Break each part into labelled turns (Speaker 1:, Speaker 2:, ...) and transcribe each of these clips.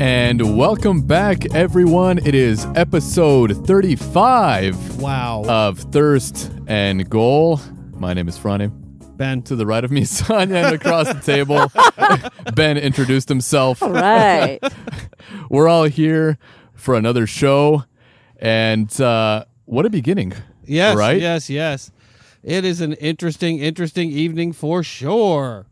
Speaker 1: And welcome back, everyone. It is episode 35
Speaker 2: Wow.
Speaker 1: of Thirst and Goal. My name is Franny.
Speaker 2: ben.
Speaker 1: To the right of me, is Sonia, and across the table, Ben introduced himself.
Speaker 3: Right.
Speaker 1: We're all here for another show, and uh, what a beginning!
Speaker 2: Yes,
Speaker 1: right?
Speaker 2: yes, yes. It is an interesting, interesting evening for sure.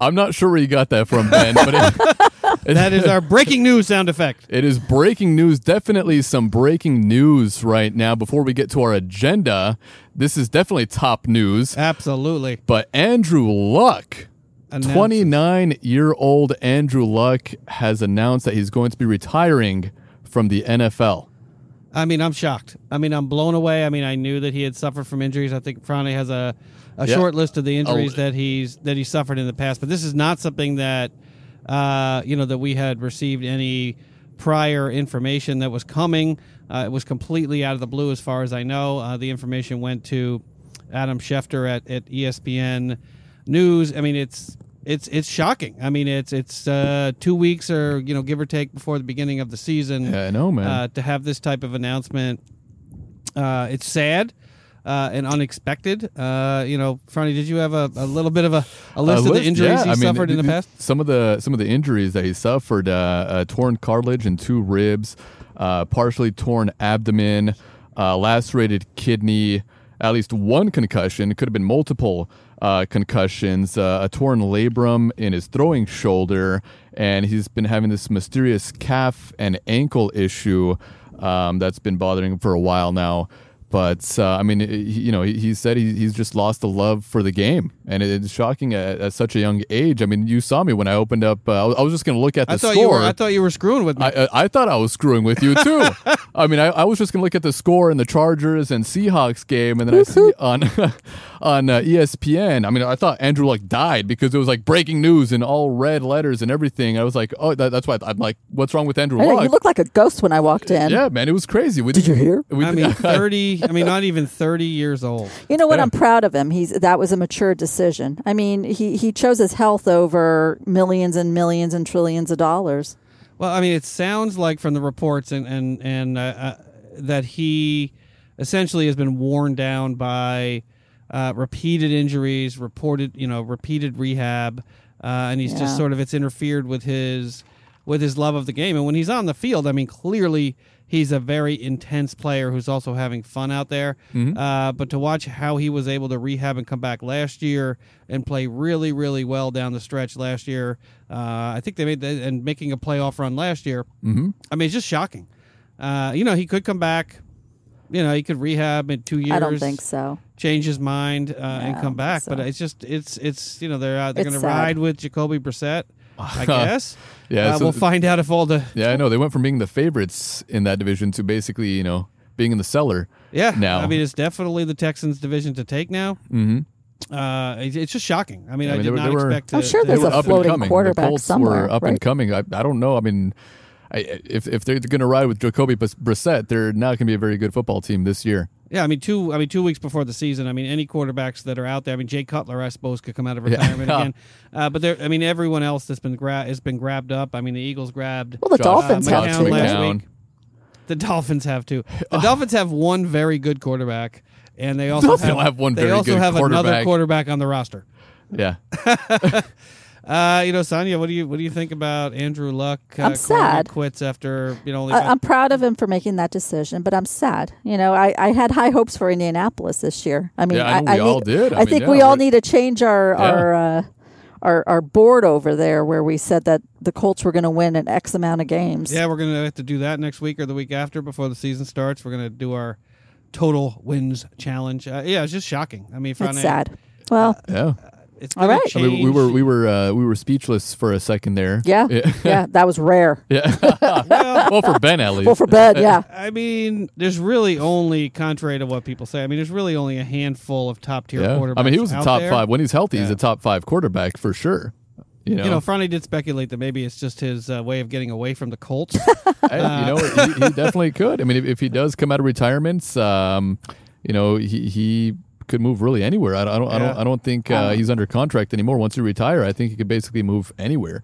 Speaker 1: I'm not sure where you got that from, Ben, but it,
Speaker 2: That is our breaking news sound effect.
Speaker 1: it is breaking news. Definitely some breaking news right now. Before we get to our agenda, this is definitely top news.
Speaker 2: Absolutely.
Speaker 1: But Andrew Luck,
Speaker 2: Announces-
Speaker 1: 29 year old Andrew Luck, has announced that he's going to be retiring from the NFL.
Speaker 2: I mean, I'm shocked. I mean, I'm blown away. I mean, I knew that he had suffered from injuries. I think Prani has a, a
Speaker 1: Yeah.
Speaker 2: short list of the injuries
Speaker 1: Oh.
Speaker 2: that he's that he suffered in the past, but this is not something that uh, you know that we had received any prior information that was coming. Uh, it was completely out of the blue, as far as I know. Uh, the information went to Adam Schefter at, at E ESPN News. I mean, it's it's it's shocking. I mean, it's it's uh, two weeks or you know give or take before the beginning of the season
Speaker 1: Yeah, I know, man.
Speaker 2: uh, to have this type of announcement. Uh, it's sad uh, and unexpected. Uh, you know, Franny, did you have a, a little bit of a, a list of
Speaker 1: A Uh, list,
Speaker 2: the injuries
Speaker 1: yeah,
Speaker 2: he
Speaker 1: I mean,
Speaker 2: suffered in the
Speaker 1: th-
Speaker 2: past?
Speaker 1: Some of the some of the injuries that he suffered: uh, uh, torn cartilage in two ribs, uh, partially torn abdomen, uh, lacerated kidney, at least one concussion. Could have been multiple uh, concussions. Uh, a torn labrum in his throwing shoulder, and he's been having this mysterious calf and ankle issue um, that's been bothering him for a while now. But uh, I mean, he, you know, he, he said he, he's just lost the love for the game, and it- it's shocking at, at such a young age. I mean, you saw me when I opened up. Uh, I was- I was just going to look at the
Speaker 2: I thought
Speaker 1: score.
Speaker 2: you were. I thought you were screwing with me.
Speaker 1: I, I- I thought I was screwing with you too. I mean, I, I was just gonna look at the score in the Chargers and Seahawks game, and then I see on on uh, ESPN. I mean, I thought Andrew Luck died because it was like breaking news in all red letters and everything. I was like, oh, that, that's why I'm like, what's wrong with Andrew
Speaker 3: I know,
Speaker 1: Luck?
Speaker 3: you look like a ghost when I walked in.
Speaker 1: yeah, man, it was crazy. We,
Speaker 3: Did you hear?
Speaker 1: We,
Speaker 2: I mean, thirty. I mean, not even thirty years old.
Speaker 3: You know what?
Speaker 1: Yeah.
Speaker 3: I'm proud of him. He's that was a mature decision. I mean, he he chose his health over millions and millions and trillions of dollars.
Speaker 2: Well, I mean, it sounds like from the reports and and and uh, uh, that he essentially has been worn down by uh, repeated injuries, reported you know repeated rehab, uh, and he's just
Speaker 3: Yeah.
Speaker 2: sort of it's interfered with his with his love of the game. And when he's on the field, I mean, clearly he's a very intense player who's also having fun out there. Uh, but to watch how he was able to rehab and come back last year and play really, really well down the stretch last year, uh, I think they made the, and making a playoff run last year. Mm-hmm. I mean, it's just shocking. Uh, you know, he could come back. You know, he could rehab in two years.
Speaker 3: I don't think so.
Speaker 2: Change his mind uh, and
Speaker 3: I
Speaker 2: come
Speaker 3: don't
Speaker 2: back,
Speaker 3: think
Speaker 2: but
Speaker 3: so.
Speaker 2: it's just it's it's you know they're uh, they're
Speaker 3: It's
Speaker 2: going to
Speaker 3: sad.
Speaker 2: ride with Jacoby Brissett, I guess.
Speaker 1: Yeah,
Speaker 2: uh,
Speaker 1: so-
Speaker 2: we'll find out if all the
Speaker 1: yeah, I know they went from being the favorites in that division to basically, you know, being in the cellar.
Speaker 2: Yeah.
Speaker 1: now.
Speaker 2: I mean, it's definitely the Texans' division to take now. Mm-hmm. Uh, it- it's just shocking. I mean, I,
Speaker 1: I mean,
Speaker 2: did
Speaker 1: they were-
Speaker 2: not
Speaker 1: they were-
Speaker 2: expect. To,
Speaker 3: I'm sure
Speaker 2: to-
Speaker 1: they
Speaker 3: There's
Speaker 1: were
Speaker 3: a
Speaker 1: up
Speaker 3: floating
Speaker 1: and coming.
Speaker 3: quarterback
Speaker 1: the Colts
Speaker 3: somewhere,
Speaker 1: were up and
Speaker 3: right?
Speaker 1: coming. I, I don't know. I mean, I, if if they're going to ride with Jacoby Bus- Brissett, they're not going to be a very good football team this year.
Speaker 2: Yeah, I mean, two. I mean, two weeks before the season. I mean, any quarterbacks that are out there. I mean, Jay Cutler, I suppose, could come out of retirement again. Uh, but there, I mean, everyone else that's been gra- has been grabbed up. I mean, the Eagles grabbed.
Speaker 3: Well, the
Speaker 1: Josh-
Speaker 3: Dolphins
Speaker 2: Uh,
Speaker 3: have
Speaker 2: McCown
Speaker 3: to.
Speaker 2: last
Speaker 1: McCown.
Speaker 2: week. The Dolphins have two. The Dolphins have one very good quarterback, and they also
Speaker 1: Dolphins
Speaker 2: have,
Speaker 1: have one
Speaker 2: they
Speaker 1: very
Speaker 2: also
Speaker 1: good
Speaker 2: have another
Speaker 1: quarterback.
Speaker 2: quarterback on the roster.
Speaker 1: Yeah,
Speaker 2: Uh, you know, Sonia, what do you what do you think about Andrew Luck? Uh,
Speaker 3: I'm
Speaker 2: calling it
Speaker 3: sad.
Speaker 2: Quits after you know. Only
Speaker 3: I, I'm proud of him for making that decision, but I'm sad. You know, I, I had high hopes for Indianapolis this year. I mean,
Speaker 1: Yeah, I know we
Speaker 3: need-
Speaker 1: all did. I
Speaker 3: I,
Speaker 1: mean,
Speaker 3: think
Speaker 1: yeah,
Speaker 3: we all
Speaker 1: we-
Speaker 3: need to change our our, uh, our our board over there where we said that the Colts were going to win an X amount of games.
Speaker 2: yeah, we're gonna have to do that next week or the week after before the season starts. We're gonna do our total wins challenge. Uh, yeah, it's just shocking. I mean, Friday,
Speaker 3: it's sad. Well,
Speaker 1: yeah.
Speaker 2: It's
Speaker 3: All
Speaker 2: gonna
Speaker 3: right.
Speaker 1: I mean, we
Speaker 2: change.
Speaker 1: were we were uh, we were speechless for a second there.
Speaker 3: Yeah.
Speaker 1: yeah.
Speaker 3: Yeah. that was rare.
Speaker 1: Yeah. well, for Ben at least.
Speaker 3: Well, for bed, yeah.
Speaker 2: I mean, there's really only, contrary to what people say, I mean, there's really only a handful of top tier
Speaker 1: yeah.
Speaker 2: quarterbacks.
Speaker 1: I mean, he was a
Speaker 2: out
Speaker 1: top
Speaker 2: there.
Speaker 1: five when he's healthy. He's
Speaker 2: Yeah.
Speaker 1: a top five quarterback for sure. You know,
Speaker 2: You know, Franny did speculate that maybe it's just his uh, way of getting away from the Colts.
Speaker 1: Hey, you know, he,
Speaker 2: Uh,
Speaker 1: he definitely could. I mean, if, if he does come out of retirement, um, you know, he he could move really anywhere. I don't, I don't, I don't,
Speaker 2: Yeah. Um,
Speaker 1: I don't think uh, he's under contract anymore. Once he retire, I think he could basically move anywhere.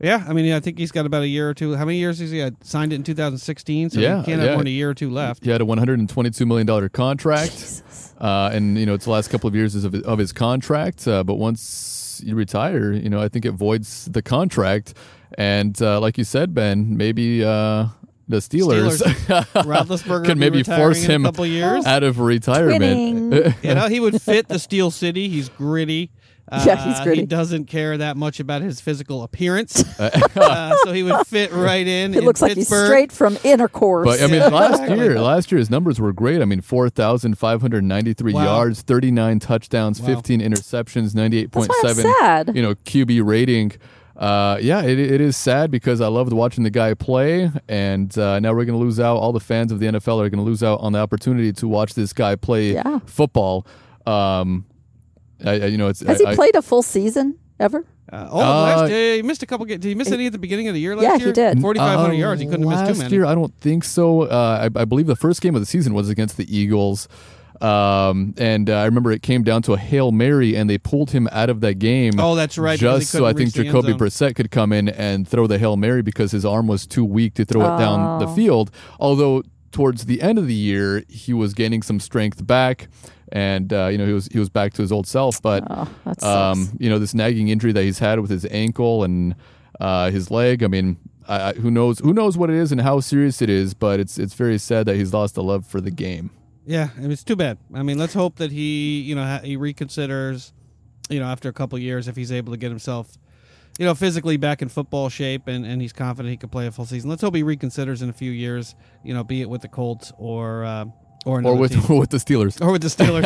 Speaker 2: yeah, I mean, I think he's got about a year or two. How many years has he had? Signed it in 2016, so
Speaker 1: Yeah,
Speaker 2: he can't
Speaker 1: yeah.
Speaker 2: have more than a year or two left.
Speaker 1: He had a 122 million dollar contract, uh, and you know, it's the last couple of years is of his, of his contract. Uh, but once you retire, you know, I think it voids the contract. And uh, like you said, Ben, maybe uh, the Steelers,
Speaker 2: Roethlisberger
Speaker 1: can
Speaker 2: will be
Speaker 1: maybe
Speaker 2: retiring
Speaker 1: force
Speaker 2: in a
Speaker 1: him
Speaker 2: couple years.
Speaker 1: out of retirement.
Speaker 3: Winning.
Speaker 2: you know, he would fit the Steel City. He's gritty. Uh,
Speaker 3: Yeah, he's gritty.
Speaker 2: He doesn't care that much about his physical appearance, uh, so he would fit right in.
Speaker 3: It
Speaker 2: in
Speaker 3: looks like he's
Speaker 2: Pittsburgh.
Speaker 3: straight from intercourse.
Speaker 1: But I mean,
Speaker 2: Yeah,
Speaker 1: last
Speaker 2: exactly.
Speaker 1: year, last year's numbers were great. I mean, four thousand five hundred ninety-three
Speaker 2: Wow.
Speaker 1: yards, thirty-nine touchdowns,
Speaker 2: Wow.
Speaker 1: fifteen interceptions, ninety-eight point seven.
Speaker 3: That's why I'm sad.
Speaker 1: You know, QB rating. Uh, yeah, it, it is sad because I loved watching the guy play, and uh, now we're going to lose out. All the fans of the NFL are going to lose out on the opportunity to watch this guy play
Speaker 3: Yeah.
Speaker 1: football. Um, I, I- you know, it's
Speaker 3: Has he
Speaker 1: I- I-
Speaker 3: played a full season ever?
Speaker 2: Uh, oh, last
Speaker 1: Uh,
Speaker 2: year, he missed a couple. Ga- did he miss any at the beginning of the year last
Speaker 3: Yeah,
Speaker 2: year?
Speaker 3: he did.
Speaker 2: Forty-five hundred
Speaker 1: Uh,
Speaker 2: yards. He couldn't have missed too
Speaker 1: Last
Speaker 2: many.
Speaker 1: year, I don't think so. Uh, I, I believe the first game of the season was against the Eagles. Um, and uh, I remember it came down to a Hail Mary, and they pulled him out of that game.
Speaker 2: Oh, that's right, because
Speaker 1: Just
Speaker 2: he
Speaker 1: so I
Speaker 2: couldn't reach
Speaker 1: think
Speaker 2: the end
Speaker 1: Jacoby
Speaker 2: zone.
Speaker 1: Brissett could come in and throw the Hail Mary because his arm was too weak to throw it down the
Speaker 3: Oh.
Speaker 1: field. Although, towards the end of the year, he was gaining some strength back. And uh, you know he was he was back to his old self, but
Speaker 3: Oh, that sucks.
Speaker 1: um, you know this nagging injury that he's had with his ankle and uh, his leg. I mean, I, I- who knows? Who knows what it is and how serious it is? But it's it's very sad that he's lost the love for the game.
Speaker 2: Yeah, I mean, it's too bad. I mean, let's hope that he, you know, ha- he reconsiders, you know, after a couple years if he's able to get himself, you know, physically back in football shape and, and he's confident he can play a full season. Let's hope he reconsiders in a few years, you know, be it with the Colts or uh, or another
Speaker 1: Or with
Speaker 2: team.
Speaker 1: with the Steelers.
Speaker 2: or with the Steelers.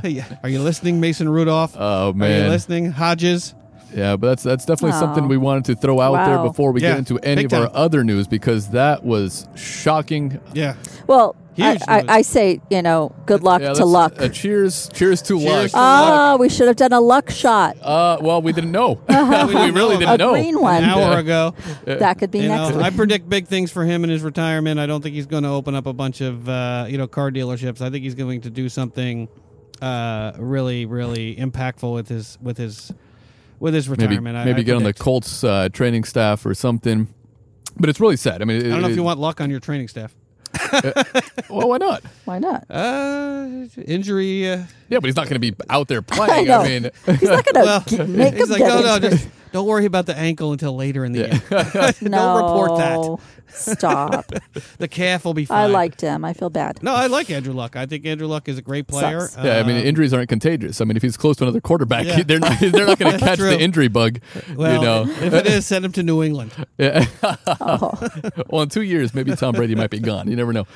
Speaker 2: Hey, Are you listening, Mason Rudolph?
Speaker 1: Oh
Speaker 2: Are you
Speaker 1: man,
Speaker 2: listening, Hodges?
Speaker 1: yeah. But that's that's definitely
Speaker 3: Aw.
Speaker 1: something we wanted to throw out there
Speaker 3: Wow.
Speaker 1: before we
Speaker 2: Yeah,
Speaker 1: get into any
Speaker 2: big
Speaker 1: of our
Speaker 2: time.
Speaker 1: other news because that was shocking.
Speaker 2: Yeah,
Speaker 3: well, I,
Speaker 2: Huge
Speaker 3: I,
Speaker 2: news.
Speaker 3: I say, you know, good luck
Speaker 1: Yeah,
Speaker 3: to
Speaker 1: let's-
Speaker 3: luck.
Speaker 1: uh, cheers! Cheers to
Speaker 2: Cheers to
Speaker 1: luck.
Speaker 3: Ah, we should have done a luck shot.
Speaker 1: Uh, well, we didn't know. we
Speaker 2: didn't
Speaker 1: really
Speaker 2: know.
Speaker 1: didn't
Speaker 3: A
Speaker 1: know.
Speaker 3: green
Speaker 2: an
Speaker 3: one.
Speaker 2: hour ago.
Speaker 3: That could be
Speaker 2: You
Speaker 3: next
Speaker 2: know, I
Speaker 3: week.
Speaker 2: predict big things for him in his retirement. I don't think he's going to open up a bunch of uh, you know car dealerships. I think he's going to do something uh, really, really impactful with his with his with his
Speaker 1: maybe
Speaker 2: retirement. I-
Speaker 1: maybe
Speaker 2: I
Speaker 1: get on the
Speaker 2: predict.
Speaker 1: Colts uh, training staff or something. But it's really sad. I mean, it,
Speaker 2: I don't know if
Speaker 1: it-
Speaker 2: you want luck on your training staff.
Speaker 1: Well, why not?
Speaker 3: Why not?
Speaker 2: Uh, injury. Uh,
Speaker 1: Yeah, but he's not going to be out there
Speaker 3: I
Speaker 1: playing. I,
Speaker 3: know.
Speaker 1: mean,
Speaker 3: he's not going
Speaker 2: well,
Speaker 3: to make
Speaker 2: he's
Speaker 3: him
Speaker 2: like,
Speaker 3: Oh,
Speaker 2: "Oh, no,
Speaker 3: get
Speaker 2: no,
Speaker 3: injured."
Speaker 2: just don't worry about the ankle until later in the year.
Speaker 3: no,
Speaker 2: don't report that.
Speaker 3: Stop.
Speaker 2: The calf will be fine.
Speaker 3: I liked him. I feel bad.
Speaker 2: No, I like Andrew Luck. I think Andrew Luck is a great player.
Speaker 3: Sucks.
Speaker 1: yeah, I mean,
Speaker 2: Um,
Speaker 1: injuries aren't contagious. I mean, if he's close to another quarterback,
Speaker 2: Yeah.
Speaker 1: they're not they're not going to
Speaker 2: That's
Speaker 1: catch
Speaker 2: true.
Speaker 1: the injury bug.
Speaker 2: well,
Speaker 1: you know,
Speaker 2: if it is, send him to New England.
Speaker 1: Yeah.
Speaker 3: Oh,
Speaker 1: well, in two years, maybe Tom Brady might be gone. You never know,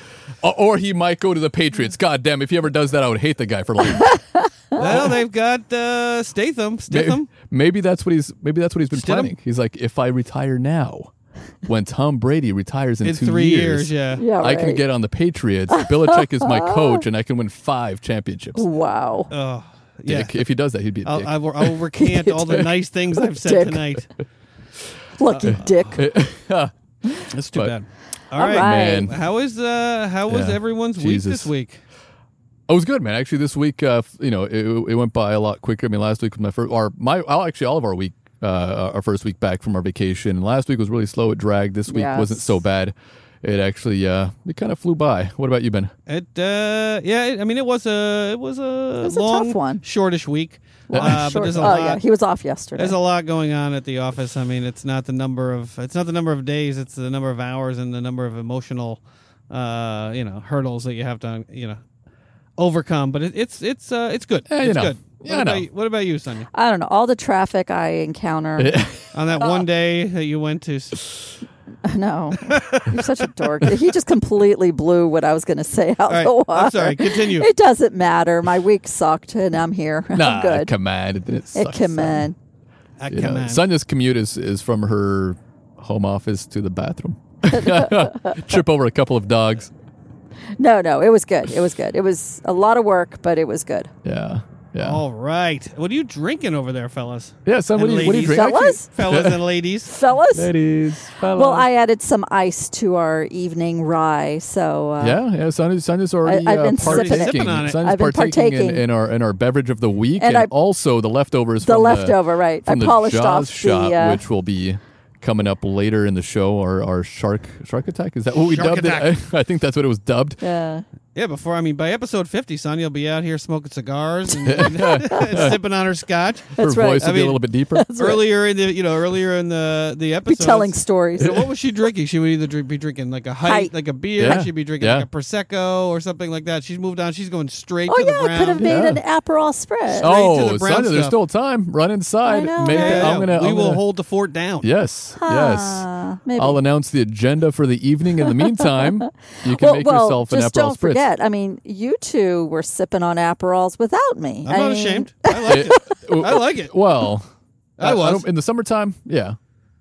Speaker 1: or, or he might go to the Patriots. God damn, if he ever does that, I would hate the guy for life.
Speaker 3: Oh.
Speaker 2: Well, they've got uh, Statham.
Speaker 1: maybe,
Speaker 2: Statham.
Speaker 1: maybe that's what he's maybe that's what he's been
Speaker 2: Stidham?
Speaker 1: planning. He's like, if I retire now, when Tom Brady retires in,
Speaker 2: In
Speaker 1: two
Speaker 2: three years, yeah.
Speaker 3: yeah,
Speaker 1: I
Speaker 3: right.
Speaker 1: can get on the Patriots. Belichick is my coach, and I can win five championships.
Speaker 3: Wow.
Speaker 2: Oh, yeah.
Speaker 1: Dick. If he does that, he'd be a
Speaker 2: I'll,
Speaker 1: dick.
Speaker 2: I will, I will recant all the nice things I've said
Speaker 3: Dick.
Speaker 2: tonight.
Speaker 3: Lucky dick.
Speaker 2: That's too
Speaker 1: But-
Speaker 2: bad. uh, All
Speaker 3: All
Speaker 2: right.
Speaker 3: right.
Speaker 1: Man.
Speaker 2: How is uh how was
Speaker 1: Yeah.
Speaker 2: everyone's
Speaker 1: Jesus.
Speaker 2: week this week?
Speaker 1: I was good, man. Actually, this week, uh, f- you know, it, it went by a lot quicker. I mean, last week was my first, or my, oh, actually, all of our week, uh, our first week back from our vacation. Last week was really slow. It dragged. This week wasn't
Speaker 3: Yes.
Speaker 1: so bad. It actually, uh, it kind of flew by. What about you, Ben?
Speaker 2: It uh yeah, it, I mean it was a it was a
Speaker 3: was a
Speaker 2: long
Speaker 3: tough one.
Speaker 2: shortish week.
Speaker 3: Long
Speaker 2: uh, but
Speaker 3: short-
Speaker 2: there's a
Speaker 3: oh
Speaker 2: lot
Speaker 3: yeah, he was off yesterday.
Speaker 2: There's a lot going on at the office. I mean, it's not the number of it's not the number of days, it's the number of hours and the number of emotional uh, you know, hurdles that you have to, you know, overcome, but it, it's it's uh it's good.
Speaker 1: Eh, you
Speaker 2: it's
Speaker 1: know.
Speaker 2: good.
Speaker 1: Yeah, I
Speaker 2: what, about
Speaker 1: know.
Speaker 2: you, what about you, Sonia?
Speaker 3: I don't know all the traffic I encounter.
Speaker 1: Uh,
Speaker 2: On that one day that you went to s-
Speaker 3: No, you're such a dork. He just completely blew what I was going to say out
Speaker 2: right.
Speaker 3: the water.
Speaker 2: I'm sorry. Continue.
Speaker 3: It doesn't matter. My week sucked, and I'm here.
Speaker 1: Nah,
Speaker 3: I'm good.
Speaker 1: come on. It, didn't
Speaker 3: it
Speaker 1: suck,
Speaker 3: came
Speaker 1: son.
Speaker 3: in.
Speaker 2: I
Speaker 1: You know,
Speaker 2: uh, come on.
Speaker 1: Sonia's commute is, is from her home office to the bathroom. Trip over a couple of dogs.
Speaker 3: No, no, it was good. It was good. It was a lot of work, but it was good.
Speaker 1: Yeah. Yeah.
Speaker 2: All right. What are you drinking over there, fellas?
Speaker 1: yeah, son,
Speaker 2: Oh,
Speaker 1: what
Speaker 2: And
Speaker 1: do, you, what do you
Speaker 2: ladies.
Speaker 1: drink?
Speaker 3: That was-
Speaker 2: Fellas and ladies.
Speaker 3: Fellas,
Speaker 1: Ladies.
Speaker 3: well, I added some ice to our evening rye, so uh,
Speaker 1: Yeah, yeah. Sonia's, Sonia's already
Speaker 3: I've
Speaker 1: uh,
Speaker 3: been sipping
Speaker 1: partaking.
Speaker 3: it.
Speaker 2: Sipping on it.
Speaker 1: Sonia's
Speaker 3: I've been
Speaker 1: partaking, in,
Speaker 3: partaking.
Speaker 1: in our in our beverage of the week, and,
Speaker 3: And I-
Speaker 1: also the leftovers.
Speaker 3: the
Speaker 1: from
Speaker 3: leftover, right? I
Speaker 1: from the
Speaker 3: polished
Speaker 1: Jaws
Speaker 3: off
Speaker 1: shot,
Speaker 3: the. Uh,
Speaker 1: which will be coming up later in the show. Our our shark shark attack is that what we
Speaker 2: Shark
Speaker 1: dubbed
Speaker 2: attack.
Speaker 1: it? I think that's what it was dubbed.
Speaker 3: yeah.
Speaker 2: Yeah, before I mean by episode fifty, Sonia will be out here smoking cigars and, and sipping on her scotch.
Speaker 3: That's
Speaker 1: Her
Speaker 3: right.
Speaker 1: voice
Speaker 2: I
Speaker 1: will be a
Speaker 2: mean-
Speaker 1: little bit deeper.
Speaker 2: Earlier in the you know earlier in the the
Speaker 3: be
Speaker 2: episode,
Speaker 3: telling stories.
Speaker 2: So
Speaker 3: Oh,
Speaker 2: what was she drinking? She would either drink, be drinking like a height,
Speaker 3: Height.
Speaker 2: like a beer.
Speaker 1: Yeah.
Speaker 2: She'd be drinking
Speaker 1: Yeah.
Speaker 2: like a prosecco or something like that. She's moved on. She's going straight
Speaker 3: Oh
Speaker 2: to
Speaker 3: yeah,
Speaker 2: the
Speaker 3: I could have
Speaker 2: ground.
Speaker 3: made
Speaker 1: Yeah.
Speaker 3: an Aperol spread.
Speaker 2: Oh, to the
Speaker 1: Oh,
Speaker 2: brown
Speaker 1: Sonia, there's
Speaker 2: stuff.
Speaker 1: still time. Run inside.
Speaker 3: I know,
Speaker 1: Make
Speaker 3: right?
Speaker 1: it- I'm gonna.
Speaker 2: we
Speaker 1: I'm
Speaker 2: will
Speaker 1: gonna-
Speaker 2: hold the fort down.
Speaker 1: Yes. Yes.
Speaker 3: Huh, Ah, Maybe.
Speaker 1: I'll announce the agenda for the evening. In the meantime, you can
Speaker 3: well,
Speaker 1: make
Speaker 3: well,
Speaker 1: yourself an
Speaker 3: just
Speaker 1: Aperol
Speaker 3: don't
Speaker 1: Spritz.
Speaker 3: forget. I mean, you two were sipping on Aperols without me.
Speaker 2: I'm
Speaker 3: I
Speaker 2: not
Speaker 3: mean,
Speaker 2: ashamed. I like it. I like it.
Speaker 1: Well,
Speaker 2: I was.
Speaker 1: in the summertime. Yeah,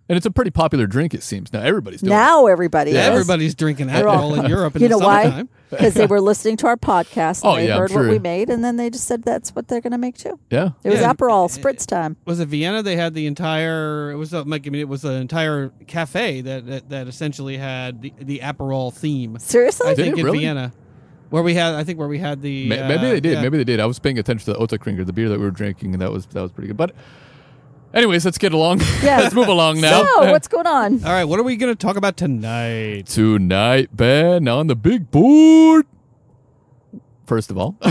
Speaker 1: and it's a pretty popular drink. It seems now everybody's doing. it.
Speaker 3: Now everybody is.
Speaker 2: Everybody's drinking alcohol in Europe in
Speaker 3: you
Speaker 2: the
Speaker 3: know why?
Speaker 2: summertime.
Speaker 3: Because they were listening to our podcast. And
Speaker 1: Oh,
Speaker 3: they
Speaker 1: yeah, I'm
Speaker 3: heard
Speaker 1: sure.
Speaker 3: what we made, and then they just said that's what they're going to make too.
Speaker 1: yeah,
Speaker 3: It was
Speaker 2: Yeah.
Speaker 3: Aperol spritz time.
Speaker 2: Was it Vienna? They had the entire. It was uh, like I mean, it was an entire cafe that that, that essentially had the, the Aperol theme.
Speaker 3: Seriously?
Speaker 2: I
Speaker 1: Did
Speaker 2: think
Speaker 1: it
Speaker 2: in
Speaker 1: really?
Speaker 2: Vienna, where we had, I think where we had the.
Speaker 1: Ma-
Speaker 2: uh,
Speaker 1: maybe they did.
Speaker 2: yeah.
Speaker 1: Maybe they did. I was paying attention to the Otakringer, the beer that we were drinking, and that was that was pretty good. But, anyways, let's get along.
Speaker 3: Yes.
Speaker 1: let's move along now.
Speaker 3: so, what's going on?
Speaker 2: All right, what are we going to talk about tonight?
Speaker 1: Tonight, Ben, on the big board. First of all,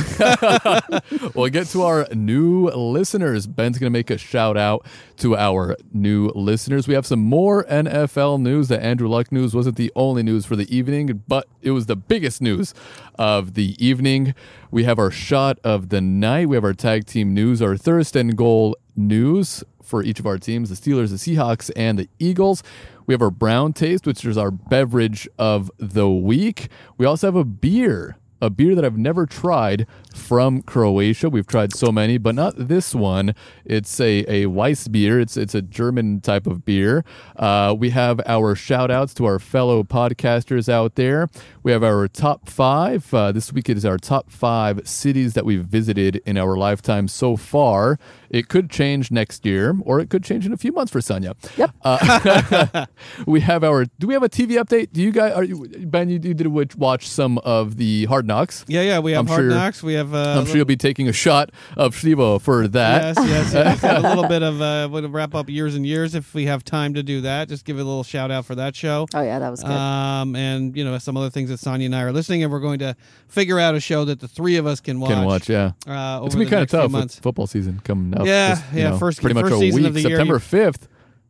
Speaker 1: we'll get to our new listeners. Ben's going to make a shout out to our new listeners. We have some more NFL news. The Andrew Luck news wasn't the only news for the evening, but it was the biggest news of the evening. We have our shot of the night. We have our tag team news, our thirst and goal news for each of our teams the Steelers, the Seahawks, and the Eagles. We have our brown taste, which is our beverage of the week. We also have a beer, a beer that I've never tried from Croatia. We've tried so many, but not this one. It's a, a Weiss beer, it's, it's a German type of beer. Uh, we have our shout outs to our fellow podcasters out there. We have our top five. Uh, this week it is our top five cities that we've visited in our lifetime so far. It could change next year, or it could change in a few months for Sonia.
Speaker 3: Yep.
Speaker 1: Uh, we have our. Do we have a TV update? Do you guys? Are you, ben, you, you did wa- watch some of the Hard Knocks.
Speaker 2: Yeah, yeah, we have
Speaker 1: I'm
Speaker 2: Hard
Speaker 1: sure-
Speaker 2: Knocks. We have. Uh,
Speaker 1: I'm sure you'll be taking a shot of Shivo for that.
Speaker 2: Yes, yes, yes. Have a little bit of uh, we'll wrap up years and years if we have time to do that. Just give it a little shout out for that show.
Speaker 3: Oh yeah, that was good.
Speaker 2: Um, and you know some other things that Sonia and I are listening, and we're going to figure out a show that the three of us can watch.
Speaker 1: Can watch, yeah.
Speaker 2: Uh, over
Speaker 1: It's
Speaker 2: the
Speaker 1: gonna be kind of
Speaker 2: next few
Speaker 1: tough with
Speaker 2: Months.
Speaker 1: football season coming up.
Speaker 2: Yeah,
Speaker 1: you
Speaker 2: yeah, first-
Speaker 1: pretty much
Speaker 2: first
Speaker 1: a
Speaker 2: season
Speaker 1: week,
Speaker 2: of the year,
Speaker 1: September
Speaker 2: you-
Speaker 1: fifth,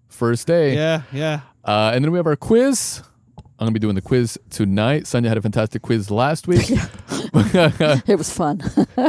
Speaker 1: first day.
Speaker 2: Yeah, yeah.
Speaker 1: Uh, and then we have our quiz. I'm gonna be doing the quiz tonight. Sonia had a fantastic quiz last week.
Speaker 2: Uh,
Speaker 3: it was fun.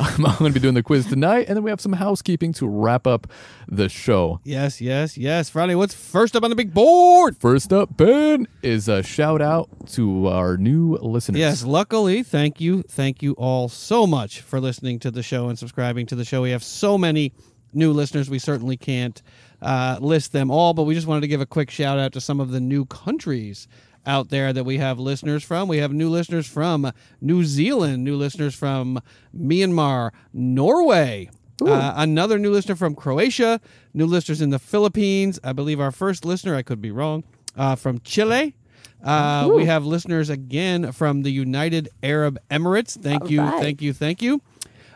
Speaker 1: I'm gonna be doing the quiz tonight, and then we have some housekeeping to wrap up the show.
Speaker 2: Yes, yes, yes. Friday, what's first up on the big board?
Speaker 1: First up, Ben is a shout out to our new listeners.
Speaker 2: Yes, luckily, thank you, thank you all so much for listening to the show and subscribing to the show. We have so many new listeners, we certainly can't uh, list them all, but we just wanted to give a quick shout out to some of the new countries out there that we have listeners from. We have new listeners from New Zealand, new listeners from Myanmar, Norway. Uh, another new listener from Croatia, new listeners in the Philippines. I believe our first listener, I could be wrong, uh, from Chile. Uh, we have listeners again from the United Arab Emirates. Thank you,
Speaker 3: right.
Speaker 2: thank you, thank you.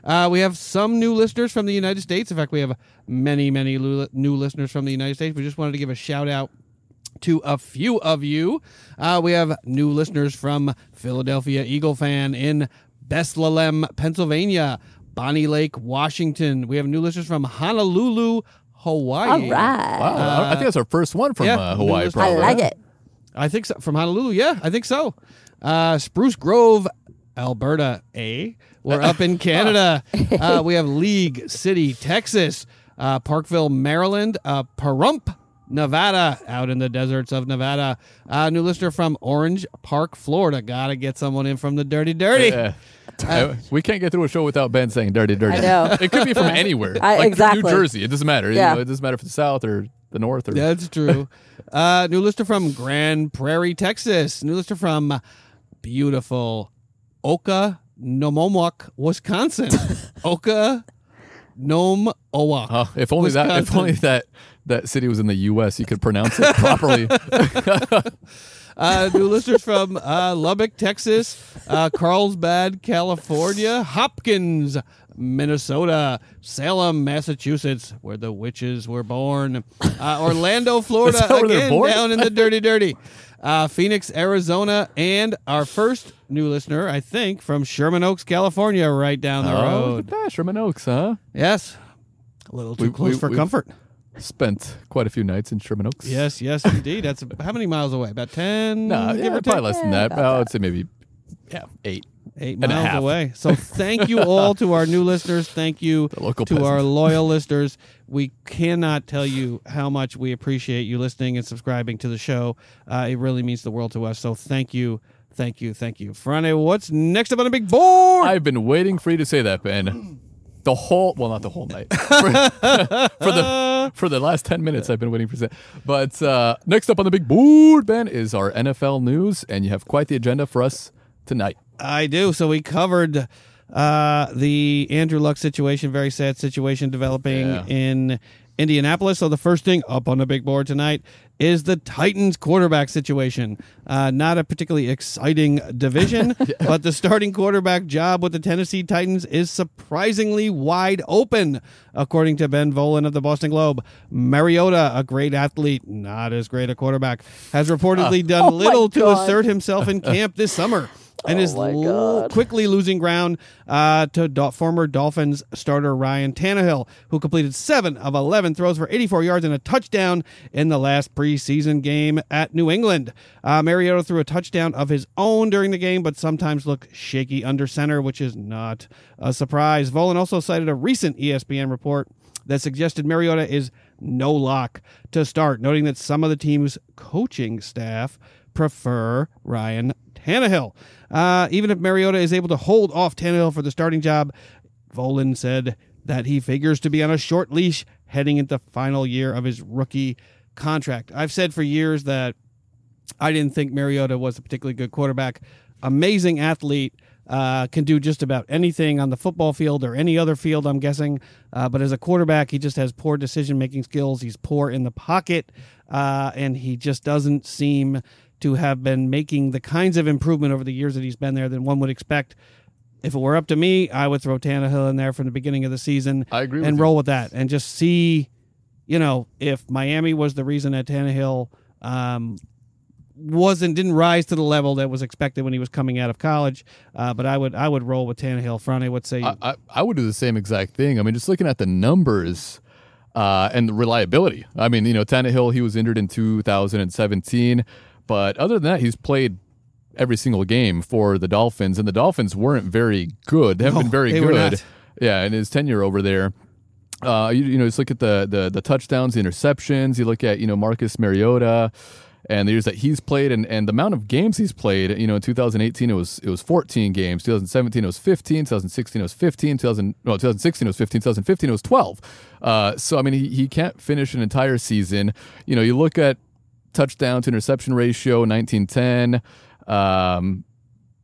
Speaker 2: Uh, we have some new listeners from the United States. In fact, we have many, many lu- new listeners from the United States. We just wanted to give a shout out to a few of you. Uh, we have new listeners from Philadelphia Eagle fan in Bethlehem, Pennsylvania, Bonnie Lake, Washington. We have new listeners from Honolulu, Hawaii.
Speaker 3: All right.
Speaker 1: Wow, I think that's our first one from
Speaker 2: yeah,
Speaker 1: uh, Hawaii.
Speaker 2: new listener.
Speaker 3: I
Speaker 1: Probably.
Speaker 3: like it.
Speaker 2: I think so. From Honolulu, yeah, I think so. Uh, Spruce Grove, Alberta, eh? We're up in Canada. Uh, we have League City, Texas, uh, Parkville, Maryland, uh, Pahrump, Nevada, out in the deserts of Nevada. Uh, new listener from Orange Park, Florida. Gotta get someone in from the dirty, dirty.
Speaker 1: Yeah. Uh, we can't get through a show without Ben saying "dirty, dirty."
Speaker 3: I know.
Speaker 1: It could be from anywhere,
Speaker 3: I-
Speaker 1: like
Speaker 3: exactly.
Speaker 1: New Jersey. It doesn't matter. You
Speaker 3: Yeah.
Speaker 1: know, it doesn't matter if it's South or the North or
Speaker 2: That's true. uh, new listener from Grand Prairie, Texas. New listener from beautiful Oka Nomomoc, Wisconsin. Oka Nome Owa.
Speaker 1: Oh, if only that. If
Speaker 2: Wisconsin.
Speaker 1: only that. That city was in the U.S. You could pronounce it properly.
Speaker 2: Uh, new listeners from uh, Lubbock, Texas, uh, Carlsbad, California, Hopkins, Minnesota, Salem, Massachusetts, where the witches were born, uh, Orlando, Florida,
Speaker 1: Is that where they're
Speaker 2: again
Speaker 1: born?
Speaker 2: down in the dirty, dirty, uh, Phoenix, Arizona, and our first new listener, I think, from Sherman Oaks, California, right down the
Speaker 1: oh, look at
Speaker 2: road.
Speaker 1: that, Sherman Oaks, huh?
Speaker 2: Yes, a little too
Speaker 1: We-
Speaker 2: close
Speaker 1: we-
Speaker 2: for
Speaker 1: we-
Speaker 2: comfort.
Speaker 1: Spent quite a few nights in Sherman Oaks.
Speaker 2: Yes, Mm, yes, indeed. That's how many miles away? About ten?
Speaker 1: Nah,
Speaker 2: give
Speaker 1: yeah,
Speaker 2: or
Speaker 1: probably
Speaker 2: take?
Speaker 1: less than
Speaker 3: Yeah,
Speaker 1: that. I would say maybe, yeah, eight.
Speaker 2: eight
Speaker 1: and a
Speaker 2: miles
Speaker 1: half.
Speaker 2: away. So thank you all to our new listeners. Thank you
Speaker 1: local
Speaker 2: to our
Speaker 1: peasant.
Speaker 2: loyal listeners. We cannot tell you how much we appreciate you listening and subscribing to the show. Uh, it really means the world to us. So thank you, thank you, thank you. Friday, what's next up on the big board?
Speaker 1: I've been waiting for you to say that, Ben. The whole well, not the whole night. For, for the for the last ten minutes, I've been waiting for that. But uh, next up on the big board, Ben, is our NFL news, and you have quite the agenda for us tonight.
Speaker 2: I do. So we covered uh, the Andrew Luck situation, very sad situation developing
Speaker 1: Yeah.
Speaker 2: in Indianapolis. So the first thing up on the big board tonight is the Titans quarterback situation. Uh, not a particularly exciting division, but the starting quarterback job with the Tennessee Titans is surprisingly wide open, according to Ben Volen of the Boston Globe. Mariota, a great athlete, not as great a quarterback, has reportedly done
Speaker 3: Oh my
Speaker 2: little to
Speaker 3: God.
Speaker 2: assert himself in camp this summer and
Speaker 3: Oh
Speaker 2: is
Speaker 3: my
Speaker 2: lo-
Speaker 3: God.
Speaker 2: quickly losing ground uh, to Dol- former Dolphins starter Ryan Tannehill, who completed seven of 11 throws for 84 yards and a touchdown in the last preseason game at New England. Uh, Mariota threw a touchdown of his own during the game, but sometimes looked shaky under center, which is not a surprise. Volan also cited a recent E ESPN report that suggested Mariota is no lock to start, noting that some of the team's coaching staff prefer Ryan Tannehill. Uh, even if Mariota is able to hold off Tannehill for the starting job, Volan said that he figures to be on a short leash heading into final year of his rookie contract. I've said for years that I didn't think Mariota was a particularly good quarterback. Amazing athlete, uh, can do just about anything on the football field or any other field, I'm guessing. Uh, but as a quarterback, he just has poor decision making skills. He's poor in the pocket, uh, and he just doesn't seem to have been making the kinds of improvement over the years that he's been there that one would expect. If it were up to me, I would throw Tannehill in there from the beginning of the season
Speaker 1: I agree with
Speaker 2: and
Speaker 1: you.
Speaker 2: roll with that and just see, you know, if Miami was the reason that Tannehill um, wasn't didn't rise to the level that was expected when he was coming out of college. Uh, but I would I would roll with Tannehill. Franny, what say you?
Speaker 1: I, I, I would do the same exact thing. I mean, just looking at the numbers uh, and the reliability. I mean, you know, Tannehill, he was injured in 2017, but other than that, he's played every single game for the Dolphins, and the Dolphins weren't very good. They haven't been very
Speaker 2: they
Speaker 1: good.
Speaker 2: were not.
Speaker 1: Yeah, in his tenure over there. Uh, you, you know, just look at the, the the touchdowns, the interceptions. You look at you know Marcus Mariota, and the years that he's played, and, and the amount of games he's played. You know, in 2018 it was it was 14 games. 2017 it was 15. 2016 it was 15. 2000 no, 2016 it was 15. 2015 it was 12. Uh, so I mean, he, he can't finish an entire season. You know, you look at touchdown to interception ratio 19-10 um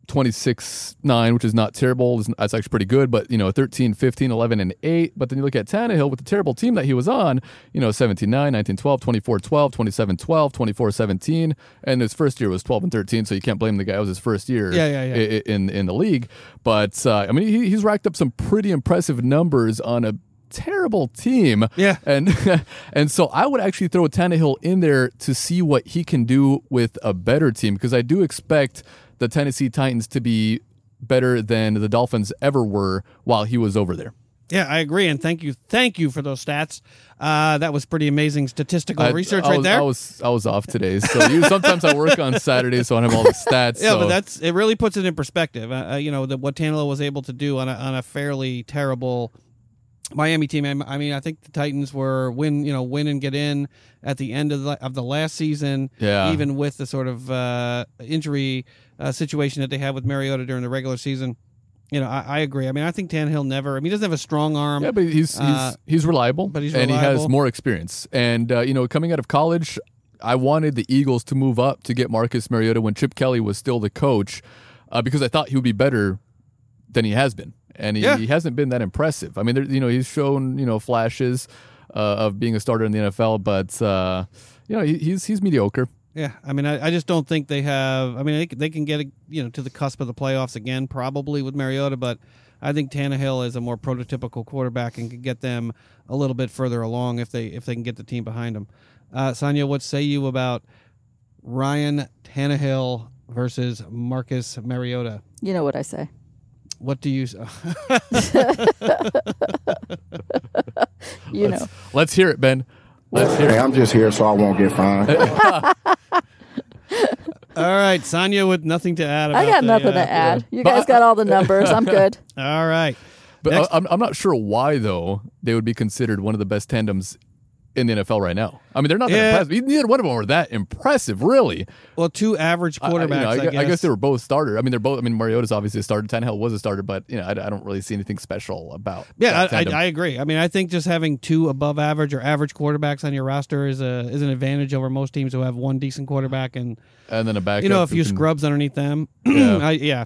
Speaker 1: 26-9 which is not terrible It's- that's actually pretty good but you know 13 15 11 and 8 but then you look at Tannehill with the terrible team that he was on you know 17-9 19-12 24-12 27-12 24-17 and his first year was 12 and 13 so you can't blame the guy it was his first year
Speaker 2: Yeah, yeah, yeah.
Speaker 1: i- i- in in the league but uh, I mean he, he's racked up some pretty impressive numbers on a terrible team
Speaker 2: Yeah.
Speaker 1: and and so I would actually throw Tannehill in there to see what he can do with a better team because I do expect the Tennessee Titans to be better than the Dolphins ever were while he was over there.
Speaker 2: yeah, I agree, and thank you, thank you for those stats. Uh, that was pretty amazing statistical
Speaker 1: I-
Speaker 2: research
Speaker 1: I
Speaker 2: right
Speaker 1: was,
Speaker 2: there.
Speaker 1: I was I was off today, so you, sometimes I work on Saturdays, so I don't have all the stats.
Speaker 2: yeah,
Speaker 1: so-
Speaker 2: but that's it. Really puts it in perspective. Uh, uh, you know that what Tannehill was able to do on a on a fairly terrible Miami team. I I mean, I think the Titans were win, you know, win and get in at the end of the, of the last season.
Speaker 1: Yeah.
Speaker 2: Even with the sort of uh, injury uh, situation that they had with Mariota during the regular season, you know, I, I agree. I mean, I think Tannehill never. I mean, he doesn't have a strong arm.
Speaker 1: Yeah, but he's he's,
Speaker 2: Uh,
Speaker 1: he's reliable,
Speaker 2: but he's
Speaker 1: and he has
Speaker 2: reliable.
Speaker 1: more experience. And uh, you know, coming out of college, I wanted the Eagles to move up to get Marcus Mariota when Chip Kelly was still the coach, uh, because I thought he would be better than he has been, and he,
Speaker 2: Yeah.
Speaker 1: he hasn't been that impressive. I mean, there, you know, he's shown you know flashes uh, of being a starter in the NFL, but uh, you know, he, he's he's mediocre.
Speaker 2: Yeah, I mean, I, I just don't think they have. I mean, they, c- they can get you know to the cusp of the playoffs again, probably with Mariota, but I think Tannehill is a more prototypical quarterback and can get them a little bit further along if they if they can get the team behind him. Uh, Sonia, what say you about Ryan Tannehill versus Marcus Mariota?
Speaker 3: You know what I say.
Speaker 2: What do you? s-
Speaker 3: You
Speaker 1: let's,
Speaker 3: know.
Speaker 1: let's hear it, Ben. Let's hear
Speaker 4: Hey,
Speaker 1: it.
Speaker 4: I'm just here so I won't get fined.
Speaker 2: All right, Sonia, with nothing to add. About
Speaker 3: I got
Speaker 2: the,
Speaker 3: nothing
Speaker 2: uh,
Speaker 3: to add. You
Speaker 1: But-
Speaker 3: guys got all the numbers. I'm good.
Speaker 2: All right.
Speaker 1: But
Speaker 2: Next-
Speaker 1: I, am I'm not sure why though they would be considered one of the best tandems in the NFL right now. I mean, they're not that
Speaker 2: Yeah.
Speaker 1: impressive. Neither one of them were that impressive, really.
Speaker 2: Well, two average
Speaker 1: I- I- you know,
Speaker 2: quarterbacks. I,
Speaker 1: I, gu- I
Speaker 2: guess.
Speaker 1: guess. they were both starter. I mean, they're both. I mean, Mariota's obviously a starter. Tannehill was a starter, but you know, I, I don't really see anything special about.
Speaker 2: Yeah,
Speaker 1: that
Speaker 2: I, I,
Speaker 1: tandem.
Speaker 2: I agree. I mean, I think just having two above average or average quarterbacks on your roster is a is an advantage over most teams who have one decent quarterback and
Speaker 1: and then a backup.
Speaker 2: you know a few
Speaker 1: who can-
Speaker 2: scrubs underneath them.
Speaker 1: Yeah.
Speaker 2: I, yeah.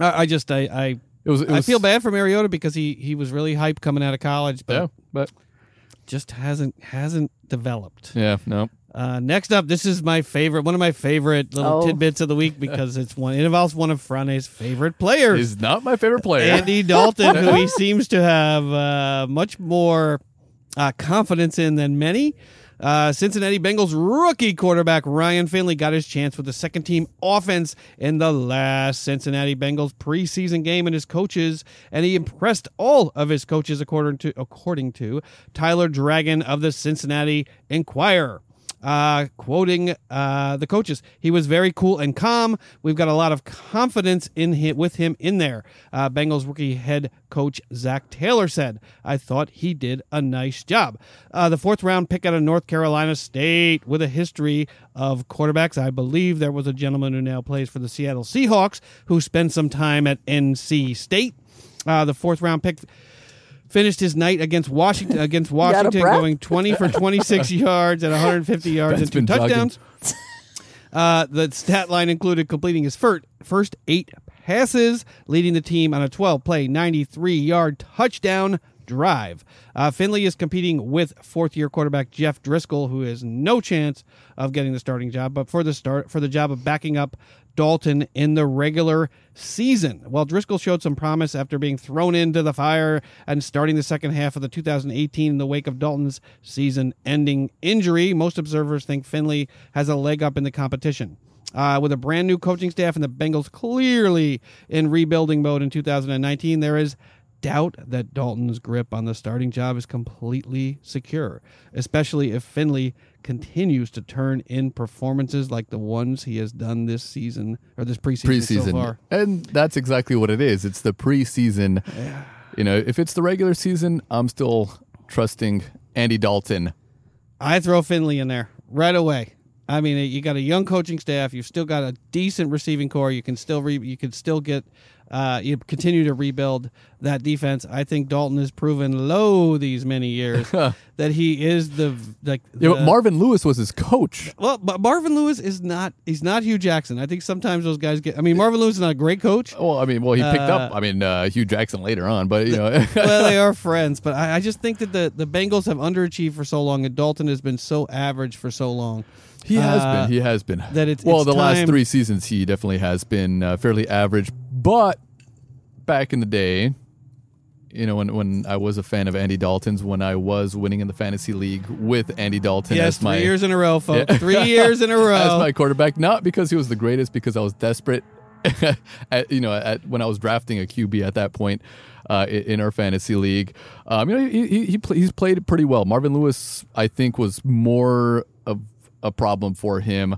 Speaker 2: I, I just I I,
Speaker 1: It was. It was
Speaker 2: I feel bad for Mariota because he he was really hyped coming out of college, but
Speaker 1: Yeah, but
Speaker 2: just hasn't hasn't developed.
Speaker 1: yeah, no.
Speaker 2: Uh, next up, this is my favorite, one of my favorite little
Speaker 3: Oh.
Speaker 2: tidbits of the week because it's one. It involves one of Frane's favorite players.
Speaker 1: He's not my favorite player.
Speaker 2: Andy Dalton, who he seems to have uh, much more uh, confidence in than many. Uh, Cincinnati Bengals rookie quarterback Ryan Finley got his chance with the second team offense in the last Cincinnati Bengals preseason game and his coaches, and he impressed all of his coaches according to according to Tyler Dragon of the Cincinnati Enquirer uh, quoting uh, the coaches. He was very cool and calm. We've got a lot of confidence in him, with him in there. Uh, Bengals rookie head coach Zach Taylor said, "I thought he did a nice job." Uh, the fourth round pick out of North Carolina State with a history of quarterbacks. I believe there was a gentleman who now plays for the Seattle Seahawks who spent some time at NC State. Uh, the fourth round pick finished his night against Washington against
Speaker 3: out of
Speaker 2: Washington,
Speaker 3: breath?
Speaker 2: going 20 for 26 yards and 150 yards
Speaker 1: Ben's
Speaker 2: and two
Speaker 1: been jogging.
Speaker 2: touchdowns. Uh, the stat line included completing his fir- first eight passes, leading the team on a 12 play, 93 yard touchdown drive. Uh, Finley is competing with fourth year quarterback Jeff Driscoll, who has no chance of getting the starting job, but for the start for the job of backing up Dalton in the regular season. While Driscoll showed some promise after being thrown into the fire and starting the second half of the 2018 in the wake of Dalton's season ending injury, most observers think Finley has a leg up in the competition. Uh, with a brand new coaching staff and the Bengals clearly in rebuilding mode in 2019, there is doubt that Dalton's grip on the starting job is completely secure, especially if Finley continues to turn in performances like the ones he has done this season or this preseason, so
Speaker 1: preseason,
Speaker 2: far.
Speaker 1: and that's exactly what it is. It's the preseason. You know, if it's the regular season, I'm still trusting Andy Dalton.
Speaker 2: I throw Finley in there right away. I mean, you got a young coaching staff. You've still got a decent receiving core. You can still re- you can still get uh, you continue to rebuild that defense. I think Dalton has proven low these many years that he is the like
Speaker 1: Yeah, but
Speaker 2: the-
Speaker 1: Marvin Lewis was his coach.
Speaker 2: Well, but Marvin Lewis is not he's not Hugh Jackson. I think sometimes those guys get I mean Marvin Lewis is not a great coach.
Speaker 1: Well, I mean, well, he picked up. I mean, uh, Hugh Jackson later on, but you know,
Speaker 2: well, they are friends, but I, I just think that the, the Bengals have underachieved for so long and Dalton has been so average for so long.
Speaker 1: he has
Speaker 2: Uh,
Speaker 1: been. He has been.
Speaker 2: that it's-
Speaker 1: well,
Speaker 2: it's
Speaker 1: the last
Speaker 2: time-
Speaker 1: three seasons, he definitely has been uh, fairly average. But back in the day, you know, when when I was a fan of Andy Dalton's, when I was winning in the fantasy league with Andy Dalton
Speaker 2: Yes,
Speaker 1: as my
Speaker 2: three years in a row, folks. Three years in a row.
Speaker 1: as my quarterback, not because he was the greatest, because I was desperate. at, you know, at, when I was drafting a QB at that point uh, i- in our fantasy league, um, you know, he, he, he play, he's played pretty well. Marvin Lewis, I think, was more of a problem for him.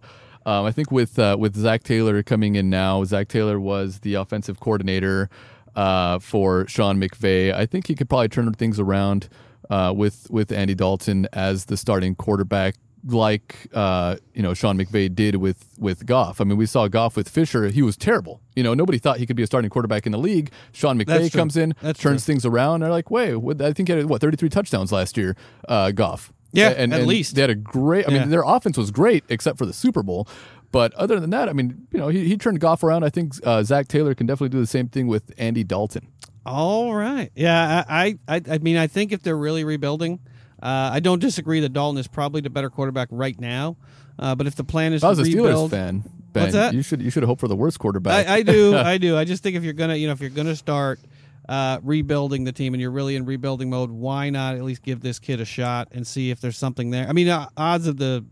Speaker 1: Um, I think with uh, with Zach Taylor coming in now, Zach Taylor was the offensive coordinator. uh, for Sean McVay. I think he could probably turn things around uh, with with Andy Dalton as the starting quarterback, like uh, you know Sean McVay did with with Goff. I mean, we saw Goff with Fisher; he was terrible. You know, nobody thought he could be a starting quarterback in the league. Sean McVay
Speaker 2: That's true.
Speaker 1: comes in,
Speaker 2: That's
Speaker 1: turns things around. They're like, wait, what, I think he had what thirty three touchdowns last year, uh, Goff.
Speaker 2: Yeah,
Speaker 1: and,
Speaker 2: at
Speaker 1: and
Speaker 2: least.
Speaker 1: they had a great. I
Speaker 2: Yeah.
Speaker 1: mean, their offense was great except for the Super Bowl. But other than that, I mean, you know, he, he turned Goff around. I think uh, Zach Taylor can definitely do the same thing with Andy Dalton.
Speaker 2: All right. Yeah, I, I, I- I mean, I think if they're really rebuilding, uh, I don't disagree that Dalton is probably the better quarterback right now. Uh, but if the plan is
Speaker 1: If I was
Speaker 2: to
Speaker 1: a Steelers
Speaker 2: rebuild,
Speaker 1: fan, Ben,
Speaker 2: What's that?
Speaker 1: you should you should hope for the worst quarterback.
Speaker 2: I, I do, I do. I just think if you're gonna, you know, if you're gonna start uh, rebuilding the team and you're really in rebuilding mode, why not at least give this kid a shot and see if there's something there? I mean, uh, odds of the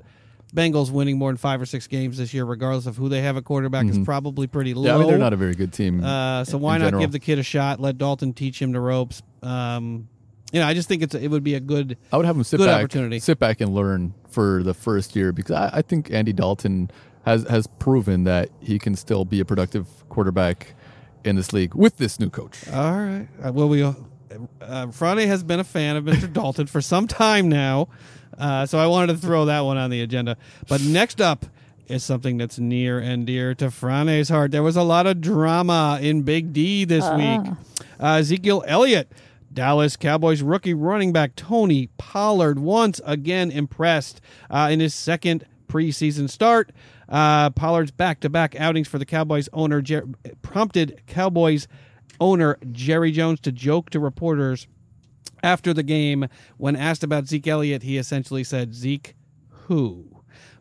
Speaker 2: Bengals winning more than five or six games this year, regardless of who they have at quarterback, is probably pretty low.
Speaker 1: Mm-hmm. yeah, I mean they're not a very good team.
Speaker 2: Uh, so
Speaker 1: in
Speaker 2: why not
Speaker 1: general.
Speaker 2: give the kid a shot? Let Dalton teach him the ropes. Um, you know, I just think it's it would be a good.
Speaker 1: I would have him sit
Speaker 2: good
Speaker 1: back,
Speaker 2: opportunity.
Speaker 1: sit back and learn for the first year because I, I think Andy Dalton has has proven that he can still be a productive quarterback in this league with this new coach.
Speaker 2: All right. Uh, well, we uh, Friday has been a fan of Mr. Dalton for some time now, uh, so I wanted to throw that one on the agenda. But next up is something that's near and dear to Frane's heart. There was a lot of drama in Big D this week. Uh, Ezekiel Elliott, Dallas Cowboys rookie running back Tony Pollard, once again impressed uh, in his second preseason start. Uh, Pollard's back-to-back outings for the Cowboys owner Jer- prompted Cowboys owner Jerry Jones to joke to reporters after the game when asked about Zeke Elliott. He essentially said, "Zeke, who?"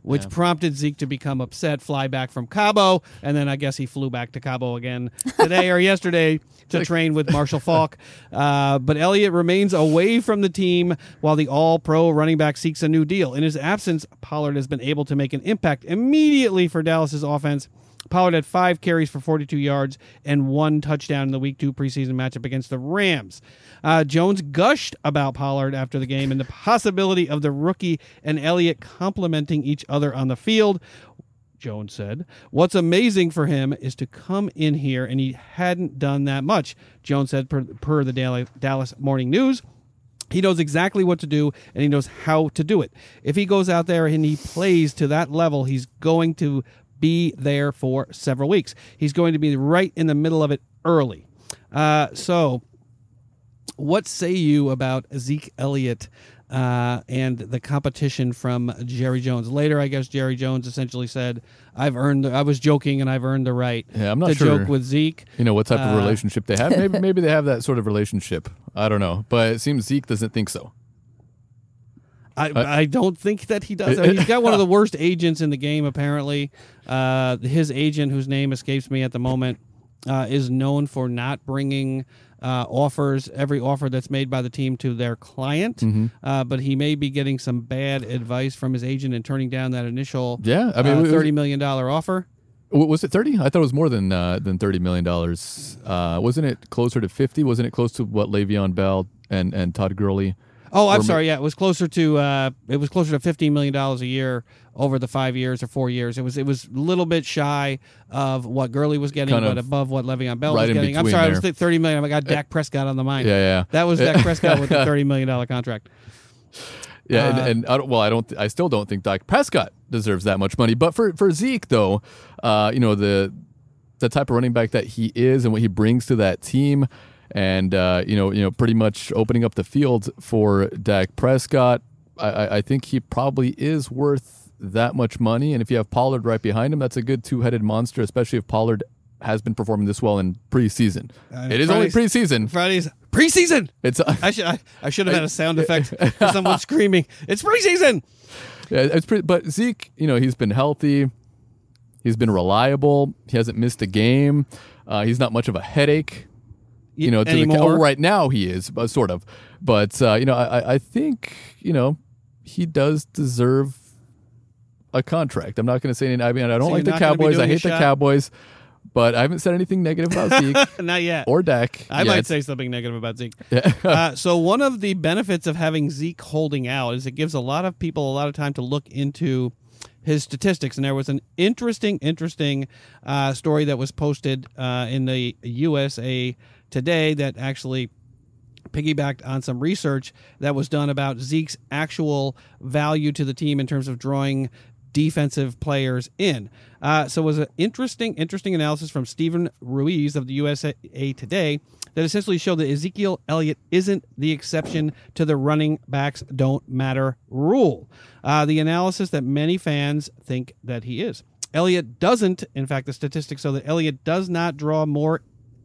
Speaker 2: Which prompted Zeke to become upset, fly back from Cabo, and then I guess he flew back to Cabo again today or yesterday to train with Marshall Falk. Uh, but Elliott remains away from the team while the all pro running back seeks a new deal. In his absence, Pollard has been able to make an impact immediately for Dallas's offense. Pollard had five carries for 42 yards and one touchdown in the Week Two preseason matchup against the Rams. Uh, Jones gushed about Pollard after the game and the possibility of the rookie and Elliott complementing each other on the field. Jones said. What's amazing for him is to come in here and he hadn't done that much, Jones said per, per the Daily, Dallas Morning News. He knows exactly what to do and he knows how to do it. If he goes out there and he plays to that level, he's going to be there for several weeks. He's going to be right in the middle of it early. Uh, so, what say you about Zeke Elliott uh, and the competition from Jerry Jones? Later, I guess Jerry Jones essentially said, "I've earned. The, I was joking, and I've earned the right
Speaker 1: Yeah, I'm not
Speaker 2: to
Speaker 1: sure.
Speaker 2: joke with Zeke."
Speaker 1: You know what type of
Speaker 2: Uh,
Speaker 1: relationship they have? Maybe maybe they have that sort of relationship. I don't know, but it seems Zeke doesn't think so.
Speaker 2: I,
Speaker 1: Uh,
Speaker 2: I don't think that he does. I mean, he's got one of the worst agents in the game, apparently. Uh, his agent, whose name escapes me at the moment, uh, is known for not bringing uh, offers, every offer that's made by the team to their client.
Speaker 1: Mm-hmm.
Speaker 2: Uh, but he may be getting some bad advice from his agent and turning down that initial
Speaker 1: Yeah, I mean, it
Speaker 2: uh,
Speaker 1: was-
Speaker 2: $30 million offer.
Speaker 1: W- Was it thirty? I thought it was more than uh, than thirty million dollars. Uh, wasn't it closer to fifty? Wasn't it close to what Le'Veon Bell and and Todd Gurley?
Speaker 2: Oh, I'm
Speaker 1: Or ma-
Speaker 2: sorry. Yeah, it was closer to uh, it was closer to 15 million dollars a year over the five years or four years. It was it was a little bit shy of what Gurley was getting,
Speaker 1: Kind
Speaker 2: but
Speaker 1: of
Speaker 2: above what Le'Veon Bell
Speaker 1: right
Speaker 2: was
Speaker 1: in
Speaker 2: getting. I'm
Speaker 1: between
Speaker 2: sorry, I was
Speaker 1: there. Eh,
Speaker 2: th- 30 million. I got Dak Prescott on the mind.
Speaker 1: Yeah, Eh. yeah.
Speaker 2: That was Dak Prescott with the 30 million dollar contract.
Speaker 1: Yeah, and, and I don't, well, I don't, I still don't think Dak Prescott deserves that much money. But for for Zeke though, uh, you know the the type of running back that he is and what he brings to that team, and uh, you know, you know, pretty much opening up the field for Dak Prescott. I, I, I think he probably is worth that much money. And if you have Pollard right behind him, that's a good two headed monster, especially if Pollard has been performing this well in preseason. it is only
Speaker 2: Friday's-
Speaker 1: preseason.
Speaker 2: Friday's preseason.
Speaker 1: It's
Speaker 2: I should I, I should have had a sound effect for someone screaming. It's preseason.
Speaker 1: Yeah, it's pretty, but Zeke, you know, he's been healthy. He's been reliable. He hasn't missed a game. Uh, he's not much of a headache. You know, to the
Speaker 2: anymore.
Speaker 1: oh, right now he is, but sort of. But uh, you know, I, I- I think you know he does deserve a contract. I'm not going to say any. I mean, I don't
Speaker 2: So you're
Speaker 1: like the
Speaker 2: not gonna be
Speaker 1: Cowboys. I
Speaker 2: doing a
Speaker 1: hate the
Speaker 2: shot?
Speaker 1: Cowboys, but I haven't said anything negative about Zeke
Speaker 2: Not yet.
Speaker 1: or Dak.
Speaker 2: I
Speaker 1: yet.
Speaker 2: might say something negative about Zeke. uh, so one of the benefits of having Zeke holding out is it gives a lot of people a lot of time to look into his statistics. And there was an interesting, interesting uh, story that was posted uh, in the USA today that actually piggybacked on some research that was done about Zeke's actual value to the team in terms of drawing defensive players in. Uh, so it was an interesting, interesting analysis from Stephen Ruiz of the USA Today that essentially showed that Ezekiel Elliott isn't the exception to the running backs don't matter rule. Uh, the analysis that many fans think that he is. Elliott doesn't, in fact, the statistics show that Elliott does not draw more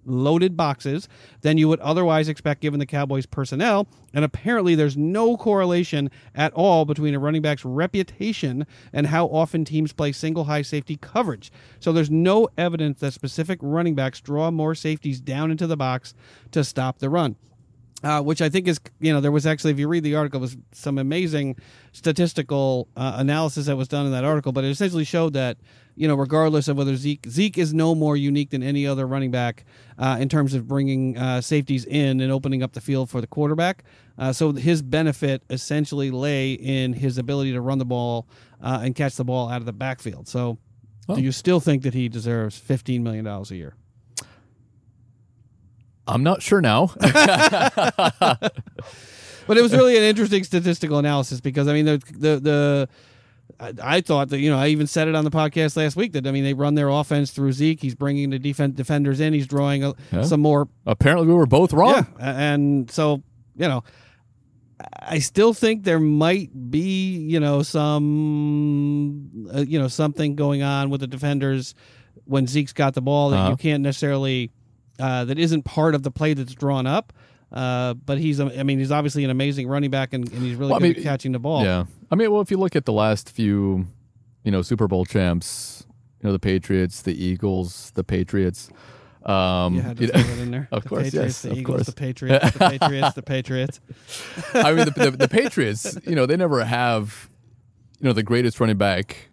Speaker 2: loaded boxes than you would otherwise expect given the Cowboys' personnel. And apparently, there's no correlation at all between a running back's reputation and how often teams play single high safety coverage. So, there's no evidence that specific running backs draw more safeties down into the box to stop the run uh, which I think is you know there was actually if you read the article it was some amazing statistical uh, analysis that was done in that article, but it essentially showed that you know regardless of whether Zeke Zeke is no more unique than any other running back uh, in terms of bringing uh, safeties in and opening up the field for the quarterback. Uh, so his benefit essentially lay in his ability to run the ball uh, and catch the ball out of the backfield. So do you still think that he deserves fifteen million dollars a year?
Speaker 1: I'm not sure now.
Speaker 2: but it was really an interesting statistical analysis because I mean the the the. I I thought that you know I even said it on the podcast last week that I mean they run their offense through Zeke. He's bringing the defense defenders in. He's drawing a, some more.
Speaker 1: Apparently, we were both wrong.
Speaker 2: Yeah, a- and so you know, I still think there might be you know some uh, you know something going on with the defenders when Zeke's got the ball that
Speaker 1: Uh-huh.
Speaker 2: you can't necessarily uh, that isn't part of the play that's drawn up. Uh, but he's, a- I mean, he's obviously an amazing running back, and, and he's really
Speaker 1: Well, I
Speaker 2: good at
Speaker 1: mean,
Speaker 2: catching the ball.
Speaker 1: Yeah. I mean, well, if you look at the last few, you know, Super Bowl champs, you know, the Patriots, the Eagles, the Patriots. Um,
Speaker 2: You had to
Speaker 1: you
Speaker 2: throw
Speaker 1: know,
Speaker 2: it in there.
Speaker 1: Of
Speaker 2: the
Speaker 1: course,
Speaker 2: Patriots,
Speaker 1: yes,
Speaker 2: the
Speaker 1: of
Speaker 2: Eagles,
Speaker 1: course.
Speaker 2: the Patriots, the Patriots, the Patriots.
Speaker 1: I mean, the, the, the Patriots, you know, they never have, you know, the greatest running back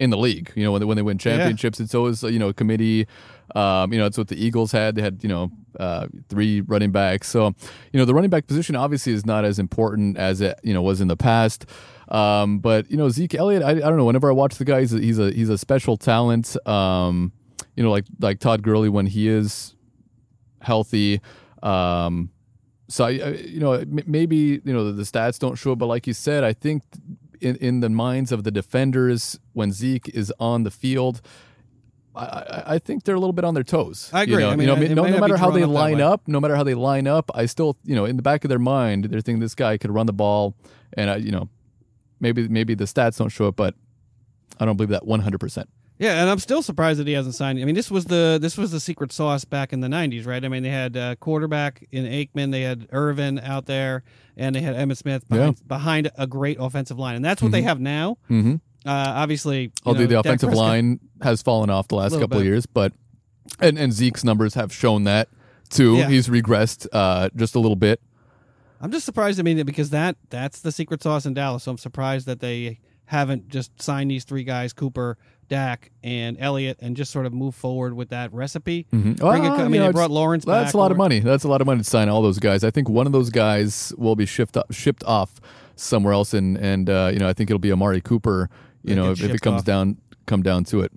Speaker 1: in the league. You know, when they, when they win championships, it's always, you know, a committee. Um, you know, it's what the Eagles had. They had, you know, uh, three running backs. So, you know, the running back position obviously is not as important as it, you know, was in the past. Um, but you know, Zeke Elliott, I, I don't know. Whenever I watch the guy, he's a, he's a he's a special talent. Um, you know, like like Todd Gurley when he is healthy. Um, so I, I- you know, m- maybe you know the, the stats don't show it, but like you said, I think in in the minds of the defenders when Zeke is on the field, I, I, I think they're a little bit on their toes.
Speaker 2: I
Speaker 1: You
Speaker 2: agree.
Speaker 1: know,
Speaker 2: I
Speaker 1: You
Speaker 2: mean,
Speaker 1: know,
Speaker 2: it- it
Speaker 1: no,
Speaker 2: might
Speaker 1: no
Speaker 2: not be
Speaker 1: matter how
Speaker 2: drawn
Speaker 1: they
Speaker 2: up that
Speaker 1: line
Speaker 2: way.
Speaker 1: up, no matter how they line up, I still, you know, in the back of their mind, they're thinking this guy could run the ball, and I, you know, maybe maybe the stats don't show it, but I don't believe that one hundred percent.
Speaker 2: Yeah, and I'm still surprised that he hasn't signed. I mean, this was the this was the secret sauce back in the '90s, right? I mean, they had uh, quarterback in Aikman, they had Irvin out there, and they had Emmett Smith behind, behind a great offensive line, and that's what they have now.
Speaker 1: Mm-hmm.
Speaker 2: Uh, obviously, you
Speaker 1: Although
Speaker 2: know,
Speaker 1: the
Speaker 2: Dak
Speaker 1: offensive
Speaker 2: Prescott-
Speaker 1: line has fallen off the last
Speaker 2: Little
Speaker 1: couple of
Speaker 2: bit.
Speaker 1: years, but and, and Zeke's numbers have shown that too.
Speaker 2: Yeah.
Speaker 1: He's regressed uh, just a little bit.
Speaker 2: I'm just surprised. I mean, because that that's the secret sauce in Dallas. So I'm surprised that they haven't just signed these three guys, Cooper, Dak, and Elliott, and just sort of move forward with that recipe. Bring a
Speaker 1: Ah,
Speaker 2: cou- I
Speaker 1: you
Speaker 2: mean,
Speaker 1: know,
Speaker 2: they
Speaker 1: it's-
Speaker 2: brought Lawrence.
Speaker 1: That's
Speaker 2: back,
Speaker 1: a lot of
Speaker 2: Lawrence-
Speaker 1: money. That's a lot of money to sign all those guys. I think one of those guys will be shipped up, shipped off somewhere else, and and uh, you know I think it'll be Amari Cooper. You
Speaker 2: That
Speaker 1: know
Speaker 2: gets
Speaker 1: if, if it
Speaker 2: shipped
Speaker 1: comes
Speaker 2: off.
Speaker 1: down come down to it.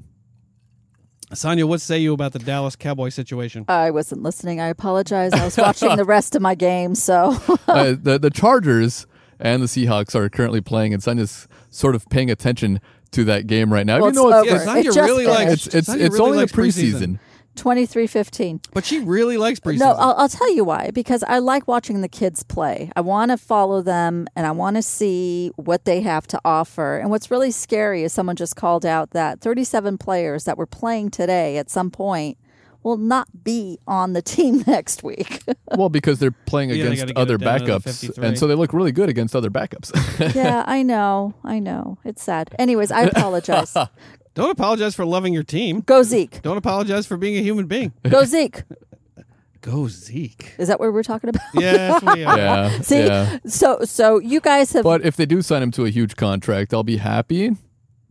Speaker 2: Sonia, what say you about the Dallas Cowboy situation?
Speaker 3: I wasn't listening. I apologize. I was watching the rest of my game, so
Speaker 1: uh, the the Chargers and the Seahawks are currently playing, and Sonya's sort of paying attention to that game right now.
Speaker 3: Well,
Speaker 1: Even though it's,
Speaker 3: it's over.
Speaker 1: it's,
Speaker 2: Sonia
Speaker 3: It just
Speaker 2: really
Speaker 3: finished.
Speaker 2: likes
Speaker 1: it's, it's,
Speaker 2: Sonia
Speaker 1: it's
Speaker 2: uh, really
Speaker 1: only a
Speaker 2: likes
Speaker 1: preseason.
Speaker 3: twenty three fifteen.
Speaker 2: but she really likes preseason.
Speaker 3: No, I'll, I'll tell you why. Because I like watching the kids play. I want to follow them and I want to see what they have to offer. And what's really scary is someone just called out that 37 players that were playing today at some point will not be on the team next week.
Speaker 1: Well, because they're playing
Speaker 2: they
Speaker 1: against
Speaker 2: gotta get
Speaker 1: other
Speaker 2: it down to the
Speaker 1: backups,
Speaker 2: 53.
Speaker 1: and so they look really good against other backups.
Speaker 3: yeah, I know. I know. It's sad. Anyways, I apologize.
Speaker 2: Don't apologize for loving your team.
Speaker 3: Go Zeke.
Speaker 2: Don't apologize for being a human being.
Speaker 3: Go Zeke.
Speaker 2: Go Zeke.
Speaker 3: Is that what we're talking about?
Speaker 2: Yes, we are.
Speaker 1: yeah,
Speaker 3: See,
Speaker 1: yeah.
Speaker 3: so so you guys have
Speaker 1: But if they do sign him to a huge contract, I'll be happy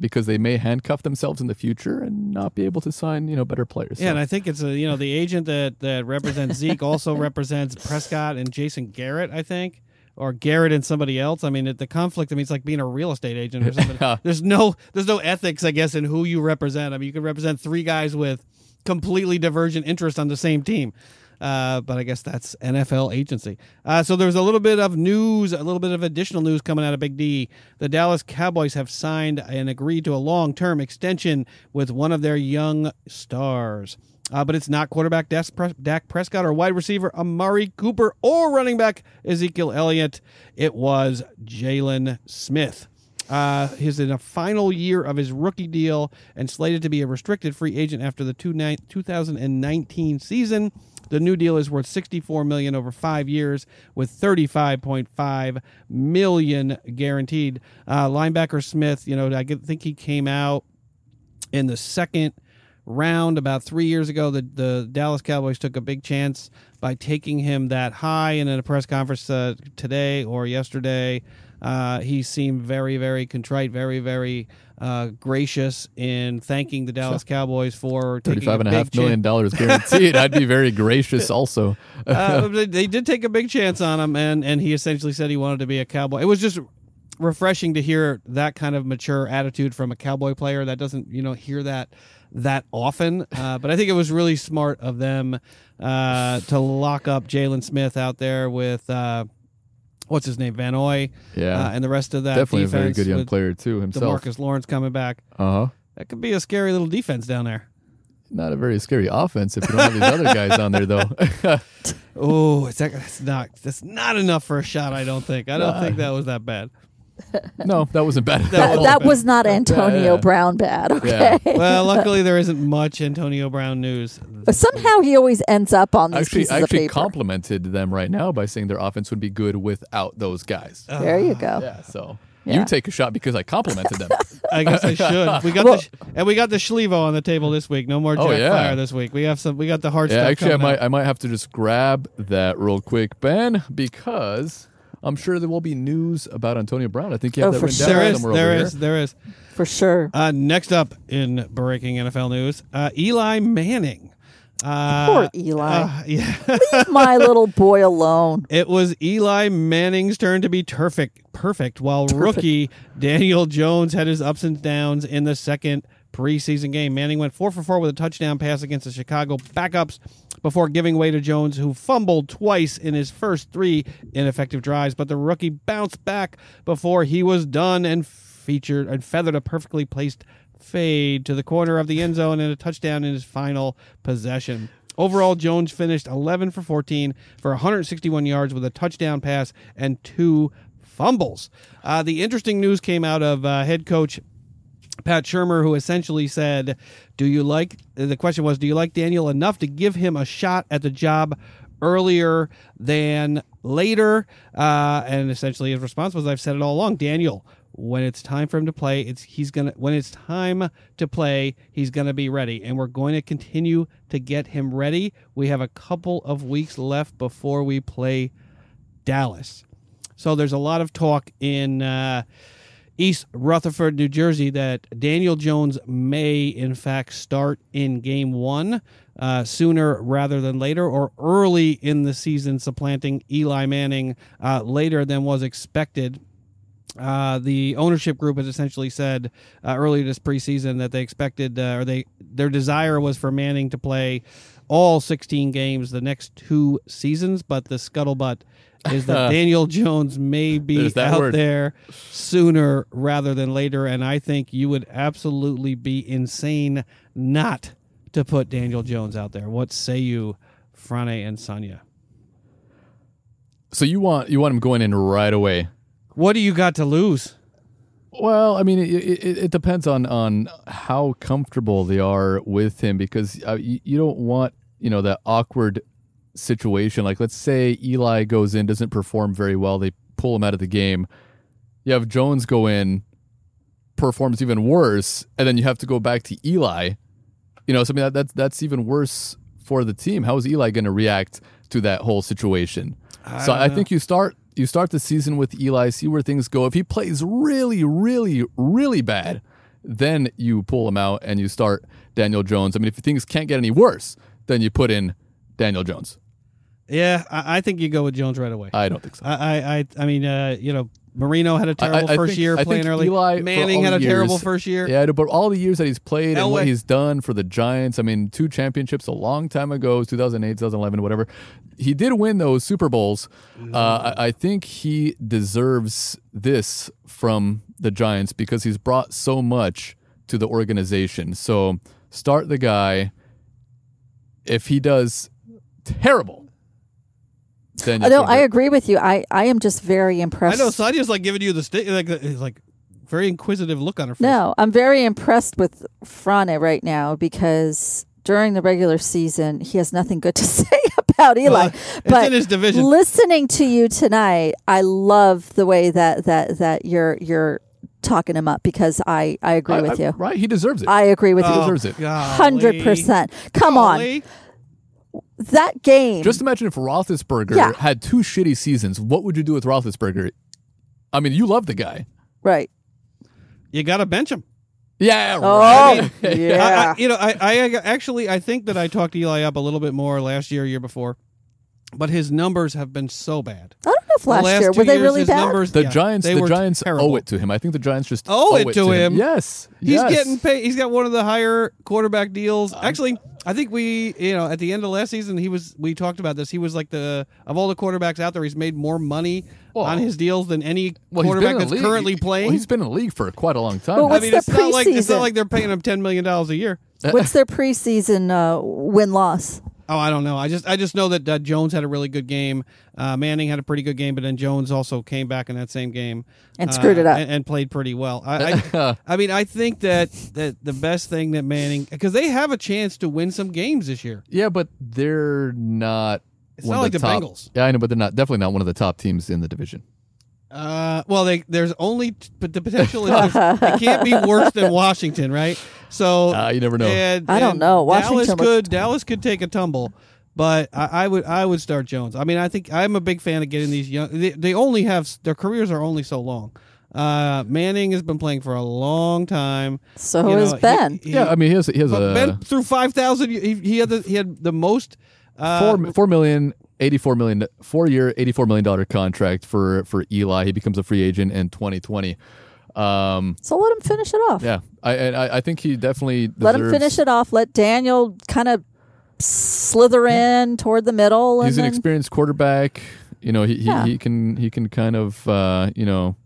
Speaker 1: because they may handcuff themselves in the future and not be able to sign you know better players.
Speaker 2: Yeah,
Speaker 1: So-
Speaker 2: and I think it's a, you know the agent that that represents Zeke also represents Prescott and Jason Garrett, I think, or Garrett and somebody else. I mean, it, the conflict. I mean, it's like being a real estate agent or something. there's no there's no ethics, I guess, in who you represent. I mean, you can represent three guys with completely divergent interests on the same team. Uh, but I guess that's NFL agency. Uh, so there's a little bit of news, a little bit of additional news coming out of Big D. The Dallas Cowboys have signed and agreed to a long term extension with one of their young stars. Uh, but it's not quarterback Des- Pres- Dak Prescott or wide receiver Amari Cooper or running back Ezekiel Elliott. It was Jalen Smith. Uh, he's in a final year of his rookie deal and slated to be a restricted free agent after the two nine- 2019 season. The new deal is worth 64 million over five years, with 35.5 million guaranteed. Uh, linebacker Smith, you know, I get- think he came out in the second round about three years ago. The the Dallas Cowboys took a big chance by taking him that high, and in a press conference uh, today or yesterday, uh, he seemed very very contrite, very very uh, gracious in thanking the Dallas Cowboys for taking
Speaker 1: Thirty-five and a
Speaker 2: big
Speaker 1: half
Speaker 2: chan-
Speaker 1: million dollars guaranteed. I'd be very gracious also.
Speaker 2: uh, they, they did take a big chance on him, and and he essentially said he wanted to be a cowboy. It was just refreshing to hear that kind of mature attitude from a cowboy player. That doesn't you know hear that that often, uh, but I think it was really smart of them uh, to lock up Jalen Smith out there with. Uh, What's his name? Van Oy,
Speaker 1: Yeah.
Speaker 2: uh, and the rest of that
Speaker 1: Definitely a
Speaker 2: defense
Speaker 1: very good young
Speaker 2: with
Speaker 1: player too himself.
Speaker 2: Demarcus Lawrence coming back.
Speaker 1: Uh huh.
Speaker 2: That could be a scary little defense down there.
Speaker 1: Not a very scary offense if you don't have these other guys on there though.
Speaker 2: Oh, it's that, that's not that's not enough for a shot. I don't think. I don't
Speaker 1: Nah.
Speaker 2: think that was that bad.
Speaker 1: no, that wasn't bad. at
Speaker 2: That-
Speaker 1: all.
Speaker 3: that was not Antonio
Speaker 1: yeah.
Speaker 3: Brown bad.
Speaker 1: Yeah.
Speaker 3: Okay.
Speaker 2: well, luckily there isn't much Antonio Brown news.
Speaker 3: But somehow he always ends up on these
Speaker 1: actually
Speaker 3: pieces
Speaker 1: I
Speaker 3: of
Speaker 1: actually
Speaker 3: paper.
Speaker 1: complimented them right now by saying their offense would be good without those guys.
Speaker 2: Uh,
Speaker 3: there you go.
Speaker 1: yeah, so
Speaker 3: Yeah.
Speaker 1: you take a shot because I complimented them.
Speaker 2: I guess I should. We got the sh- and we got the Schlevo on the table this week. No more Jack
Speaker 1: Oh, yeah.
Speaker 2: Fire this week. We have some. We got the hard
Speaker 1: yeah,
Speaker 2: stuff.
Speaker 1: actually, I
Speaker 2: coming
Speaker 1: might
Speaker 2: up.
Speaker 1: I might have to just grab that real quick, Ben, because I'm sure there will be news about Antonio Brown. I think you have
Speaker 3: Oh,
Speaker 1: that
Speaker 3: for
Speaker 1: written
Speaker 3: sure.
Speaker 1: down
Speaker 2: There is.
Speaker 1: somewhere
Speaker 2: There
Speaker 1: over
Speaker 2: is.
Speaker 1: here.
Speaker 2: There is.
Speaker 3: For sure.
Speaker 2: Uh, next up in breaking NFL news, uh, Eli Manning. Uh,
Speaker 3: Poor Eli.
Speaker 2: uh, yeah.
Speaker 3: My little boy alone.
Speaker 2: It was Eli Manning's turn to be perfect, perfect, while rookie Daniel Jones had his ups and downs in the second preseason game. Manning went four for four with a touchdown pass against the Chicago backups before giving way to Jones, who fumbled twice in his first three ineffective drives. But the rookie bounced back before he was done and featured and feathered a perfectly placed fade to the corner of the end zone and a touchdown in his final possession. Overall, Jones finished 11 for 14 for 161 yards with a touchdown pass and two fumbles. Uh, the interesting news came out of uh, head coach Pat Shermer, who essentially said, Do you like the question was, do you like Daniel enough to give him a shot at the job earlier than later? Uh, and essentially his response was, I've said it all along, Daniel. When it's time for him to play, it's he's gonna. When it's time to play, he's gonna be ready, and we're going to continue to get him ready. We have a couple of weeks left before we play Dallas. So there's a lot of talk in uh, East Rutherford, New Jersey, that Daniel Jones may, in fact, start in game one uh, sooner rather than later or early in the season, supplanting Eli Manning uh, later than was expected. Uh, the ownership group has essentially said uh, earlier this preseason that they expected uh, or they their desire was for Manning to play all 16 games the next two seasons, but the scuttlebutt is that Daniel Jones may be
Speaker 1: There's that
Speaker 2: out
Speaker 1: word.
Speaker 2: there sooner rather than later, and I think you would absolutely be insane not to put Daniel Jones out there. What say you, Frane and Sonia?
Speaker 1: So you want you want him going in right away.
Speaker 2: What do you got to lose?
Speaker 1: Well, I mean, it, it, it depends on on how comfortable they are with him because uh, you, you don't want you know that awkward situation. Like, let's say Eli goes in, doesn't perform very well, they pull him out of the game. You have Jones go in, performs even worse, and then you have to go back to Eli. You know, so I mean, that, that's that's even worse for the team. How is Eli going to react to that whole situation? so
Speaker 2: don't
Speaker 1: I
Speaker 2: know.
Speaker 1: think you start you start the season with Eli, see where things go. If he plays really, really, really bad, then you pull him out and you start Daniel Jones. I mean, if things can't get any worse, then you put in Daniel Jones.
Speaker 2: Yeah, I, I think you go with Jones right away.
Speaker 1: I don't think so.
Speaker 2: I, I, I, I mean, uh, you know, Marino had a terrible
Speaker 1: I
Speaker 2: first
Speaker 1: think-
Speaker 2: year
Speaker 1: I
Speaker 2: playing
Speaker 1: think
Speaker 2: early.
Speaker 1: Eli, for
Speaker 2: Manning
Speaker 1: all
Speaker 2: had a
Speaker 1: the
Speaker 2: terrible
Speaker 1: years-
Speaker 2: first year.
Speaker 1: Yeah, but all the years that he's played and
Speaker 2: Elway.
Speaker 1: what he's done for the Giants, I mean, two championships a long time ago, 2008, 2011, whatever. He did win those Super Bowls. Uh, I, I think he deserves this from the Giants because he's brought so much to the organization. So start the guy. If he does terrible, then
Speaker 3: I
Speaker 1: you'll
Speaker 3: know, Oh, I
Speaker 1: figure-
Speaker 3: agree with you. I, I am just very
Speaker 2: I
Speaker 3: impressed.
Speaker 2: know Sadia's like giving you the stick, like, it's like very inquisitive look on her face.
Speaker 3: No, I'm very impressed with Frane right now because during the regular season, he has nothing good to say about Eli.
Speaker 2: Well, it's
Speaker 3: but
Speaker 2: in his division.
Speaker 3: listening to you tonight, I love the way that that that you're you're talking him up because I I agree
Speaker 1: I-
Speaker 3: with
Speaker 1: I-
Speaker 3: you.
Speaker 1: Right? He deserves it.
Speaker 3: I agree with
Speaker 2: Oh,
Speaker 1: he
Speaker 3: you.
Speaker 1: deserves it.
Speaker 3: Hundred percent. Come on, that game.
Speaker 1: Just imagine if Roethlisberger
Speaker 3: Yeah.
Speaker 1: had two shitty seasons. What would you do with Roethlisberger? I mean, you love the guy.
Speaker 3: right.
Speaker 2: You got to bench him.
Speaker 1: Yeah. right.
Speaker 3: Oh, yeah.
Speaker 2: I, I, you know, I, I actually I think that I talked Eli up a little bit more last year, year before, but his numbers have been so bad.
Speaker 3: I don't know if
Speaker 2: The
Speaker 3: last,
Speaker 2: last
Speaker 3: year
Speaker 2: two
Speaker 3: were they
Speaker 2: years,
Speaker 3: really
Speaker 2: his
Speaker 3: bad.
Speaker 2: numbers-
Speaker 1: The
Speaker 2: yeah,
Speaker 1: Giants.
Speaker 2: they
Speaker 1: The
Speaker 2: were
Speaker 1: Giants
Speaker 2: terrible.
Speaker 1: owe it to him. I think the Giants just
Speaker 2: Owe it to him.
Speaker 1: Yes.
Speaker 2: He's
Speaker 1: yes. Uh,
Speaker 2: getting paid. He's got one of the higher quarterback deals. Actually, I think we, you know, at the end of last season, he was. We talked about this. He was like the of all the quarterbacks out there, he's made more money
Speaker 1: Well-
Speaker 2: on his deals than any
Speaker 1: Well, he's been
Speaker 2: quarterback
Speaker 1: in the
Speaker 2: that's
Speaker 1: league-
Speaker 2: currently playing.
Speaker 1: Well, he's been in the league for quite a long time. now.
Speaker 3: But
Speaker 2: I
Speaker 3: what's
Speaker 2: mean,
Speaker 3: the
Speaker 2: it's not like it's
Speaker 3: preseason?
Speaker 2: not like they're paying him ten million dollars a year.
Speaker 3: What's their preseason uh, win loss?
Speaker 2: Oh, I don't know. I just I just know that uh, Jones had a really good game. Uh, Manning had a pretty good game, but then Jones also came back in that same game
Speaker 3: And
Speaker 2: uh,
Speaker 3: screwed it up.
Speaker 2: and, and played pretty well. I, I, I mean, I think that that the best thing that Manning because they have a chance to win some games this year.
Speaker 1: yeah, but they're not.
Speaker 2: It's
Speaker 1: one
Speaker 2: not like
Speaker 1: of
Speaker 2: the
Speaker 1: top-
Speaker 2: Bengals.
Speaker 1: Yeah, I know, but they're not definitely not one of the top teams in the division.
Speaker 2: Uh, well, they there's only t- but the potential is there's- it can't be worse than Washington, right? So
Speaker 1: Ah, you never know.
Speaker 2: and-
Speaker 3: I don't
Speaker 2: and
Speaker 3: know.
Speaker 2: Dallas
Speaker 3: Washington looked-
Speaker 2: could Dallas could take a tumble, but I, I would I would start Jones. I mean, I think I'm a big fan of getting these young. They, they only have s- their careers are only so long. Uh, Manning has been playing for a long time.
Speaker 3: So
Speaker 2: You
Speaker 3: has
Speaker 2: know, he-
Speaker 3: Ben.
Speaker 2: he-
Speaker 1: yeah, I mean, uh, he has, he has
Speaker 2: but
Speaker 1: a
Speaker 2: Ben through five thousand. He, he had the, he had the most. Uh,
Speaker 1: four four million eighty four million four year eighty four million dollar contract for for Eli. He becomes a free agent in twenty twenty. Um,
Speaker 3: so let him finish it off.
Speaker 1: yeah, I and I, I think he definitely deserves,
Speaker 3: let him finish it off. Let Daniel kind of slither in toward the middle. And
Speaker 1: He's an
Speaker 3: then,
Speaker 1: experienced quarterback. You know, he, he,
Speaker 3: Yeah.
Speaker 1: he can he can kind of uh, you know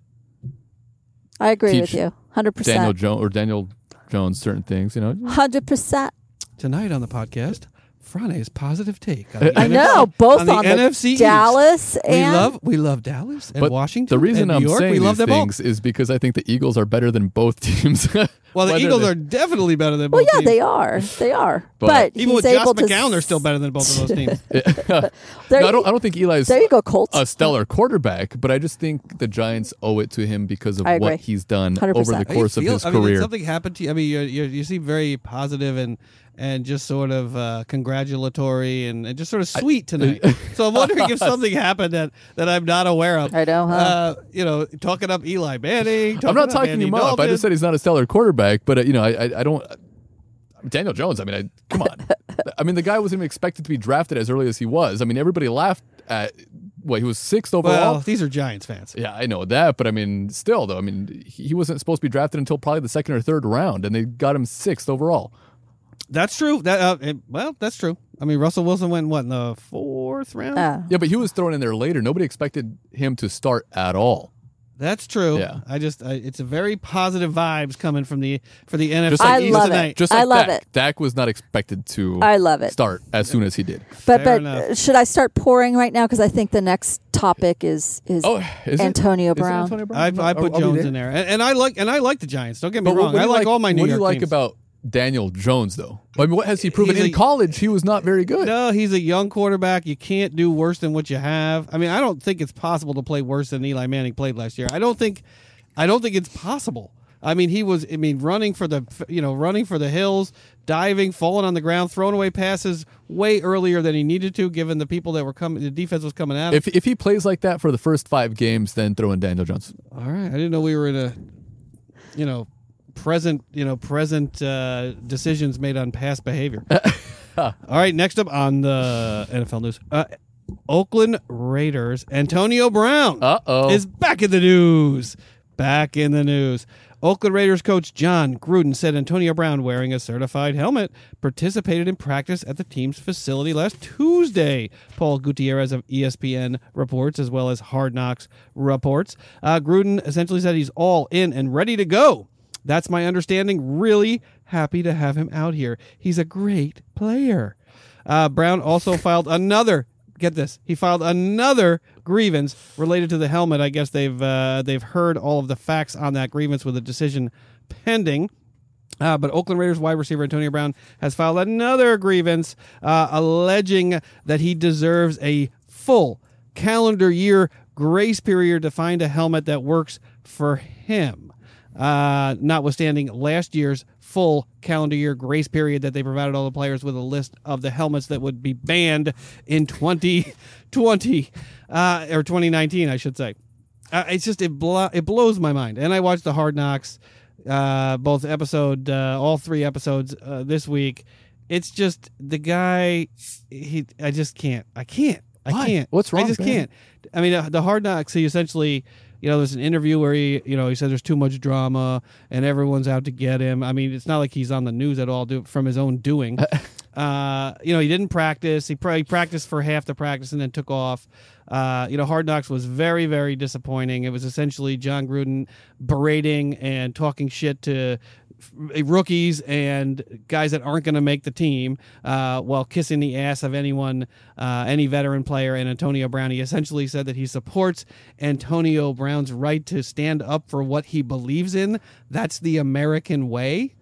Speaker 3: I agree with
Speaker 1: teach
Speaker 3: you. 100%.
Speaker 1: Daniel Jones or Daniel Jones certain things. You know,
Speaker 3: 100%.
Speaker 2: tonight on the podcast. Friday's positive take. on the
Speaker 3: I
Speaker 2: NFC
Speaker 3: know, both on the,
Speaker 2: NFC East.
Speaker 3: Dallas
Speaker 2: We
Speaker 3: and
Speaker 2: love we love Dallas and
Speaker 1: but
Speaker 2: Washington.
Speaker 1: the
Speaker 2: and
Speaker 1: reason
Speaker 2: New
Speaker 1: I'm
Speaker 2: York.
Speaker 1: saying
Speaker 2: we love
Speaker 1: these
Speaker 2: them
Speaker 1: things is because I think the Eagles are better than both teams.
Speaker 2: all. Well, the Eagles are definitely better than
Speaker 3: Well,
Speaker 2: both
Speaker 3: yeah,
Speaker 2: teams.
Speaker 3: they are. They are. But,
Speaker 1: But-
Speaker 2: Even
Speaker 3: he's
Speaker 2: with Josh
Speaker 3: able to
Speaker 2: McCown, they're still better than both of those teams.
Speaker 3: There,
Speaker 1: No, I don't. I don't think Eli's
Speaker 3: there you go, Colts.
Speaker 1: a stellar quarterback, but I just think the Giants owe it to him because of
Speaker 3: I
Speaker 1: what
Speaker 3: agree.
Speaker 1: he's done
Speaker 3: 100%.
Speaker 1: over the
Speaker 2: How do you
Speaker 1: course of
Speaker 2: feel?
Speaker 1: his
Speaker 2: I mean, did
Speaker 1: career.
Speaker 2: something happened to you. I mean, you you you seem very positive and and just sort of uh, congratulatory and, and just sort of sweet tonight. so I'm wondering if something happened that that I'm not aware of.
Speaker 3: I know, huh?
Speaker 2: Uh, you know, talking up Eli Manning.
Speaker 1: I'm
Speaker 2: talking
Speaker 1: not
Speaker 2: up
Speaker 1: talking
Speaker 2: Andy
Speaker 1: him up. I
Speaker 2: Dalton.
Speaker 1: just said he's not a stellar quarterback, but uh, you know, I I, I don't. Daniel Jones. I mean, I, come on. I mean, the guy wasn't even expected to be drafted as early as he was. I mean, everybody laughed at what he was sixth overall.
Speaker 2: Well, these are Giants fans.
Speaker 1: yeah, I know that, but I mean, still though, I mean, he he wasn't supposed to be drafted until probably the second or third round, and they got him sixth overall.
Speaker 2: That's true. That uh, it- well, that's true. I mean, Russell Wilson went what in the fourth round.
Speaker 3: Uh,
Speaker 1: Yeah, but he was thrown in there later. Nobody expected him to start at all.
Speaker 2: That's true.
Speaker 1: Yeah.
Speaker 2: I just I, it's a very positive vibes coming from the for the NFC
Speaker 1: like-
Speaker 3: I
Speaker 2: East
Speaker 3: love it.
Speaker 2: tonight.
Speaker 1: Just
Speaker 3: I
Speaker 1: like
Speaker 3: love
Speaker 1: Dak.
Speaker 3: it.
Speaker 1: Dak was not expected to
Speaker 3: I love it.
Speaker 1: start as soon as he did.
Speaker 3: but
Speaker 2: Fair
Speaker 3: but
Speaker 2: enough.
Speaker 3: uh, should I start pouring right now? Because I think the next topic is is
Speaker 1: Oh, is it-
Speaker 3: Antonio
Speaker 1: is it
Speaker 3: Brown.
Speaker 1: Antonio Brown?
Speaker 2: I, I
Speaker 1: Are-
Speaker 2: put
Speaker 1: are we
Speaker 2: Jones
Speaker 1: there?
Speaker 2: in there, and, and I like and I like the Giants. Don't get me
Speaker 1: But what-
Speaker 2: wrong.
Speaker 1: what
Speaker 2: I
Speaker 1: do you
Speaker 2: like, all my New
Speaker 1: What
Speaker 2: York
Speaker 1: do you like
Speaker 2: teams.
Speaker 1: about Daniel Jones, though? I mean, what has he proven?
Speaker 2: He's
Speaker 1: In
Speaker 2: a-
Speaker 1: college, he was not very good.
Speaker 2: No, he's a young quarterback. You can't do worse than what you have. I mean, I don't think it's possible to play worse than Eli Manning played last year. I don't think, I don't think it's possible. I mean, he was. I mean, running for the, you know, running for the hills, diving, falling on the ground, throwing away passes way earlier than he needed to, given the people that were coming, the defense was coming at him.
Speaker 1: If, if he plays like that for the first five games, then throw in Daniel Jones.
Speaker 2: All right, I didn't know we were in a, you know, present, you know, present uh, decisions made on past behavior. All right, next up on the NFL news, uh, Oakland Raiders, Antonio Brown
Speaker 1: Uh oh.
Speaker 2: is back in the news. Back in the news. Oakland Raiders coach John Gruden said Antonio Brown, wearing a certified helmet, participated in practice at the team's facility last Tuesday. Paul Gutierrez of E ESPN reports, as well as Hard Knocks reports. Uh, Gruden essentially said he's all in and ready to go. That's my understanding. Really happy to have him out here. He's a great player. Uh, Brown also filed another. Get this. He filed another grievance related to the helmet. I guess they've uh, they've heard all of the facts on that grievance with a decision pending. Uh, but Oakland Raiders wide receiver Antonio Brown has filed another grievance uh, alleging that he deserves a full calendar year grace period to find a helmet that works for him. Uh, notwithstanding last year's full calendar year grace period that they provided all the players with a list of the helmets that would be banned in 2020 uh, or 2019, I should say uh, it's just it blo- it blows my mind. And I watched the Hard Knocks, uh, both episode, uh, all three episodes uh, this week. It's just the guy. He, I just can't. I can't. I
Speaker 1: Why?
Speaker 2: can't.
Speaker 1: What's wrong,
Speaker 2: I just
Speaker 1: Ben?
Speaker 2: can't. I mean, uh, the Hard Knocks. He essentially, you know, there's an interview where he, you know, he said there's too much drama and everyone's out to get him. I mean, it's not like he's on the news at all do, from his own doing. Uh, you know, he didn't practice. He probably practiced for half the practice and then took off. Uh, you know, Hard Knocks was very, very disappointing. It was essentially John Gruden berating and talking shit to f- rookies and guys that aren't going to make the team uh, while kissing the ass of anyone, uh, any veteran player, and Antonio Brown. He essentially said that he supports Antonio Brown's right to stand up for what he believes in. That's the American way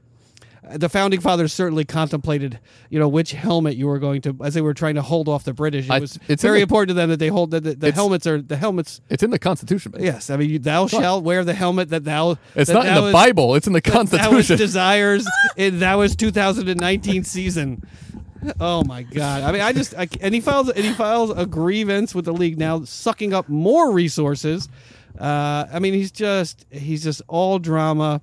Speaker 2: the founding fathers certainly contemplated, you know, which helmet you were going to, as they were trying to hold off the British. It
Speaker 1: I-
Speaker 2: was
Speaker 1: it's in
Speaker 2: very
Speaker 1: the-
Speaker 2: important to them that they hold that the, the
Speaker 1: It's-
Speaker 2: helmets are the helmets.
Speaker 1: It's in the Constitution. man.
Speaker 2: Yes, I mean, you, thou shalt wear the helmet that thou.
Speaker 1: It's
Speaker 2: that
Speaker 1: not in
Speaker 2: thou
Speaker 1: the
Speaker 2: is-
Speaker 1: Bible. It's in the
Speaker 2: That was
Speaker 1: Constitution.
Speaker 2: desires. and that was 2019 season. Oh my god! I mean, I just I, c- and he files and he files a grievance with the league now, sucking up more resources. Uh, I mean, he's just he's just all drama,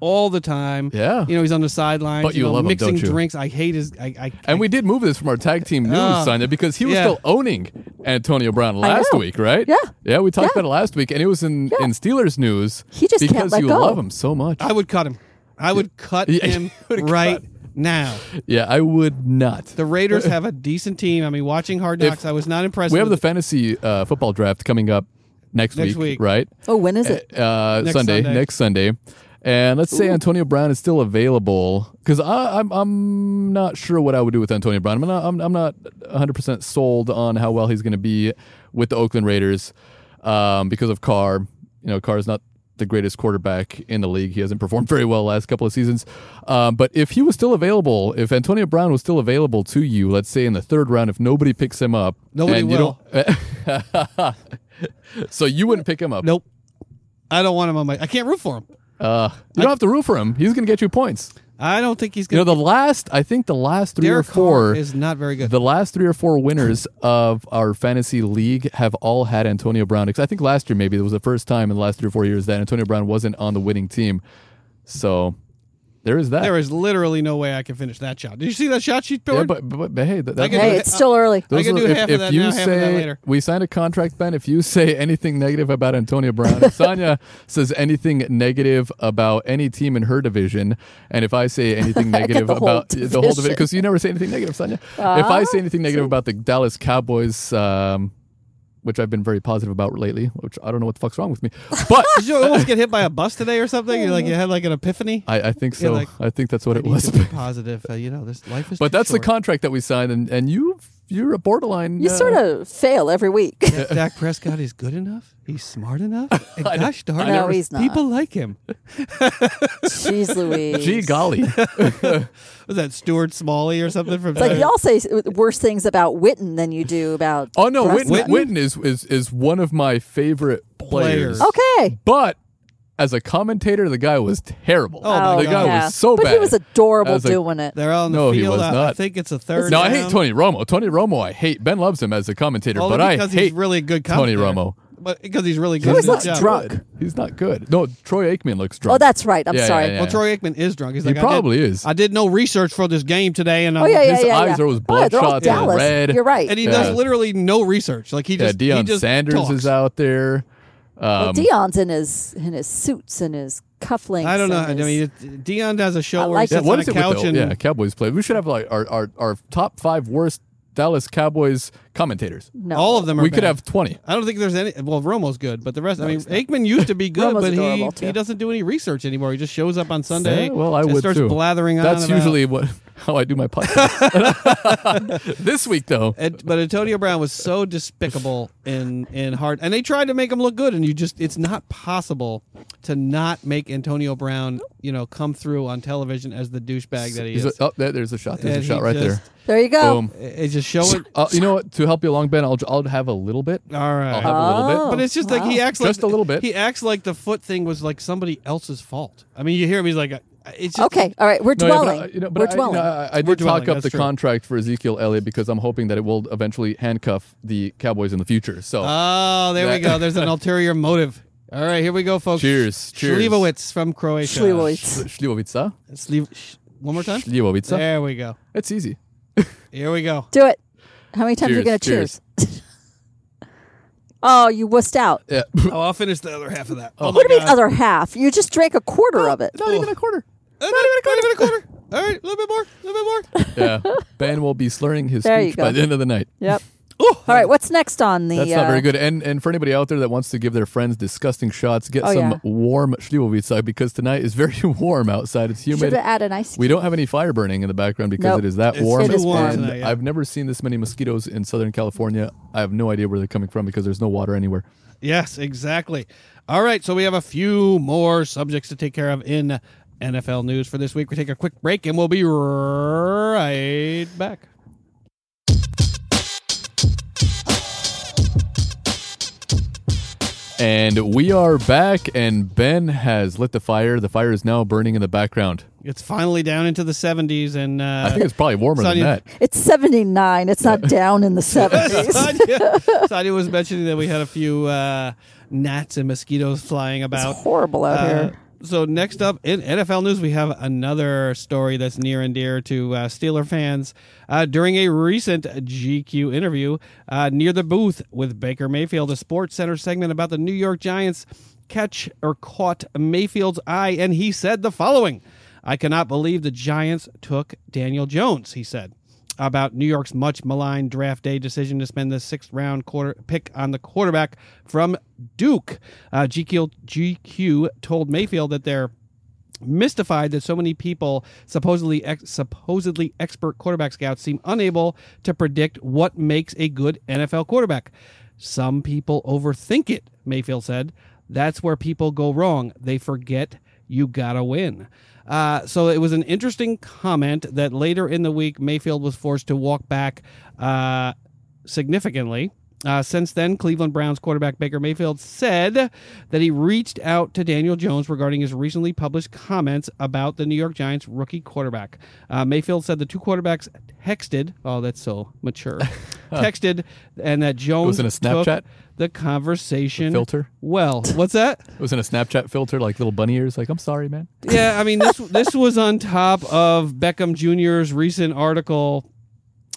Speaker 2: all the time.
Speaker 1: Yeah.
Speaker 2: you know, he's on the sidelines.
Speaker 1: But you
Speaker 2: know,
Speaker 1: love him,
Speaker 2: mixing
Speaker 1: don't you?
Speaker 2: drinks. I hate his. I, I
Speaker 1: and we did move this from our tag team news,
Speaker 2: Ah,
Speaker 1: Sonia, because he was
Speaker 2: yeah.
Speaker 1: still owning Antonio Brown last
Speaker 3: know.
Speaker 1: week, right?
Speaker 3: Yeah.
Speaker 1: Yeah, we talked
Speaker 3: Yeah.
Speaker 1: about it last week, and it was in, in Steelers news.
Speaker 3: He just can't
Speaker 1: because
Speaker 3: let
Speaker 1: you
Speaker 3: go.
Speaker 1: love him so much.
Speaker 2: I would cut him. I would cut
Speaker 1: Yeah, you
Speaker 2: him
Speaker 1: would
Speaker 2: right now.
Speaker 1: yeah, I would not.
Speaker 2: The Raiders have a decent team. I mean, watching Hard Knocks, I was not impressed.
Speaker 1: we have the
Speaker 2: with
Speaker 1: fantasy uh, football draft coming up next,
Speaker 2: Next week.
Speaker 1: right?
Speaker 3: Oh, when is it?
Speaker 1: uh,
Speaker 2: Next
Speaker 1: Sunday,
Speaker 2: Sunday.
Speaker 1: next Sunday. And let's say Antonio Brown is still available because I'm I'm not sure what I would do with Antonio Brown. I'm not I'm, I'm not 100 percent sold on how well he's going to be with the Oakland Raiders um, because of Carr. You know, Carr is not the greatest quarterback in the league. He hasn't performed very well last couple of seasons. Um, but if he was still available, if Antonio Brown was still available to you, let's say in the third round, if nobody picks him up,
Speaker 2: Nobody
Speaker 1: and You don't, so you wouldn't pick him up.
Speaker 2: nope. I don't want him on my. I can't root for him.
Speaker 1: Uh, you don't have to root for him. He's going to get you points.
Speaker 2: I don't think he's
Speaker 1: You know,
Speaker 2: gonna.
Speaker 1: the last, I think the last three
Speaker 2: Derek
Speaker 1: or four,
Speaker 2: Carr is not very good.
Speaker 1: the last three or four winners of our fantasy league have all had Antonio Brown. 'Cause I think last year maybe it was the first time in the last three or four years that Antonio Brown wasn't on the winning team. So there is that.
Speaker 2: there is literally no way I can finish that shot. Did you see that shot she
Speaker 1: yeah,
Speaker 2: poured?
Speaker 1: but, but, but hey, that, that,
Speaker 2: I can-
Speaker 3: Hey, it's still early.
Speaker 1: those
Speaker 2: I can
Speaker 1: are-
Speaker 2: do
Speaker 1: if,
Speaker 2: half of
Speaker 1: if
Speaker 2: that
Speaker 1: you
Speaker 2: now, half
Speaker 1: say
Speaker 2: of that later.
Speaker 1: we signed a contract, Ben. If you say anything negative about Antonio Brown, if Sonia says anything negative about any team in her division, and if I say anything negative
Speaker 3: the whole
Speaker 1: about the whole division,
Speaker 3: division.
Speaker 1: because you never say anything negative, Sonia. if I
Speaker 2: Ah,
Speaker 1: say anything negative about the Dallas Cowboys, um, which I've been very positive about lately, which I don't know what the fuck's wrong with me, but
Speaker 2: Did you almost get hit by a bus today or something? You like you had like an epiphany.
Speaker 1: I, I think so.
Speaker 2: like,
Speaker 1: I think that's what
Speaker 2: I
Speaker 1: it
Speaker 2: need
Speaker 1: was.
Speaker 2: to be positive. Uh, you know, this life is.
Speaker 1: But
Speaker 2: too
Speaker 1: that's the
Speaker 2: short.
Speaker 1: contract that we signed, and and you you're a borderline.
Speaker 3: You
Speaker 1: uh,
Speaker 3: sort of fail every week.
Speaker 2: If Dak Prescott is good enough. He's smart enough. And
Speaker 1: I-
Speaker 2: gosh darn
Speaker 3: No,
Speaker 2: it,
Speaker 3: he's not.
Speaker 2: people like him.
Speaker 3: Jeez Louise.
Speaker 1: Gee golly.
Speaker 2: Was that Stuart Smalley or something from?
Speaker 1: Uh,
Speaker 3: It's like y'all say s- worse things about Witten than you do about.
Speaker 1: Oh no,
Speaker 3: Prescott.
Speaker 1: Witten, Witten is, is is one of my favorite players.
Speaker 2: Players.
Speaker 3: Okay.
Speaker 1: But as a commentator, the guy was terrible.
Speaker 2: Oh, my
Speaker 1: the
Speaker 2: God.
Speaker 1: guy
Speaker 3: yeah.
Speaker 1: was so
Speaker 3: but
Speaker 1: bad.
Speaker 3: he was adorable
Speaker 1: As a-
Speaker 3: doing it.
Speaker 2: They're all in the
Speaker 1: No, he
Speaker 2: field.
Speaker 1: was
Speaker 2: I- I
Speaker 1: not.
Speaker 2: think it's a third.
Speaker 1: no, I hate
Speaker 2: down.
Speaker 1: Tony Romo. Tony Romo, I hate. Ben loves him as a commentator,
Speaker 2: Only
Speaker 1: but I
Speaker 2: because
Speaker 1: hate
Speaker 2: he's really good.
Speaker 1: Tony
Speaker 2: commentator.
Speaker 1: Romo.
Speaker 2: but because he's really
Speaker 3: He
Speaker 2: good.
Speaker 3: always
Speaker 2: at his
Speaker 3: looks
Speaker 2: job.
Speaker 3: drunk.
Speaker 1: He's not good. No, Troy Aikman looks drunk.
Speaker 3: Oh, that's right. I'm
Speaker 1: Yeah, yeah,
Speaker 3: sorry.
Speaker 1: yeah.
Speaker 2: Well, Troy Aikman is drunk. He's
Speaker 1: He
Speaker 2: like,
Speaker 1: probably
Speaker 2: I did,
Speaker 1: is.
Speaker 2: I did no research for this game today, and
Speaker 3: Oh
Speaker 2: I'm-
Speaker 3: yeah, yeah,
Speaker 1: His
Speaker 3: yeah.
Speaker 1: eyes
Speaker 3: yeah.
Speaker 1: are always
Speaker 3: Oh, they're all
Speaker 1: bloodshot, they're
Speaker 3: Dallas.
Speaker 1: red.
Speaker 3: You're right.
Speaker 2: and he
Speaker 1: Yeah.
Speaker 2: does literally no research. Like he
Speaker 1: yeah.
Speaker 2: just he
Speaker 1: Deion
Speaker 2: just
Speaker 1: Sanders
Speaker 2: talks.
Speaker 1: is out there.
Speaker 3: Well,
Speaker 1: Um,
Speaker 3: Dion's in his in his suits and his cufflinks.
Speaker 2: I don't know. I
Speaker 3: and his-
Speaker 2: mean, it, Dion has a show
Speaker 3: I
Speaker 2: where
Speaker 3: like
Speaker 2: he sits
Speaker 1: yeah,
Speaker 3: It's
Speaker 1: what
Speaker 2: on a
Speaker 1: is it with
Speaker 2: couch
Speaker 1: the
Speaker 2: and
Speaker 1: yeah, Cowboys play? We should have like our, our, our top five worst Dallas Cowboys commentators.
Speaker 3: no.
Speaker 2: all of them are.
Speaker 1: we could
Speaker 2: bad.
Speaker 1: have twenty.
Speaker 2: I don't think there's any. Well, Romo's good, but the rest. I mean, Aikman used to be good,
Speaker 3: Romo's
Speaker 2: but he,
Speaker 3: adorable, too.
Speaker 2: he doesn't do any research anymore. He just shows up on Sunday.
Speaker 1: Yeah, well, I
Speaker 2: and
Speaker 1: would
Speaker 2: starts
Speaker 1: too.
Speaker 2: blathering on.
Speaker 1: That's
Speaker 2: about-
Speaker 1: usually what how I do my podcast. this week though,
Speaker 2: Ed- but Antonio Brown was so despicable in in heart, and they tried to make him look good, and you just it's not possible to not make Antonio Brown you know come through on television as the douchebag that he
Speaker 1: He's
Speaker 2: is.
Speaker 1: a- oh, there- there's a shot. There's
Speaker 2: And he
Speaker 1: a shot right
Speaker 2: just-
Speaker 3: there you go.
Speaker 1: there. Boom.
Speaker 2: It- it's just show it.
Speaker 1: Uh, you know what? To help you along, Ben, I'll, I'll have a little bit.
Speaker 2: All right.
Speaker 1: I'll have a little bit.
Speaker 3: Oh.
Speaker 2: But it's just like he
Speaker 3: wow.
Speaker 2: acts like
Speaker 1: Just a little bit.
Speaker 2: He acts like the foot thing was like somebody else's fault. I mean, you hear him, he's like, uh, it's just,
Speaker 3: Okay, all right. We're
Speaker 1: No, yeah, but
Speaker 3: dwelling.
Speaker 1: I- you know, but
Speaker 3: we're
Speaker 1: I, you know, uh,
Speaker 3: dwelling.
Speaker 1: I, I
Speaker 2: We're
Speaker 1: did
Speaker 2: dwelling,
Speaker 1: talk up
Speaker 2: that's
Speaker 1: the
Speaker 2: true.
Speaker 1: contract for Ezekiel Elliott because I'm hoping that it will eventually handcuff the Cowboys in the future. So
Speaker 2: Oh, there we
Speaker 1: That-
Speaker 2: go. There's an ulterior motive. All right, here we go, folks.
Speaker 1: Cheers, cheers.
Speaker 2: Slivovitz from Croatia.
Speaker 3: Schlewitz.
Speaker 1: Slivovica,
Speaker 2: Sliv- sh- one more time.
Speaker 1: Slivovica.
Speaker 2: There we go.
Speaker 1: It's easy.
Speaker 2: Here we go.
Speaker 3: Do it. How many times are you going
Speaker 1: Cheers,
Speaker 3: to cheers? oh, you wussed out.
Speaker 1: Yeah.
Speaker 2: Oh, I'll finish the other half of that. Oh,
Speaker 3: what do you mean other half? You just drank a quarter of it.
Speaker 1: Not even a quarter.
Speaker 2: Not even a quarter. Not even a quarter. All right, a little bit more. A little bit more.
Speaker 1: Yeah. Ben will be slurring his
Speaker 3: There you
Speaker 1: speech by
Speaker 3: go.
Speaker 1: the end of the night.
Speaker 3: Yep.
Speaker 2: Ooh,
Speaker 3: All right. What's next on the?
Speaker 1: That's not
Speaker 3: uh,
Speaker 1: very good. And and for anybody out there that wants to give their friends disgusting shots, get
Speaker 3: Oh,
Speaker 1: some
Speaker 3: yeah.
Speaker 1: warm Slivovica because tonight is very warm outside. It's
Speaker 3: Should
Speaker 1: humid.
Speaker 3: have added ice.
Speaker 1: We don't have any fire burning in the background because
Speaker 3: Nope.
Speaker 1: it is that
Speaker 2: It's
Speaker 1: warm.
Speaker 3: too warm
Speaker 1: and
Speaker 2: tonight, yeah.
Speaker 1: I've never seen this many mosquitoes in Southern California. I have no idea where they're coming from because there's no water anywhere.
Speaker 2: Yes, exactly. All right, so we have a few more subjects to take care of in NFL news for this week. We take a quick break and we'll be right back.
Speaker 1: And we are back, and Ben has lit the fire. The fire is now burning in the background.
Speaker 2: It's finally down into the 70s and uh,
Speaker 1: I think it's probably warmer than
Speaker 2: Sonia-
Speaker 1: that.
Speaker 3: It's seventy nine. It's not down in the seventies.
Speaker 2: Sadia, Sadia was mentioning that we had a few uh, gnats and mosquitoes flying about.
Speaker 3: Horrible out
Speaker 2: Uh,
Speaker 3: here.
Speaker 2: so next up in NFL news, we have another story that's near and dear to uh, Steeler fans. Uh, during a recent GQ interview uh, near the booth with Baker Mayfield, a Sports Center segment about the New York Giants catch or caught Mayfield's eye, and he said the following: "I cannot believe the Giants took Daniel Jones," he said about New York's much maligned draft day decision to spend the sixth round quarter pick on the quarterback from Duke. Uh, GQ, GQ told Mayfield that they're mystified that so many people supposedly ex- supposedly expert quarterback scouts seem unable to predict what makes a good NFL quarterback. Some people overthink it, Mayfield said. That's where people go wrong. They forget you gotta win. Uh, so it was an interesting comment that later in the week Mayfield was forced to walk back uh, significantly. Uh, since then, Cleveland Browns quarterback Baker Mayfield said that he reached out to Daniel Jones regarding his recently published comments about the New York Giants rookie quarterback. Uh, Mayfield said the two quarterbacks texted. Oh, that's so mature. texted, and that Jones
Speaker 1: in a
Speaker 2: took
Speaker 1: Snapchat?
Speaker 2: the conversation
Speaker 1: filter?
Speaker 2: Well, what's that?
Speaker 1: It was in a Snapchat filter, like little bunny ears. Like, I'm sorry, man.
Speaker 2: yeah, I mean this this was on top of Beckham Jr.'s recent article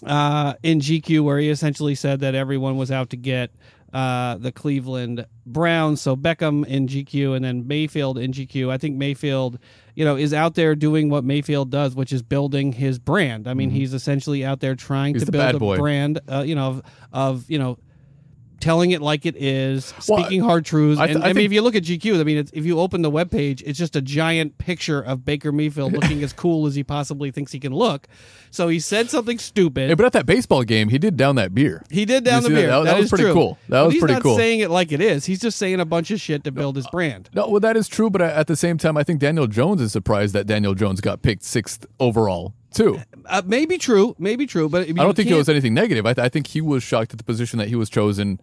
Speaker 2: uh, in GQ where he essentially said that everyone was out to get uh, the Cleveland Browns. So Beckham in GQ and then Mayfield in GQ. I think Mayfield, you know, is out there doing what Mayfield does, which is building his brand. I mean, he's essentially out there trying
Speaker 1: Mm-hmm. He's
Speaker 2: to
Speaker 1: the
Speaker 2: build
Speaker 1: bad
Speaker 2: a
Speaker 1: boy.
Speaker 2: brand, uh, you know, of, of you know. Telling it like it is,
Speaker 1: Well,
Speaker 2: speaking hard truths,
Speaker 1: I th-
Speaker 2: and
Speaker 1: I
Speaker 2: I mean,
Speaker 1: think-
Speaker 2: if you look at GQ, I mean, it's, if you open the webpage, it's just a giant picture of Baker Mayfield looking as cool as he possibly thinks he can look. So he said something stupid.
Speaker 1: Hey, but at that baseball game, he did down that beer.
Speaker 2: he did
Speaker 1: You
Speaker 2: down the
Speaker 1: see that?
Speaker 2: beer.
Speaker 1: That- that
Speaker 2: is
Speaker 1: was pretty
Speaker 2: true.
Speaker 1: cool. That
Speaker 2: But
Speaker 1: was
Speaker 2: he's
Speaker 1: pretty
Speaker 2: not
Speaker 1: cool.
Speaker 2: saying it like it is. He's just saying a bunch of shit to build his brand.
Speaker 1: No, well, that is true, but I, at the same time, I think Daniel Jones is surprised that Daniel Jones got picked sixth overall, too.
Speaker 2: Uh, maybe true. Maybe true. But I, mean,
Speaker 1: I
Speaker 2: you
Speaker 1: don't think it
Speaker 2: can't-
Speaker 1: was anything negative. I, th- I think he was shocked at the position that he was chosen.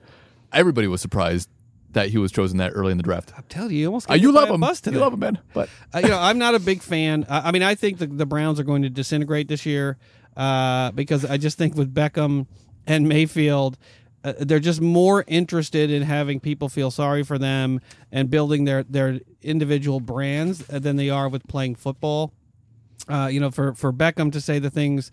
Speaker 1: Everybody was surprised that he was chosen that early in the draft.
Speaker 2: I'm telling you, you almost
Speaker 1: Uh,
Speaker 2: got
Speaker 1: you
Speaker 2: hit
Speaker 1: love
Speaker 2: by a
Speaker 1: him.
Speaker 2: Bus
Speaker 1: You
Speaker 2: today.
Speaker 1: love him, man. But
Speaker 2: uh, you know, I'm not a big fan. Uh, I mean, I think the, the Browns are going to disintegrate this year uh, because I just think with Beckham and Mayfield, uh, they're just more interested in having people feel sorry for them and building their their individual brands than they are with playing football. Uh, you know, for for Beckham to say the things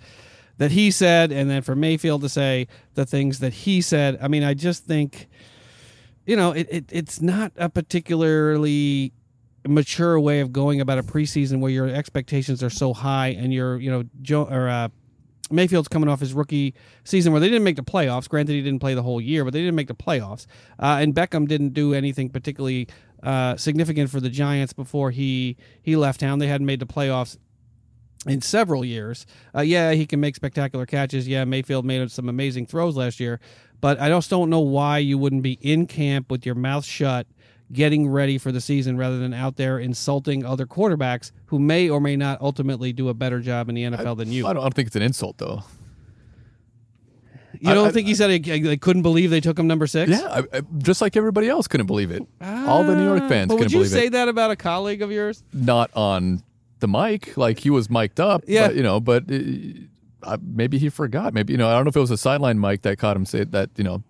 Speaker 2: that he said, and then for Mayfield to say the things that he said. I mean, I just think, you know, it, it it's not a particularly mature way of going about a preseason where your expectations are so high and you're, you know, Joe or uh, Mayfield's coming off his rookie season where they didn't make the playoffs. Granted, he didn't play the whole year, but they didn't make the playoffs. Uh, and Beckham didn't do anything particularly uh, significant for the Giants before he he left town. They hadn't made the playoffs in several years. Uh, yeah, he can make spectacular catches. Yeah, Mayfield made some amazing throws last year, but I just don't know why you wouldn't be in camp with your mouth shut, getting ready for the season rather than out there insulting other quarterbacks who may or may not ultimately do a better job in the NFL than you.
Speaker 1: I don't, I don't think it's an insult though.
Speaker 2: you don't
Speaker 1: I-
Speaker 2: think he said he, they couldn't believe they took him number six?
Speaker 1: Yeah, I, I, just like everybody else couldn't believe it. All the New York fans
Speaker 2: Ah. But
Speaker 1: couldn't
Speaker 2: would you
Speaker 1: believe
Speaker 2: say
Speaker 1: it.
Speaker 2: that about a colleague of yours?
Speaker 1: Not on the mic, like he was mic'd up.
Speaker 2: Yeah.
Speaker 1: but, you know, but uh, uh, maybe he forgot. Maybe you know, I don't know if it was a sideline mic that caught him say that. You know,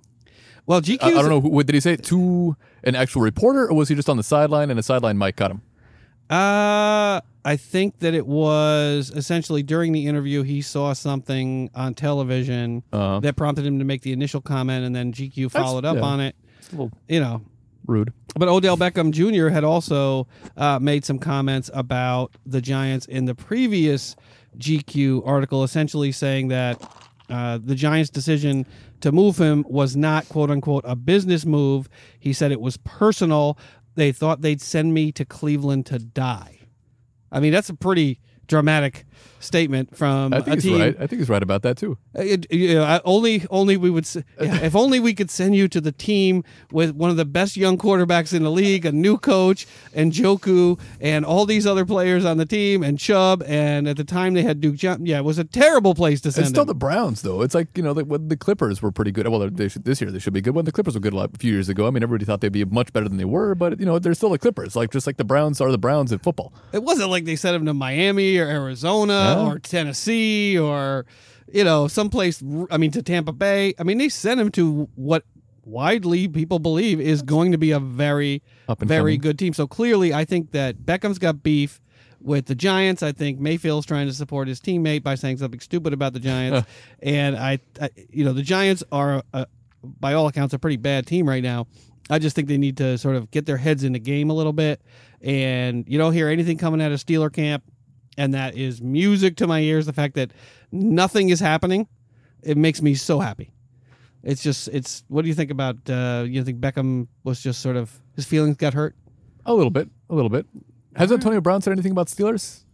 Speaker 2: Well, GQ.
Speaker 1: I, I don't know. Who, what did he say it to an actual reporter, or was he just on the sideline and a sideline mic caught him?
Speaker 2: Uh, I think that it was essentially during the interview he saw something on television
Speaker 1: Uh-huh.
Speaker 2: that prompted him to make the initial comment, and then GQ followed up
Speaker 1: yeah.
Speaker 2: on it.
Speaker 1: It's a little
Speaker 2: You know,
Speaker 1: rude.
Speaker 2: but Odell Beckham Jr. had also uh, made some comments about the Giants in the previous GQ article, essentially saying that uh, the Giants' decision to move him was not "quote unquote" a business move. He said it was personal. They thought they'd send me to Cleveland to die. I mean, that's a pretty dramatic statement from
Speaker 1: I
Speaker 2: a
Speaker 1: think he's
Speaker 2: team
Speaker 1: right. I think he's right about that too.
Speaker 2: uh, It, you know, I- only, only we would. s- yeah, if only we could send you to the team with one of the best young quarterbacks in the league, a new coach, and Joku, and all these other players on the team, and Chubb, and at the time they had Duke Johnson. Yeah, it was a terrible place to send.
Speaker 1: It's still
Speaker 2: him.
Speaker 1: the Browns, though. It's like you know, the, when the Clippers were pretty good. Well, they should, this year they should be good. When the Clippers were good a, lot, a few years ago, I mean, everybody thought they'd be much better than they were. But you know, they're still the Clippers. Like just like the Browns are the Browns in football.
Speaker 2: it wasn't like they sent him to Miami or Arizona
Speaker 1: No.
Speaker 2: or Tennessee or you know someplace. r- I mean, to Tampa Bay. I mean, they sent him to what widely people believe is going to be a very,
Speaker 1: Up and
Speaker 2: very
Speaker 1: coming.
Speaker 2: good team. So clearly, I think that Beckham's got beef. With the Giants, I think Mayfield's trying to support his teammate by saying something stupid about the Giants, and I, I, you know, the Giants are, uh by all accounts, a pretty bad team right now. I just think they need to sort of get their heads in the game a little bit. And you don't hear anything coming out of Steeler camp. And that is music to my ears. The fact that nothing is happening, it makes me so happy. It's just, it's, what do you think about, uh, you think Beckham was just sort of, his feelings got hurt?
Speaker 1: A little bit, a little bit. Has Antonio Brown said anything about Steelers?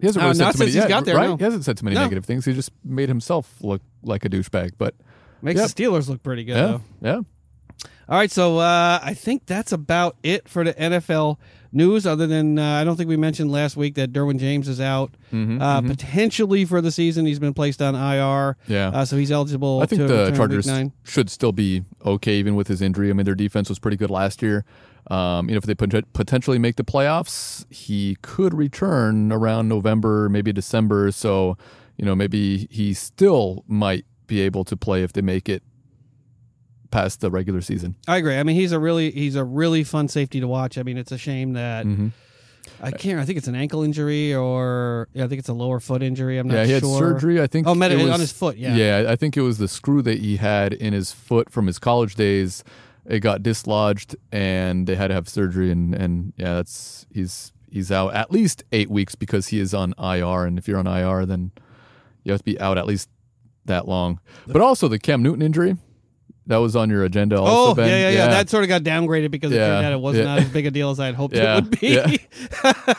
Speaker 1: He hasn't
Speaker 2: Uh,
Speaker 1: really
Speaker 2: not
Speaker 1: said too many.
Speaker 2: since he's got there,
Speaker 1: right?
Speaker 2: no.
Speaker 1: He hasn't said too many
Speaker 2: No.
Speaker 1: negative things. He just made himself look like a douchebag. But
Speaker 2: Makes
Speaker 1: Yep.
Speaker 2: the Steelers look pretty good,
Speaker 1: yeah,
Speaker 2: though.
Speaker 1: yeah.
Speaker 2: All right, so uh, I think that's about it for the NFL news. Other than uh, I don't think we mentioned last week that Derwin James is out
Speaker 1: Mm-hmm,
Speaker 2: uh, potentially for the season. He's been placed on IR,
Speaker 1: Yeah.
Speaker 2: uh, so he's eligible.
Speaker 1: I think
Speaker 2: to
Speaker 1: the
Speaker 2: return
Speaker 1: Chargers
Speaker 2: Week nine.
Speaker 1: should still be okay, even with his injury. I mean, their defense was pretty good last year. Um, you know, if they pot- potentially make the playoffs, he could return around November, maybe December. So, you know, maybe he still might be able to play if they make it past the regular season.
Speaker 2: I agree. I mean, he's a really he's a really fun safety to watch. I mean, it's a shame that
Speaker 1: Mm.
Speaker 2: I can't. I think it's an ankle injury or yeah, I think it's a lower foot injury. I'm not
Speaker 1: yeah, he had
Speaker 2: sure.
Speaker 1: surgery. I think.
Speaker 2: Oh, med-
Speaker 1: it was-
Speaker 2: on his foot. Yeah.
Speaker 1: Yeah, I think it was the screw that he had in his foot from his college days. It got dislodged, and they had to have surgery. And and yeah, that's he's he's out at least eight weeks because he is on IR. And if you're on IR, then you have to be out at least that long. But also the Cam Newton injury that was on your agenda. Also,
Speaker 2: Oh yeah,
Speaker 1: ben.
Speaker 2: yeah, yeah, That sort of got downgraded because it
Speaker 1: Yeah.
Speaker 2: turned out it was
Speaker 1: Yeah.
Speaker 2: not as big a deal as I had hoped
Speaker 1: Yeah.
Speaker 2: it would be.
Speaker 1: Yeah.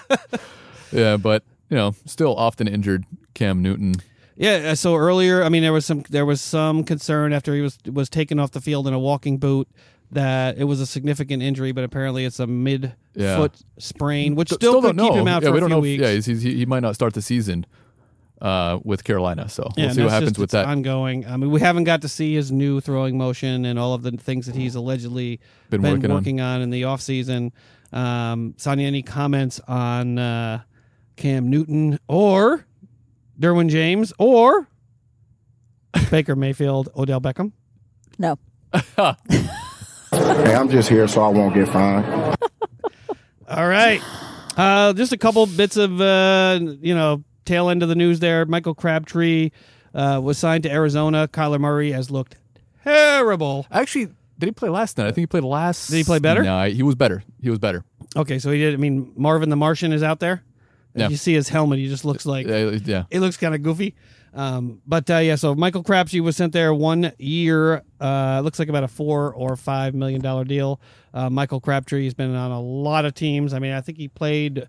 Speaker 1: yeah. But you know, still often injured Cam Newton.
Speaker 2: Yeah, uh, so earlier, I mean, there was some there was some concern after he was was taken off the field in a walking boot that it was a significant injury, but apparently it's a mid
Speaker 1: Yeah.
Speaker 2: foot sprain, which still, could
Speaker 1: don't
Speaker 2: keep
Speaker 1: know.
Speaker 2: him out
Speaker 1: yeah,
Speaker 2: for
Speaker 1: we
Speaker 2: a
Speaker 1: don't
Speaker 2: few
Speaker 1: know. if-
Speaker 2: weeks.
Speaker 1: yeah, he's, he's, he might not start the season uh, with Carolina. So
Speaker 2: Yeah,
Speaker 1: we'll
Speaker 2: and
Speaker 1: see what
Speaker 2: that's
Speaker 1: happens
Speaker 2: just-
Speaker 1: with
Speaker 2: it's
Speaker 1: that.
Speaker 2: Ongoing. I mean, we haven't got to see his new throwing motion and all of the things that he's allegedly
Speaker 1: Mm. Been
Speaker 2: been,
Speaker 1: working
Speaker 2: working,
Speaker 1: on.
Speaker 2: on. in the offseason. Um, Sonia, any comments on uh, Cam Newton or Derwin James or Baker Mayfield, Odell Beckham?
Speaker 3: No.
Speaker 4: Hey, I'm just here so I won't get fined.
Speaker 2: All right. Uh, just a couple bits of, uh, you know, tail end of the news there. Michael Crabtree uh, was signed to Arizona. Kyler Murray has looked terrible.
Speaker 1: Actually, did he play last night? I think he played last.
Speaker 2: Did he play better?
Speaker 1: No, he was better. He was better.
Speaker 2: Okay, so he did. I mean, Marvin the Martian is out there. If
Speaker 1: Yeah.
Speaker 2: you see his helmet, he just looks like
Speaker 1: Uh, yeah.
Speaker 2: it looks kind of goofy. Um, but uh, yeah, so Michael Crabtree was sent there one year. Uh, looks like about a four or five million dollar deal. Uh, Michael Crabtree has been on a lot of teams. I mean, I think he played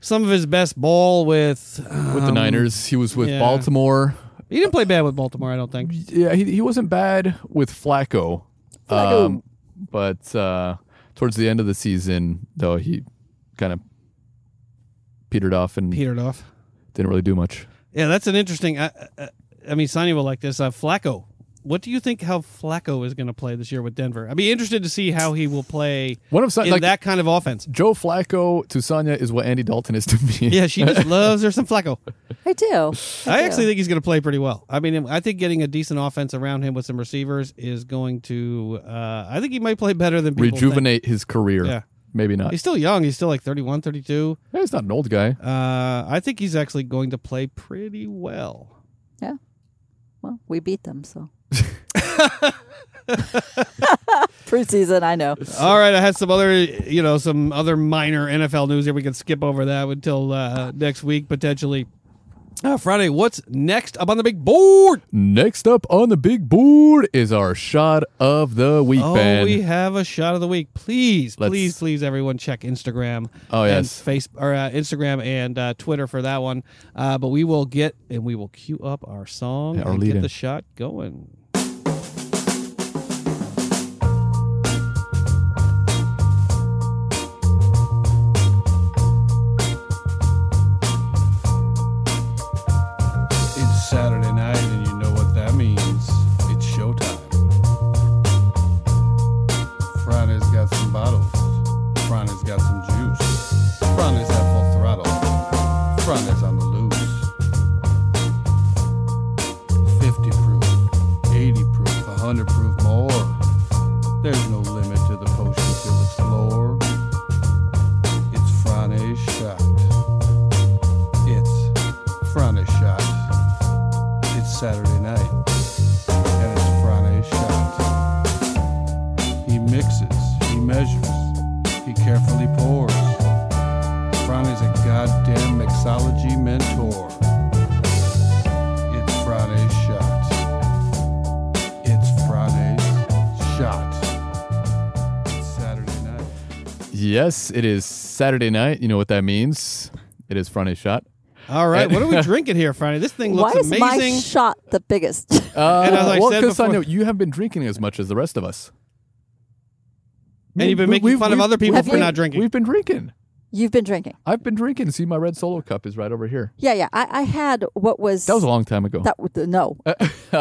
Speaker 2: some of his best ball with
Speaker 1: With the Niners, he was with
Speaker 2: Um, yeah.
Speaker 1: Baltimore.
Speaker 2: He didn't play bad with Baltimore, I don't think.
Speaker 1: Yeah, he, he wasn't bad with Flacco. um,
Speaker 3: Flacco.
Speaker 1: but uh, towards the end of the season, though, he kind of petered off and
Speaker 2: Petered off.
Speaker 1: didn't really do much.
Speaker 2: Yeah, that's an interesting. I, I, I mean, Sonny will like this. Uh, Flacco. What do you think how Flacco is going to play this year with Denver? I'd be interested to see how he will play
Speaker 1: One of some,
Speaker 2: in
Speaker 1: like
Speaker 2: that kind of offense.
Speaker 1: Joe Flacco to Sonya is what Andy Dalton is to me.
Speaker 2: Yeah, she just loves her some Flacco.
Speaker 3: I do.
Speaker 2: I
Speaker 3: do.
Speaker 2: actually think he's going to play pretty well. I mean, I think getting a decent offense around him with some receivers is going to. Uh, I think he might play better than people think.
Speaker 1: rejuvenate his career.
Speaker 2: Yeah.
Speaker 1: Maybe not.
Speaker 2: He's
Speaker 1: He's,
Speaker 2: still young. He's still like 31, 32.
Speaker 1: not an old guy.
Speaker 2: Uh, I think he's actually going to play pretty well.
Speaker 3: Well, we beat them, so. Preseason, I know.
Speaker 2: All right, I had some other, you know, some other minor NFL news here. We can skip over that until uh, next week potentially. Uh, Friday, what's next up on the big board?
Speaker 1: Next up on the big board is our shot of the week,
Speaker 2: Oh,
Speaker 1: Ben.
Speaker 2: we have a shot of the week. Please,
Speaker 1: Let's-
Speaker 2: please, please, everyone, check Instagram.
Speaker 1: Oh,
Speaker 2: and
Speaker 1: yes.
Speaker 2: face or uh, Instagram and uh, Twitter for that one. Uh, but we will get and we will queue up our song
Speaker 1: Yeah, our
Speaker 2: and
Speaker 1: lead
Speaker 2: get
Speaker 1: in.
Speaker 2: the shot going. It's Saturday night, and you know what that means. It's showtime. Friday's got some bottles. Friday's got some juice. Friday's at full throttle. Friday's on the loose. 50 proof, 80 proof, 100 proof more. There's no limit to the potion till it's lower. It's Friday's shot. It's Friday Shot. It's Saturday night, and it's Friday Shot. He mixes, he measures, he carefully pours. Friday's a goddamn mixology mentor. It's Friday Shot. It's Friday's Shot. It's Saturday night.
Speaker 1: yes, it is Saturday night. You know what that means. It is Friday shot.
Speaker 2: All
Speaker 1: Eh.
Speaker 2: right, what are we drinking here, Friday? This thing
Speaker 3: Why
Speaker 2: looks
Speaker 3: is my
Speaker 2: amazing.
Speaker 3: shot the biggest?
Speaker 1: Uh,
Speaker 2: And as I
Speaker 1: well,
Speaker 2: said
Speaker 1: because I know
Speaker 2: before-
Speaker 1: you have been drinking as much as the rest of us.
Speaker 2: And you've been making fun of other people
Speaker 1: we've
Speaker 2: for
Speaker 1: been-
Speaker 2: not drinking.
Speaker 1: We've been drinking.
Speaker 3: You've been drinking.
Speaker 1: I've been drinking. See, my red solo cup is right over here.
Speaker 3: Yeah, yeah. I, I had what was.
Speaker 1: That was a Uh, long time ago.
Speaker 3: that w- no.
Speaker 2: Duh,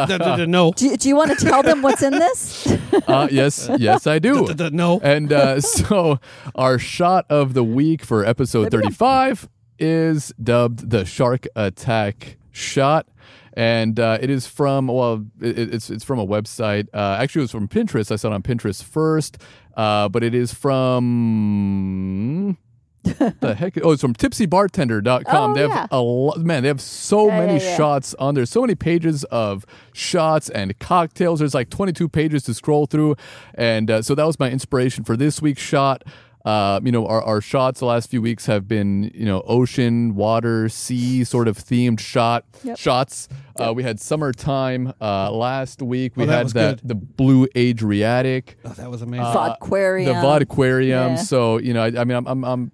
Speaker 2: duh, duh, no.
Speaker 3: Do, you- do you want to tell them what's in this?
Speaker 1: Uh, yes, yes, I do.
Speaker 2: Duh, duh, No.
Speaker 1: And uh, so, our shot of the week for episode 35 is dubbed the Shark Attack Shot. And uh, it is from, well, it, it- it's, it's from a website. Uh, actually, it was from Pinterest. I saw it on Pinterest first, uh, but it is from. the heck? Oh, it's from tipsybartender.com.
Speaker 3: Oh,
Speaker 1: they have
Speaker 3: yeah.
Speaker 1: a lot, man, they have so
Speaker 3: Yeah,
Speaker 1: many
Speaker 3: yeah, yeah.
Speaker 1: shots on there, so many pages of shots and cocktails. There's like 22 pages to scroll through. And uh, so that was my inspiration for this week's shot. Uh, you know, our, our shots the last few weeks have been, you know, ocean, water, sea sort of themed shot
Speaker 3: Yep.
Speaker 1: shots. Uh, we had summertime uh, last week. We
Speaker 2: Oh, that
Speaker 1: had
Speaker 2: was
Speaker 1: the,
Speaker 2: good.
Speaker 1: the blue Adriatic
Speaker 2: Oh, that was amazing.
Speaker 3: Vodquarium.
Speaker 1: Uh, the Vod Aquarium.
Speaker 3: Yeah.
Speaker 1: So you know, I, I mean, I'm, I'm, I'm,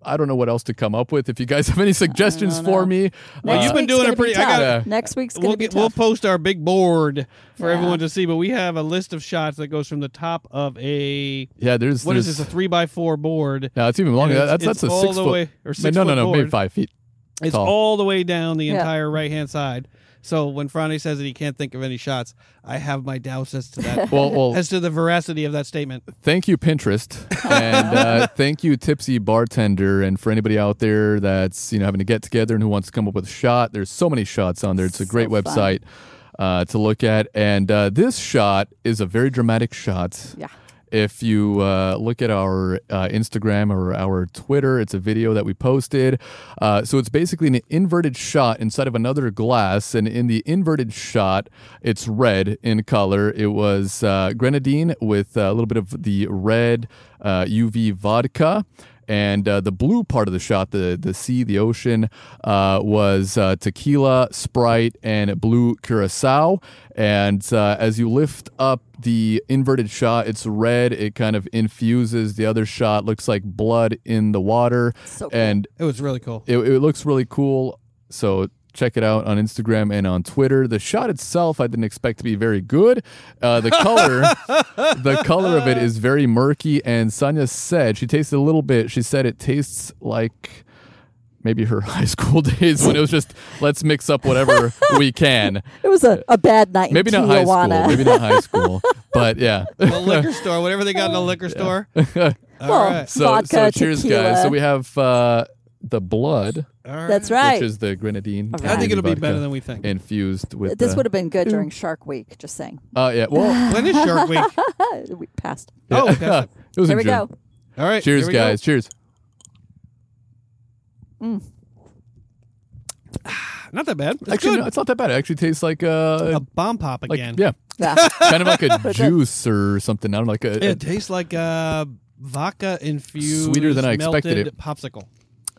Speaker 1: I don't know what else to come up with. If you guys have any suggestions for me, uh,
Speaker 3: Next
Speaker 2: you've been
Speaker 3: week's
Speaker 2: doing
Speaker 3: gonna
Speaker 2: a pretty-
Speaker 3: Be
Speaker 2: I
Speaker 3: tough.
Speaker 1: gotta-
Speaker 3: Next week's going
Speaker 2: we'll
Speaker 3: to be
Speaker 2: get, we'll
Speaker 3: tough.
Speaker 2: post our big board for
Speaker 3: Yeah.
Speaker 2: everyone to see. But we have a list of shots that goes from the top of a
Speaker 1: yeah, there's
Speaker 2: what is
Speaker 1: there's-
Speaker 2: this a three by four board.
Speaker 1: No, it's even longer.
Speaker 2: And it's-
Speaker 1: that's that's
Speaker 2: it's
Speaker 1: a
Speaker 2: all
Speaker 1: six
Speaker 2: the
Speaker 1: foot
Speaker 2: way- or six
Speaker 1: no, no,
Speaker 2: foot
Speaker 1: no, maybe
Speaker 2: board.
Speaker 1: five feet.
Speaker 2: It's
Speaker 1: Tall.
Speaker 2: all the way down the
Speaker 3: Yeah.
Speaker 2: entire right hand side. So when Franny says that he can't think of any shots, I have my doubts as to that.
Speaker 1: Well, well,
Speaker 2: As to the veracity of that statement,
Speaker 1: thank you Pinterest, and uh, thank you Tipsy Bartender, and for anybody out there that's you know having to get together and who wants to come up with a shot. There's so many shots on there. It's a
Speaker 3: So
Speaker 1: great
Speaker 3: fun.
Speaker 1: website. uh, to look at. And uh, this shot is a very dramatic shot.
Speaker 3: Yeah.
Speaker 1: If you uh, look at our uh, Instagram or our Twitter, it's a video that we posted. Uh, so it's basically an inverted shot inside of another glass. And in the inverted shot, it's red in color. It was uh, grenadine with a little bit of the red uh, UV vodka. And uh, the blue part of the shot, the, the sea, the ocean, uh, was uh, tequila, Sprite, and blue curacao. And uh, as you lift up the inverted shot, it's red. It kind of infuses. The other shot looks like blood in the water.
Speaker 3: So cool.
Speaker 1: and
Speaker 2: It was really cool.
Speaker 1: it, it looks really cool. So check it out on Instagram and on Twitter. The shot itself, I didn't expect to be very good. Uh, the color, the color of it is very murky. And Sonia said she tasted a little bit. She said it tastes like. Maybe her high school days when it was just let's mix up whatever we can.
Speaker 3: It was a, a bad night.
Speaker 1: Maybe
Speaker 3: in
Speaker 1: not high school.
Speaker 3: Tijuana.
Speaker 1: Maybe not high school. But yeah.
Speaker 2: the liquor store, whatever they got in the liquor store. All
Speaker 3: Well,
Speaker 2: right.
Speaker 1: So so
Speaker 3: Vodka,
Speaker 1: cheers, guys.
Speaker 3: tequila.
Speaker 1: So we have uh, the blood,
Speaker 2: All right.
Speaker 3: That's right.
Speaker 1: which is the grenadine.
Speaker 3: All
Speaker 2: I think
Speaker 1: and
Speaker 2: it'll be
Speaker 1: vodka.
Speaker 2: better than we think.
Speaker 1: infused with
Speaker 3: this
Speaker 1: the-
Speaker 3: would have been good during Shark Week. Just saying,
Speaker 1: uh, yeah well
Speaker 2: when is Shark Week?
Speaker 3: Ah, we passed.
Speaker 2: Oh, we passed it.
Speaker 1: it was
Speaker 3: There
Speaker 1: in
Speaker 3: we
Speaker 1: June.
Speaker 3: go.
Speaker 2: all right.
Speaker 1: cheers
Speaker 2: here we go.
Speaker 1: guys cheers
Speaker 2: Not that bad. It's
Speaker 1: actually
Speaker 2: good.
Speaker 1: no, it's not that bad it actually tastes like uh
Speaker 2: a bomb pop
Speaker 1: like
Speaker 2: again.
Speaker 1: yeah
Speaker 3: Yeah.
Speaker 1: kind of like a juice or something i don't know like a,
Speaker 2: It tastes like uh, vodka infused,
Speaker 1: Sweeter than I
Speaker 2: melted
Speaker 1: expected it.
Speaker 2: popsicle.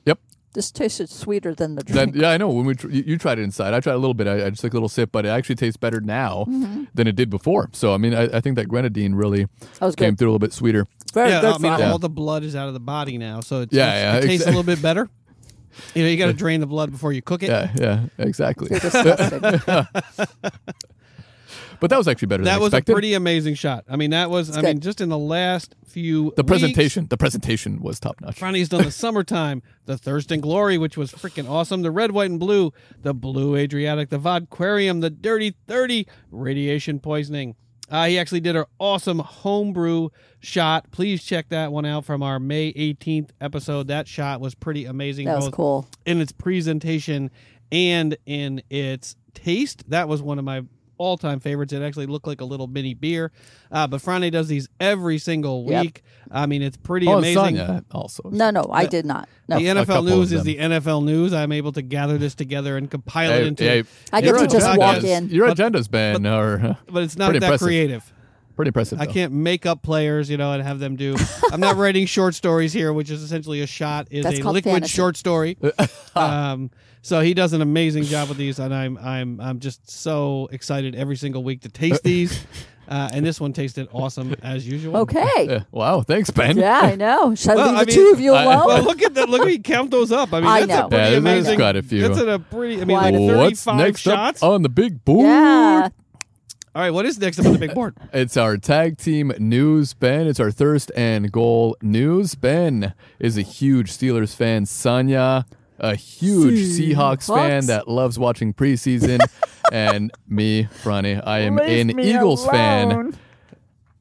Speaker 1: yep
Speaker 3: this tasted sweeter than the drink.
Speaker 1: that, yeah i know when we tr- you, you tried it inside i tried a little bit I, I just took a little sip but it actually tastes better now
Speaker 3: Mm-hmm.
Speaker 1: than it did before so i mean i, I think that grenadine really
Speaker 3: That was
Speaker 1: came
Speaker 3: good.
Speaker 1: through a little bit sweeter
Speaker 3: Very
Speaker 2: yeah,
Speaker 3: good.
Speaker 2: I mean,
Speaker 3: for-
Speaker 1: Yeah.
Speaker 2: all the blood is out of the body now, so it's,
Speaker 1: Yeah,
Speaker 2: it's-
Speaker 1: yeah,
Speaker 2: it tastes
Speaker 1: exactly.
Speaker 2: a little bit better. You know, you got to drain the blood before you cook it.
Speaker 1: yeah yeah exactly
Speaker 3: You're disgusting.
Speaker 1: but that was actually better
Speaker 2: that
Speaker 1: than
Speaker 2: was
Speaker 1: expected
Speaker 2: a pretty amazing shot. I mean, that was. I
Speaker 3: good.
Speaker 2: mean, just in the last few
Speaker 1: the
Speaker 2: weeks,
Speaker 1: presentation the presentation was top notch
Speaker 2: Ronnie's done the summertime, the Thirst and Glory, which was freaking awesome. The red, white, and blue, the blue Adriatic, the Vodquarium, the Dirty Thirty, radiation poisoning. Uh, he actually did an awesome homebrew shot. Please check that one out from our May 18th episode. That shot was pretty amazing.
Speaker 3: that was
Speaker 2: both
Speaker 3: cool.
Speaker 2: in its presentation and in its taste. That was one of my all time favorites. It actually looked like a little mini beer. Uh, but Friday does these every single
Speaker 3: Yep.
Speaker 2: week. I mean, it's pretty
Speaker 1: oh, and
Speaker 2: amazing.
Speaker 1: Sonia also
Speaker 3: No, no, I did not. No,
Speaker 2: The
Speaker 1: couple
Speaker 2: NFL
Speaker 1: of
Speaker 2: news is
Speaker 1: them.
Speaker 2: the NFL news. I'm able to gather this together and compile it
Speaker 1: Hey,
Speaker 2: into.
Speaker 1: hey,
Speaker 3: I
Speaker 1: your
Speaker 3: get to just
Speaker 1: agenda's-
Speaker 3: walk in.
Speaker 1: Your agenda's been or
Speaker 2: But it's not that
Speaker 1: Pretty impressive.
Speaker 2: creative.
Speaker 1: pretty impressive.
Speaker 2: I
Speaker 1: though.
Speaker 2: can't make up players, you know, and have them do. I'm not writing short stories here, which is essentially a shot is
Speaker 3: That's
Speaker 2: a
Speaker 3: called
Speaker 2: liquid
Speaker 3: fantasy.
Speaker 2: short story. um, so he does an amazing job with these, and I'm I'm I'm just so excited every single week to taste these. Uh, and this one tasted awesome as usual.
Speaker 3: Okay.
Speaker 1: Uh, wow, thanks, Ben.
Speaker 3: Yeah, I know. Should I
Speaker 2: Well,
Speaker 3: leave
Speaker 2: I
Speaker 3: the
Speaker 2: mean,
Speaker 3: two of you
Speaker 1: I-
Speaker 3: alone?
Speaker 2: Well, look at that! Look, we count those up. I mean,
Speaker 3: Oh. I
Speaker 2: that's a
Speaker 3: know.
Speaker 2: pretty
Speaker 1: Yeah, there's
Speaker 2: amazing.
Speaker 1: quite a few.
Speaker 2: That's a pretty. I mean, like
Speaker 3: One.
Speaker 2: 35
Speaker 1: What's next
Speaker 2: shots.
Speaker 1: up Oh. on the big board?
Speaker 3: yeah.
Speaker 2: All right, what is next up on the big board?
Speaker 1: It's our tag team news, Ben. It's our thirst and goal news. Ben is a huge Steelers fan. Sonia, a huge Seahawks, fan
Speaker 3: Seahawks.
Speaker 1: that loves watching preseason. and me, Ronnie, I am
Speaker 3: Leave
Speaker 1: an
Speaker 3: me
Speaker 1: Eagles fan
Speaker 3: alone.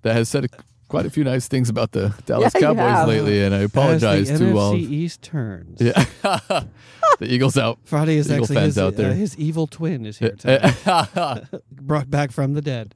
Speaker 1: that has said quite a few nice things about the Dallas
Speaker 3: Yeah, you
Speaker 1: Cowboys
Speaker 3: have.
Speaker 1: lately. And I apologize
Speaker 2: as the
Speaker 1: to
Speaker 2: NFC
Speaker 1: all of-
Speaker 2: East turns.
Speaker 1: Yeah. the Eagles out.
Speaker 2: Friday is
Speaker 1: Eagle
Speaker 2: actually
Speaker 1: fans
Speaker 2: his,
Speaker 1: out there.
Speaker 2: uh, his evil twin is here tonight, brought back from the dead.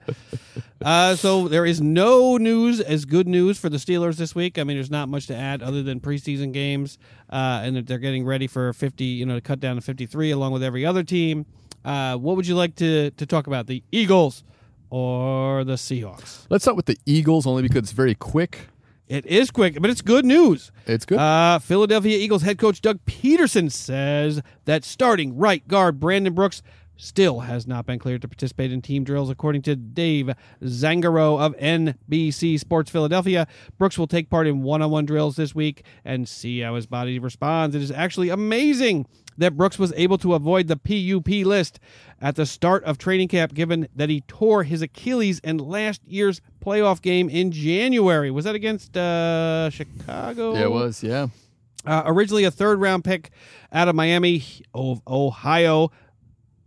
Speaker 2: Uh, so there is no news as good news for the Steelers this week. I mean, there's not much to add other than preseason games, uh, and that they're getting ready for 50, you know, to cut down to 53 along with every other team. Uh, what would you like to to talk about? The Eagles or the Seahawks?
Speaker 1: Let's start with the Eagles only because it's very quick.
Speaker 2: It is quick, but it's good news.
Speaker 1: It's good.
Speaker 2: Uh, Philadelphia Eagles head coach Doug Peterson says that starting right guard Brandon Brooks still has not been cleared to participate in team drills, according to Dave Zangaro of NBC Sports Philadelphia. Brooks will take part in one-on-one drills this week and see how his body responds. It is actually amazing that Brooks was able to avoid the PUP list at the start of training camp, given that he tore his Achilles in last year's playoff game in January. Was that against uh, Chicago?
Speaker 1: yeah, it was. Yeah.
Speaker 2: Uh, originally a third round pick out of Miami, O- Ohio.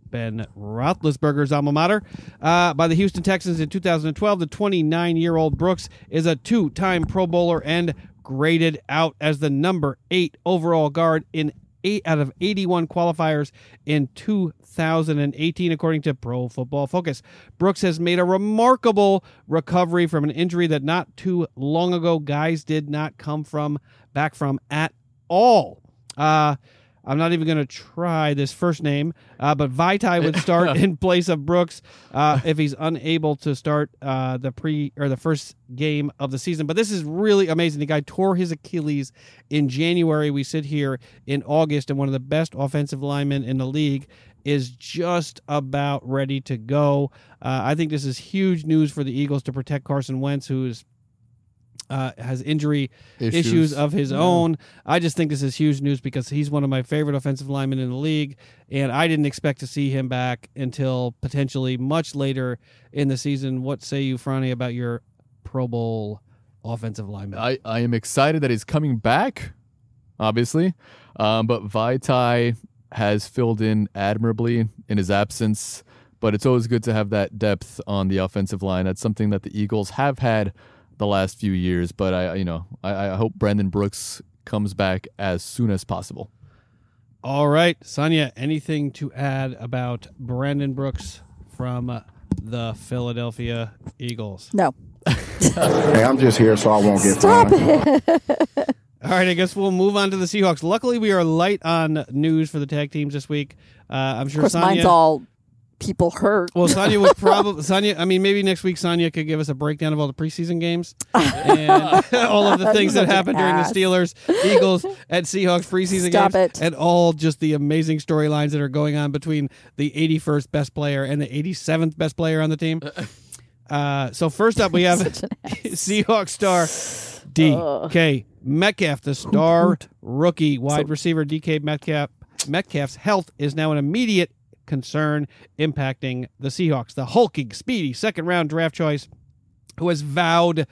Speaker 2: Ben Roethlisberger's alma mater, uh, by the Houston Texans in 2012. The 29 year old Brooks is a two time Pro Bowler and graded out as the number eight overall guard in eight out of 81 qualifiers in 2018, according to Pro Football Focus. Brooks has made a remarkable recovery from an injury that not too long ago guys did not come from back from at all. Uh, I'm not even going to try this first name, uh, but Vitae would start in place of Brooks uh, if he's unable to start uh, the pre or the first game of the season. But this is really amazing. The guy tore his Achilles in January. We sit here in August, and one of the best offensive linemen in the league is just about ready to go. Uh, I think this is huge news for the Eagles to protect Carson Wentz, who is uh, has injury issues, uh, of his own. I just think this is huge news because he's one of my favorite offensive linemen in the league, and I didn't expect to see him back until potentially much later in the season. What say you, Franny, about your Pro Bowl offensive lineman?
Speaker 1: I, I am excited that he's coming back, obviously. Um, but Vitae has filled in admirably in his absence. But it's always good to have that depth on the offensive line. That's something that the Eagles have had the last few years. But I, you know, I, I hope Brandon Brooks comes back as soon as possible.
Speaker 2: All right, Sonia, anything to add about Brandon Brooks from uh, the Philadelphia Eagles?
Speaker 3: No.
Speaker 4: Hey, I'm just here so I won't get
Speaker 3: Stop
Speaker 4: fined.
Speaker 3: it.
Speaker 2: All right, I guess we'll move on to the Seahawks. Luckily, we are light on news for the tag teams this week. Uh, I'm
Speaker 3: Of
Speaker 2: sure
Speaker 3: course, mine's
Speaker 2: Sonia.
Speaker 3: all people hurt.
Speaker 2: well, Sonia would probably Sonia. I mean, maybe next week Sonia could give us a breakdown of all the preseason games and all of the things that
Speaker 3: Such an
Speaker 2: happened during the
Speaker 3: ass.
Speaker 2: Steelers, Eagles, and Seahawks preseason
Speaker 3: Stop
Speaker 2: games,
Speaker 3: it.
Speaker 2: and all just the amazing storylines that are going on between the 81st best player and the 87th best player on the team. Uh, so first up, we have Seahawks star DK Metcalf, the star rookie wide receiver. DK Metcalf Metcalf's health is now an immediate concern, impacting the Seahawks. The hulking, speedy second round draft choice, who has vowed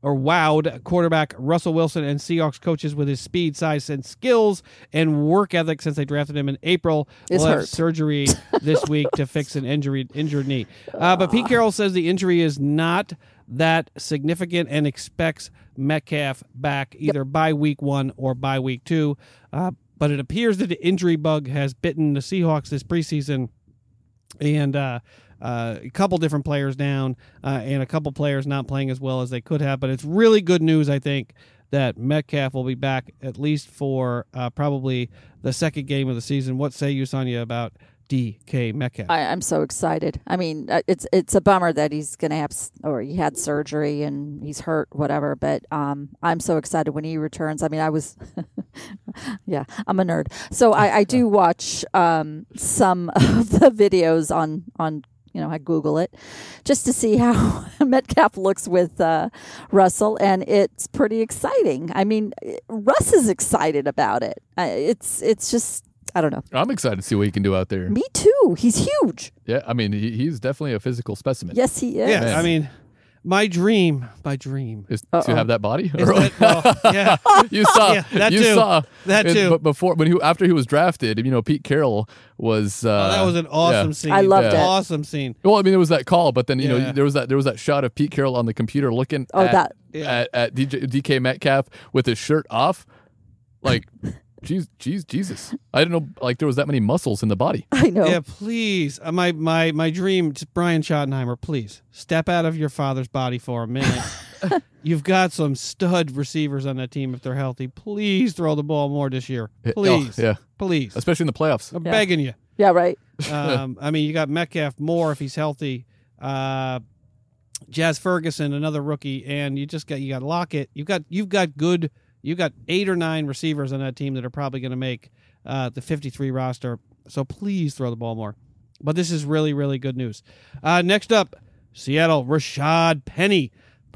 Speaker 2: or wowed quarterback Russell Wilson and Seahawks coaches with his speed, size, and skills and work ethic since they drafted him in April.
Speaker 3: Is
Speaker 2: Will have
Speaker 3: hurt.
Speaker 2: surgery this week to fix an injury injured knee. Uh, but Pete Carroll says the injury is not that significant and expects Metcalf back either by week one or by week two. Uh, but it appears that the injury bug has bitten the Seahawks this preseason and uh, uh, a couple different players down uh, and a couple players not playing as well as they could have. But it's really good news, I think, that Metcalf will be back at least for uh, probably the second game of the season. What say you, Sonia, about DK Metcalf?
Speaker 3: I, I'm so excited. I mean, uh, it's it's a bummer that he's going to have s- or he had surgery and he's hurt, whatever. But um, I'm so excited when he returns. I mean, I was, yeah, I'm a nerd, so I, I do watch um, some of the videos on on you know I Google it just to see how Metcalf looks with uh, Russell, and it's pretty exciting. I mean, Russ is excited about it. Uh, it's it's just I don't know.
Speaker 1: I'm excited to see what he can do out there.
Speaker 3: Me too. He's huge.
Speaker 1: Yeah, I mean, he, he's definitely a physical specimen.
Speaker 3: Yes, he is.
Speaker 2: yeah, I mean, my dream, my dream.
Speaker 1: Is
Speaker 3: Uh-oh.
Speaker 1: to have that body.
Speaker 2: Is that, well, yeah,
Speaker 1: you saw
Speaker 2: Yeah, that
Speaker 1: you
Speaker 2: too.
Speaker 1: saw
Speaker 2: That
Speaker 1: it-
Speaker 2: too.
Speaker 1: But before when he after he was drafted, you know, Pete Carroll was uh,
Speaker 2: Oh, that was an awesome
Speaker 1: yeah.
Speaker 2: scene.
Speaker 3: I loved
Speaker 1: Yeah.
Speaker 3: it.
Speaker 2: Awesome scene.
Speaker 1: Well, I mean, there was that call, but then you
Speaker 2: Yeah.
Speaker 1: know, there was that there was that shot of Pete Carroll on the computer looking
Speaker 3: Oh,
Speaker 1: at,
Speaker 3: that-
Speaker 2: Yeah.
Speaker 1: at, at DJ, DK Metcalf with his shirt off, like, jeez, jeez, Jesus, I didn't know like there was that many muscles in the body.
Speaker 3: I know.
Speaker 2: Yeah, please. Uh, my my my dream, t- Brian Schottenheimer. Please step out of your father's body for a minute. You've got some stud receivers on that team if they're healthy. Please throw the ball more this year.
Speaker 1: Yeah, oh,
Speaker 2: Please,
Speaker 1: yeah.
Speaker 2: please.
Speaker 1: especially in the playoffs.
Speaker 2: I'm
Speaker 3: Yeah.
Speaker 2: begging you.
Speaker 3: Yeah, right.
Speaker 2: Um, I mean, you got Metcalf more if he's healthy. Uh, Jazz Ferguson, another rookie, and you just got you got Lockett. You've got you've got good. You've got eight or nine receivers on that team that are probably going to make uh, the 53 roster. So please throw the ball more. But this is really really good news. Uh, next up, Seattle Rashad Penny,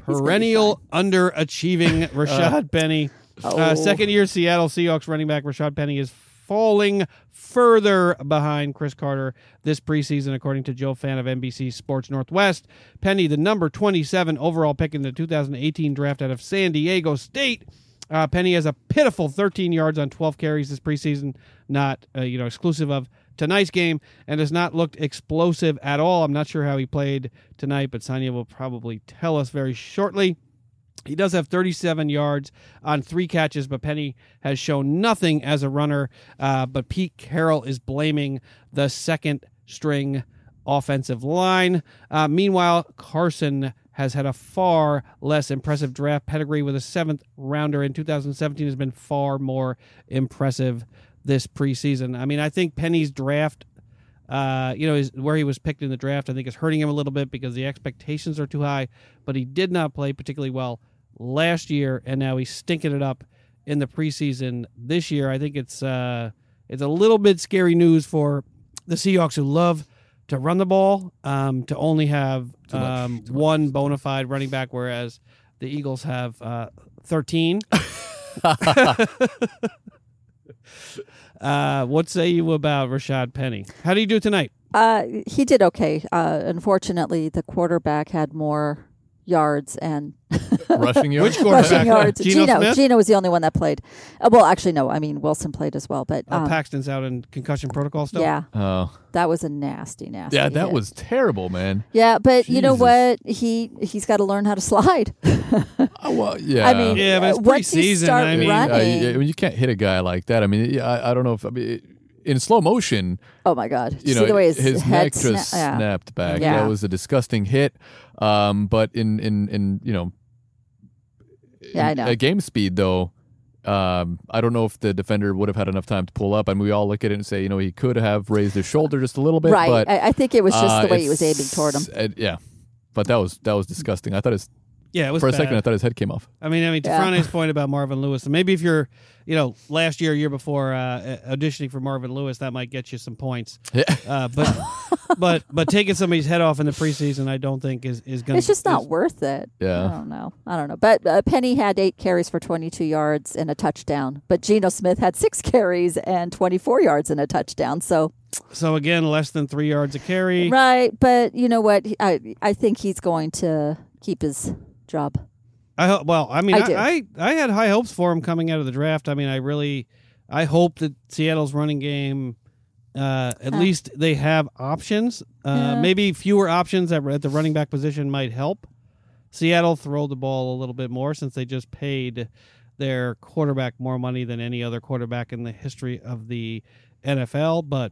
Speaker 3: gonna be
Speaker 2: perennial underachieving Rashad Penny. Uh,
Speaker 3: Oh.
Speaker 2: second year Seattle Seahawks running back Rashad Penny is falling further behind Chris Carter this preseason, according to Joe Fan of NBC Sports Northwest. Penny, the number 27 overall pick in the 2018 draft out of San Diego State. Uh, Penny has a pitiful 13 yards on 12 carries this preseason, not uh, you know exclusive of tonight's game, and has not looked explosive at all. I'm not sure how he played tonight, but Sonia will probably tell us very shortly. He does have 37 yards on three catches, but Penny has shown nothing as a runner. Uh, but Pete Carroll is blaming the second string offensive line. Uh, meanwhile, Carson has had a far less impressive draft pedigree with a seventh rounder in 2017 has been far more impressive this preseason. I mean, I think Penny's draft uh, you know, his, where he was picked in the draft, I think is hurting him a little bit because the expectations are too high. But he did not play particularly well last year, and now he's stinking it up in the preseason this year. I think it's uh, it's a little bit scary news for the Seahawks who love to run the ball um, to only have
Speaker 1: Too much,
Speaker 2: um,
Speaker 1: too much.
Speaker 2: one bona fide running back, whereas the Eagles have uh, thirteen. Uh, what say you about Rashad Penny? How do you do tonight?
Speaker 3: Uh, he did okay. Uh, unfortunately, the quarterback had more yards and
Speaker 1: Rushing yards.
Speaker 2: Which quarterback?
Speaker 3: rushing yards.
Speaker 2: Geno
Speaker 3: Gino,
Speaker 2: Smith?
Speaker 3: Gino was the only one that played. Uh, well, actually, no. I mean, Wilson played as well, but
Speaker 2: Uh,
Speaker 3: um,
Speaker 2: Paxton's out in concussion protocol still.
Speaker 3: yeah,
Speaker 1: Oh,
Speaker 3: that was a nasty, nasty.
Speaker 1: yeah, that
Speaker 3: hit.
Speaker 1: was terrible, man.
Speaker 3: Yeah, but you know
Speaker 1: Jesus.
Speaker 3: what? He he's got to learn how to slide.
Speaker 1: Oh, well, yeah.
Speaker 3: I mean,
Speaker 2: Yeah, but it's
Speaker 3: uh, once you
Speaker 2: preseason,
Speaker 3: start
Speaker 2: I mean-
Speaker 1: Uh,
Speaker 3: running,
Speaker 1: yeah, I mean, you can't hit a guy like that. I mean, yeah, I, I don't know if I mean, it- in slow motion,
Speaker 3: oh my god!
Speaker 1: you
Speaker 3: See
Speaker 1: know,
Speaker 3: the way his, head
Speaker 1: neck just
Speaker 3: sna- yeah.
Speaker 1: snapped back.
Speaker 3: Yeah.
Speaker 1: That was a disgusting hit. Um, but in in in you know,
Speaker 3: Yeah, I
Speaker 1: in-
Speaker 3: know.
Speaker 1: At game speed though, um, I don't know if the defender would have had enough time to pull up. I mean, we all look at it and say, you know, he could have raised his shoulder just a little bit,
Speaker 3: right.
Speaker 1: But
Speaker 3: I, I think it was just
Speaker 1: uh,
Speaker 3: the way he was
Speaker 1: it's-
Speaker 3: aiming toward him.
Speaker 1: uh, yeah, but that was that was disgusting. I thought his
Speaker 2: Yeah, it was
Speaker 1: for a
Speaker 2: bad.
Speaker 1: second I thought his head came off.
Speaker 2: I mean, I mean, to
Speaker 3: Yeah.
Speaker 2: Franny's point about Marvin Lewis, and maybe if you're, you know, last year, year before uh, auditioning for Marvin Lewis, that might get you some points.
Speaker 1: Yeah.
Speaker 2: Uh, but, but, but taking somebody's head off in the preseason, I don't think is is going.
Speaker 3: It's just not worth it.
Speaker 1: Yeah.
Speaker 3: I don't know. I don't know. But uh, Penny had eight carries for 22 yards and a touchdown. But Geno Smith had six carries and 24 yards and a touchdown. So,
Speaker 2: So again, less than three yards a carry.
Speaker 3: right. But you know what? He- I, I think he's going to keep his job.
Speaker 2: I hope. Well, I mean,
Speaker 3: I
Speaker 2: I,
Speaker 3: do.
Speaker 2: I, I had high hopes for him coming out of the draft. I mean, I really, I hope that Seattle's running game, uh, at
Speaker 3: Uh.
Speaker 2: least they have options. Uh,
Speaker 3: Yeah.
Speaker 2: Maybe fewer options at, at the running back position might help. Seattle throw the ball a little bit more since they just paid their quarterback more money than any other quarterback in the history of the NFL. But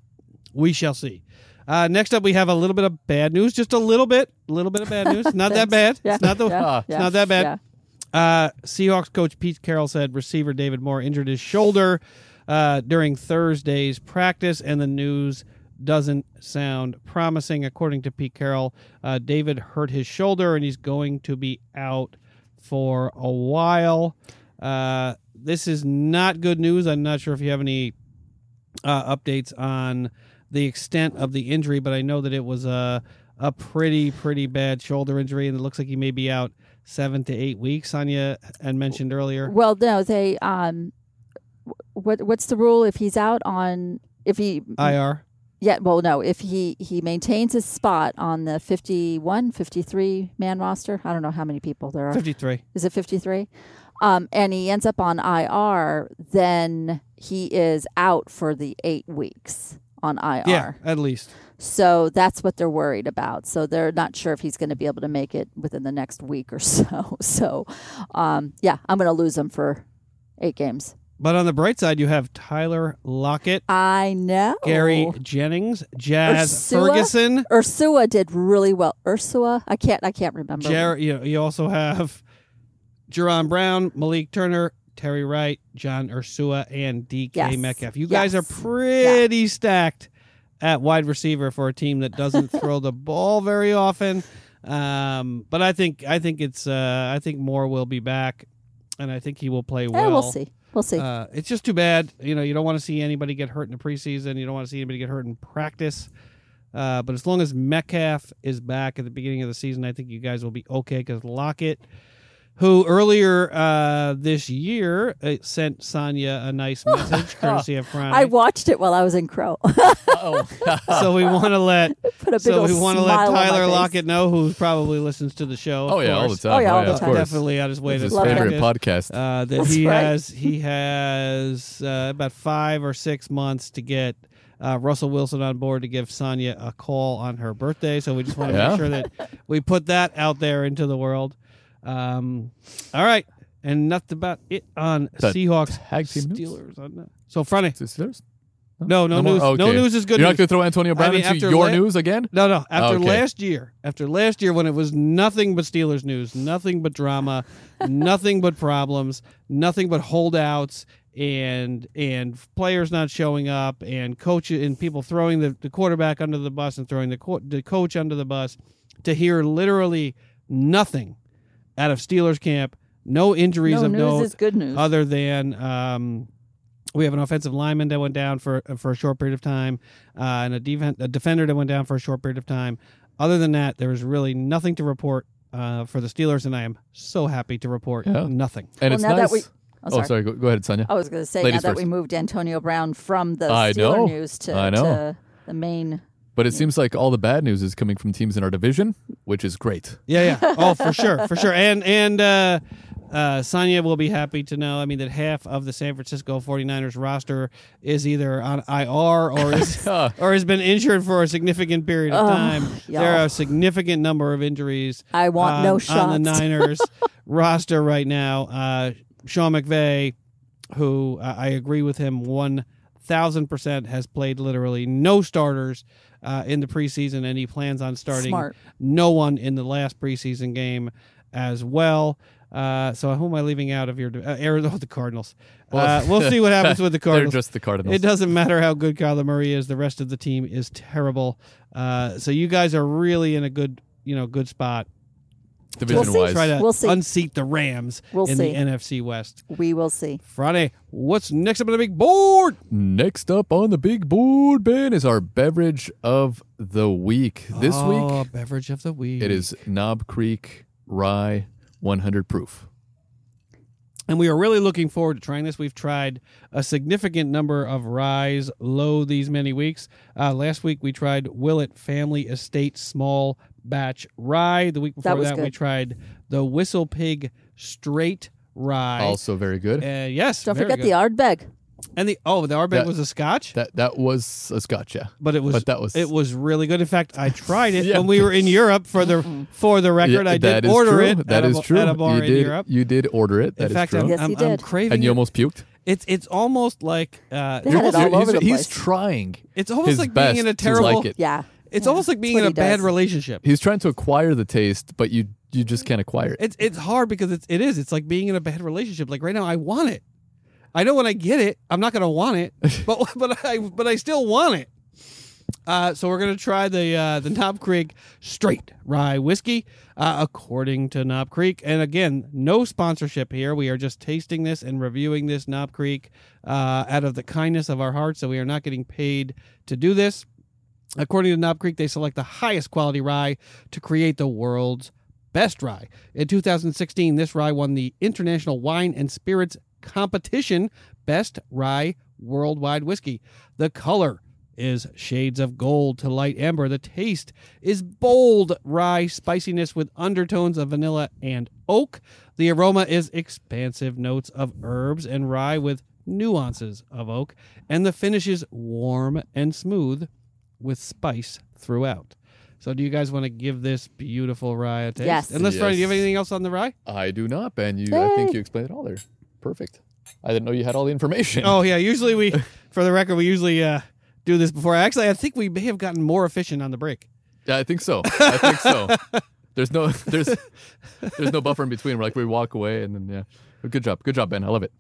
Speaker 2: we shall see. Uh, next up, we have a little bit of bad news. Just a little bit, a little bit of bad news. Not that bad.
Speaker 3: Thanks. Yeah.
Speaker 2: It's not the
Speaker 3: Yeah.
Speaker 1: it's
Speaker 3: Yeah.
Speaker 2: not that bad.
Speaker 3: Yeah.
Speaker 2: uh, Seahawks coach Pete Carroll said receiver David Moore injured his shoulder uh, during Thursday's practice, and the news doesn't sound promising. According to Pete Carroll, uh, David hurt his shoulder and he's going to be out for a while. Uh, this is not good news. I'm not sure if you have any uh, updates on the extent of the injury, but I know that it was a a pretty pretty bad shoulder injury, and it looks like he may be out seven to eight weeks. Anya and mentioned earlier.
Speaker 3: Well, no, they, um, wh- what, what's the rule if he's out on, if he
Speaker 2: IR.
Speaker 3: Yeah, well, no. If he he maintains his spot on the 51, 53 man roster, I don't know how many people there are.
Speaker 2: 53.
Speaker 3: Is it 53? Um, and he ends up on IR, then he is out for the eight weeks on IR.
Speaker 2: Yeah, at least.
Speaker 3: So that's what they're worried about. So they're not sure if he's going to be able to make it within the next week or so. So, um, yeah, I'm going to lose him for eight games.
Speaker 2: But on the bright side, you have Tyler Lockett,
Speaker 3: I know.
Speaker 2: Gary
Speaker 3: Oh.
Speaker 2: Jennings, Jazz
Speaker 3: Ursua?
Speaker 2: Ferguson.
Speaker 3: Ursua did really well. Ursua, I can't, I can't remember.
Speaker 2: Jer- you, you also have Jerron Brown, Malik Turner, Terry Wright, John Ursua, and DK
Speaker 3: Yes.
Speaker 2: Metcalf. You guys
Speaker 3: Yes.
Speaker 2: are pretty stacked at wide receiver for a team that doesn't throw the ball very often. Um, but I think I think it's uh, I think Moore will be back, and I think he will play well.
Speaker 3: Eh, we'll see. We'll see.
Speaker 2: Uh, it's just too bad. You know, you don't want to see anybody get hurt in the preseason. You don't want to see anybody get hurt in practice. Uh, but as long as Metcalf is back at the beginning of the season, I think you guys will be okay because Lockett, who earlier uh, this year uh, sent Sonya a nice message courtesy of Friday.
Speaker 3: I watched it while I was in Crow.
Speaker 1: Oh,
Speaker 2: so we want to let
Speaker 3: Put a big
Speaker 2: so
Speaker 3: old
Speaker 2: we want to let
Speaker 3: smile on my
Speaker 2: Tyler
Speaker 3: face.
Speaker 2: Lockett know who probably listens to the show. of
Speaker 1: oh yeah, all the
Speaker 2: course.
Speaker 1: time.
Speaker 3: Oh, yeah, all the
Speaker 1: of
Speaker 3: time.
Speaker 1: course.
Speaker 2: Definitely on his way
Speaker 1: It's
Speaker 2: to
Speaker 1: his
Speaker 3: Love it.
Speaker 1: favorite
Speaker 2: practice.
Speaker 1: podcast.
Speaker 2: uh, that
Speaker 3: That's
Speaker 2: he
Speaker 3: right.
Speaker 2: has he has uh, about five or six months to get uh, Russell Wilson on board to give Sonya a call on her birthday. So we just want to
Speaker 1: Yeah.
Speaker 2: make sure that we put that out there into the world. Um, all right, and that's about it on
Speaker 1: The
Speaker 2: Seahawks
Speaker 1: tag team news?
Speaker 2: Steelers. On that. So Friday,
Speaker 1: Is this-
Speaker 2: no, no,
Speaker 1: more?
Speaker 2: news. No
Speaker 1: Okay.
Speaker 2: news is good.
Speaker 1: You're
Speaker 2: news.
Speaker 1: not going to throw Antonio Brown
Speaker 2: I mean,
Speaker 1: into
Speaker 2: after
Speaker 1: your
Speaker 2: la-
Speaker 1: news again?
Speaker 2: No, no. After
Speaker 1: Okay.
Speaker 2: last year, after last year when it was nothing but Steelers news, nothing but drama, nothing but problems, nothing but holdouts and and players not showing up and coach and people throwing the, the quarterback under the bus and throwing the, co- the coach under the bus to hear literally nothing out of Steelers camp, no injuries
Speaker 3: No
Speaker 2: of
Speaker 3: news
Speaker 2: note
Speaker 3: is good news.
Speaker 2: other than um, we have an offensive lineman that went down for uh, for a short period of time, uh, and a, defen- a defender that went down for a short period of time. Other than that, there is really nothing to report uh, for the Steelers, and I am so happy to report
Speaker 1: Yeah.
Speaker 2: nothing.
Speaker 1: And
Speaker 3: Well,
Speaker 1: it's
Speaker 3: now
Speaker 1: nice.
Speaker 3: that we-
Speaker 1: oh,
Speaker 3: Oh,
Speaker 1: sorry.
Speaker 3: sorry. Oh.
Speaker 1: Go, go ahead, Sonia.
Speaker 3: I was going to say now
Speaker 1: Ladies
Speaker 3: that
Speaker 1: first.
Speaker 3: we moved Antonio Brown from the
Speaker 1: I
Speaker 3: Steeler
Speaker 1: know.
Speaker 3: news to,
Speaker 1: I know.
Speaker 3: to the main.
Speaker 1: But it seems like all the bad news is coming from teams in our division, which is great.
Speaker 2: Yeah, yeah. Oh, for sure, for sure. And and uh, uh, Sonia will be happy to know. I mean, that half of the San Francisco 49ers roster is either on IR or is
Speaker 1: Ah.
Speaker 2: or has been injured for a significant period of
Speaker 3: Oh,
Speaker 2: time. There
Speaker 3: y'all.
Speaker 2: are a significant number of injuries.
Speaker 3: I want no
Speaker 2: on- on the
Speaker 3: shots.
Speaker 2: Niners roster right now. Uh, Sean McVay, who uh, I agree with him one thousand percent, has played literally no starters uh, in the preseason, and he plans on starting
Speaker 3: Smart.
Speaker 2: no one in the last preseason game as well. Uh, so who am I leaving out of your uh, Arizona? The Cardinals. Uh, we'll see what happens with the Cardinals.
Speaker 1: They're just the Cardinals.
Speaker 2: It doesn't matter how good Kyler Murray is; the rest of the team is terrible. Uh, so you guys are really in a good, you know, good spot.
Speaker 1: Division
Speaker 3: We'll
Speaker 1: wise.
Speaker 3: see.
Speaker 2: Try to
Speaker 3: We'll see.
Speaker 2: unseat the Rams
Speaker 3: We'll
Speaker 2: in
Speaker 3: see.
Speaker 2: the NFC West.
Speaker 3: We will see.
Speaker 2: Friday, what's next up on the big board?
Speaker 1: Next up on the big board, Ben, is our beverage of the week. This
Speaker 2: Oh,
Speaker 1: week,
Speaker 2: beverage of the week.
Speaker 1: it is Knob Creek Rye 100 Proof.
Speaker 2: And we are really looking forward to trying this. We've tried a significant number of rise low these many weeks. Uh, last week we tried Willet Family Estate Small Batch Rye. The week before
Speaker 3: was
Speaker 2: that, we
Speaker 3: good.
Speaker 2: tried the Whistle Pig Straight Rye.
Speaker 1: Also very good.
Speaker 2: Uh, yes,
Speaker 3: Don't
Speaker 2: very
Speaker 3: forget
Speaker 2: good.
Speaker 3: the Ardbeg.
Speaker 2: and the oh the Arbeg
Speaker 1: That-
Speaker 2: was a Scotch,
Speaker 1: That that was a scotch, yeah.
Speaker 2: but it was
Speaker 1: but that was-
Speaker 2: it was really good. In fact, I tried it
Speaker 1: Yeah.
Speaker 2: when we were in Europe for
Speaker 3: Mm-hmm.
Speaker 2: the for the record.
Speaker 1: Yeah,
Speaker 2: I
Speaker 1: that
Speaker 2: did
Speaker 1: is
Speaker 2: order
Speaker 1: true.
Speaker 2: it
Speaker 1: That
Speaker 2: at,
Speaker 1: is
Speaker 2: a,
Speaker 1: true.
Speaker 2: at a bar
Speaker 1: you
Speaker 2: in
Speaker 1: did,
Speaker 2: Europe.
Speaker 1: You did order it.
Speaker 2: in
Speaker 1: That is
Speaker 2: fact,
Speaker 1: true.
Speaker 2: I'm,
Speaker 3: Yes, you
Speaker 2: I'm, I'm
Speaker 3: did.
Speaker 2: craving
Speaker 1: and you
Speaker 2: it.
Speaker 1: almost puked.
Speaker 2: It's it's almost like uh,
Speaker 3: They had it all
Speaker 1: he's,
Speaker 3: over the
Speaker 1: he's
Speaker 3: place.
Speaker 1: trying.
Speaker 2: It's almost
Speaker 1: his
Speaker 2: like being
Speaker 1: best
Speaker 2: in a
Speaker 1: to
Speaker 2: terrible-
Speaker 1: like it.
Speaker 3: Yeah.
Speaker 2: it's
Speaker 3: Yeah.
Speaker 2: almost like
Speaker 3: That's
Speaker 2: being
Speaker 3: what
Speaker 2: in a
Speaker 3: he
Speaker 2: bad
Speaker 3: does.
Speaker 2: relationship.
Speaker 1: He's trying to acquire the taste, but you you just can't acquire it.
Speaker 2: It's it's hard because it's it is. It's like being in a bad relationship. Like right now, I want it. I know when I get it, I'm not gonna want it, but but I but I still want it. Uh, so we're gonna try the uh, the Knob Creek Straight Rye Whiskey, uh, according to Knob Creek. And again, no sponsorship here. We are just tasting this and reviewing this Knob Creek uh, out of the kindness of our hearts. So we are not getting paid to do this. According to Knob Creek, they select the highest quality rye to create the world's best rye. In 2016, this rye won the International Wine and Spirits Competition Best Rye Worldwide Whiskey. The color is shades of gold to light amber. The taste is bold rye spiciness with undertones of vanilla and oak. The aroma is expansive notes of herbs and rye with nuances of oak. And the finish is warm and smooth with spice throughout. So, do you guys want to give this beautiful rye a taste?
Speaker 3: Yes.
Speaker 2: Unless, Friday, do you have
Speaker 1: Yes.
Speaker 2: anything else on the rye?
Speaker 1: I do not, Ben. You, I think you explained it all there. Perfect. I didn't know you had all the information.
Speaker 2: Oh yeah, usually we, for the record, we usually uh, do this before. Actually, I think we may have gotten more efficient on the break.
Speaker 1: Yeah, I think so. I think so. There's no there's there's no buffer in between. We're like we walk away and then yeah. But Good job. Good job, Ben. I love it.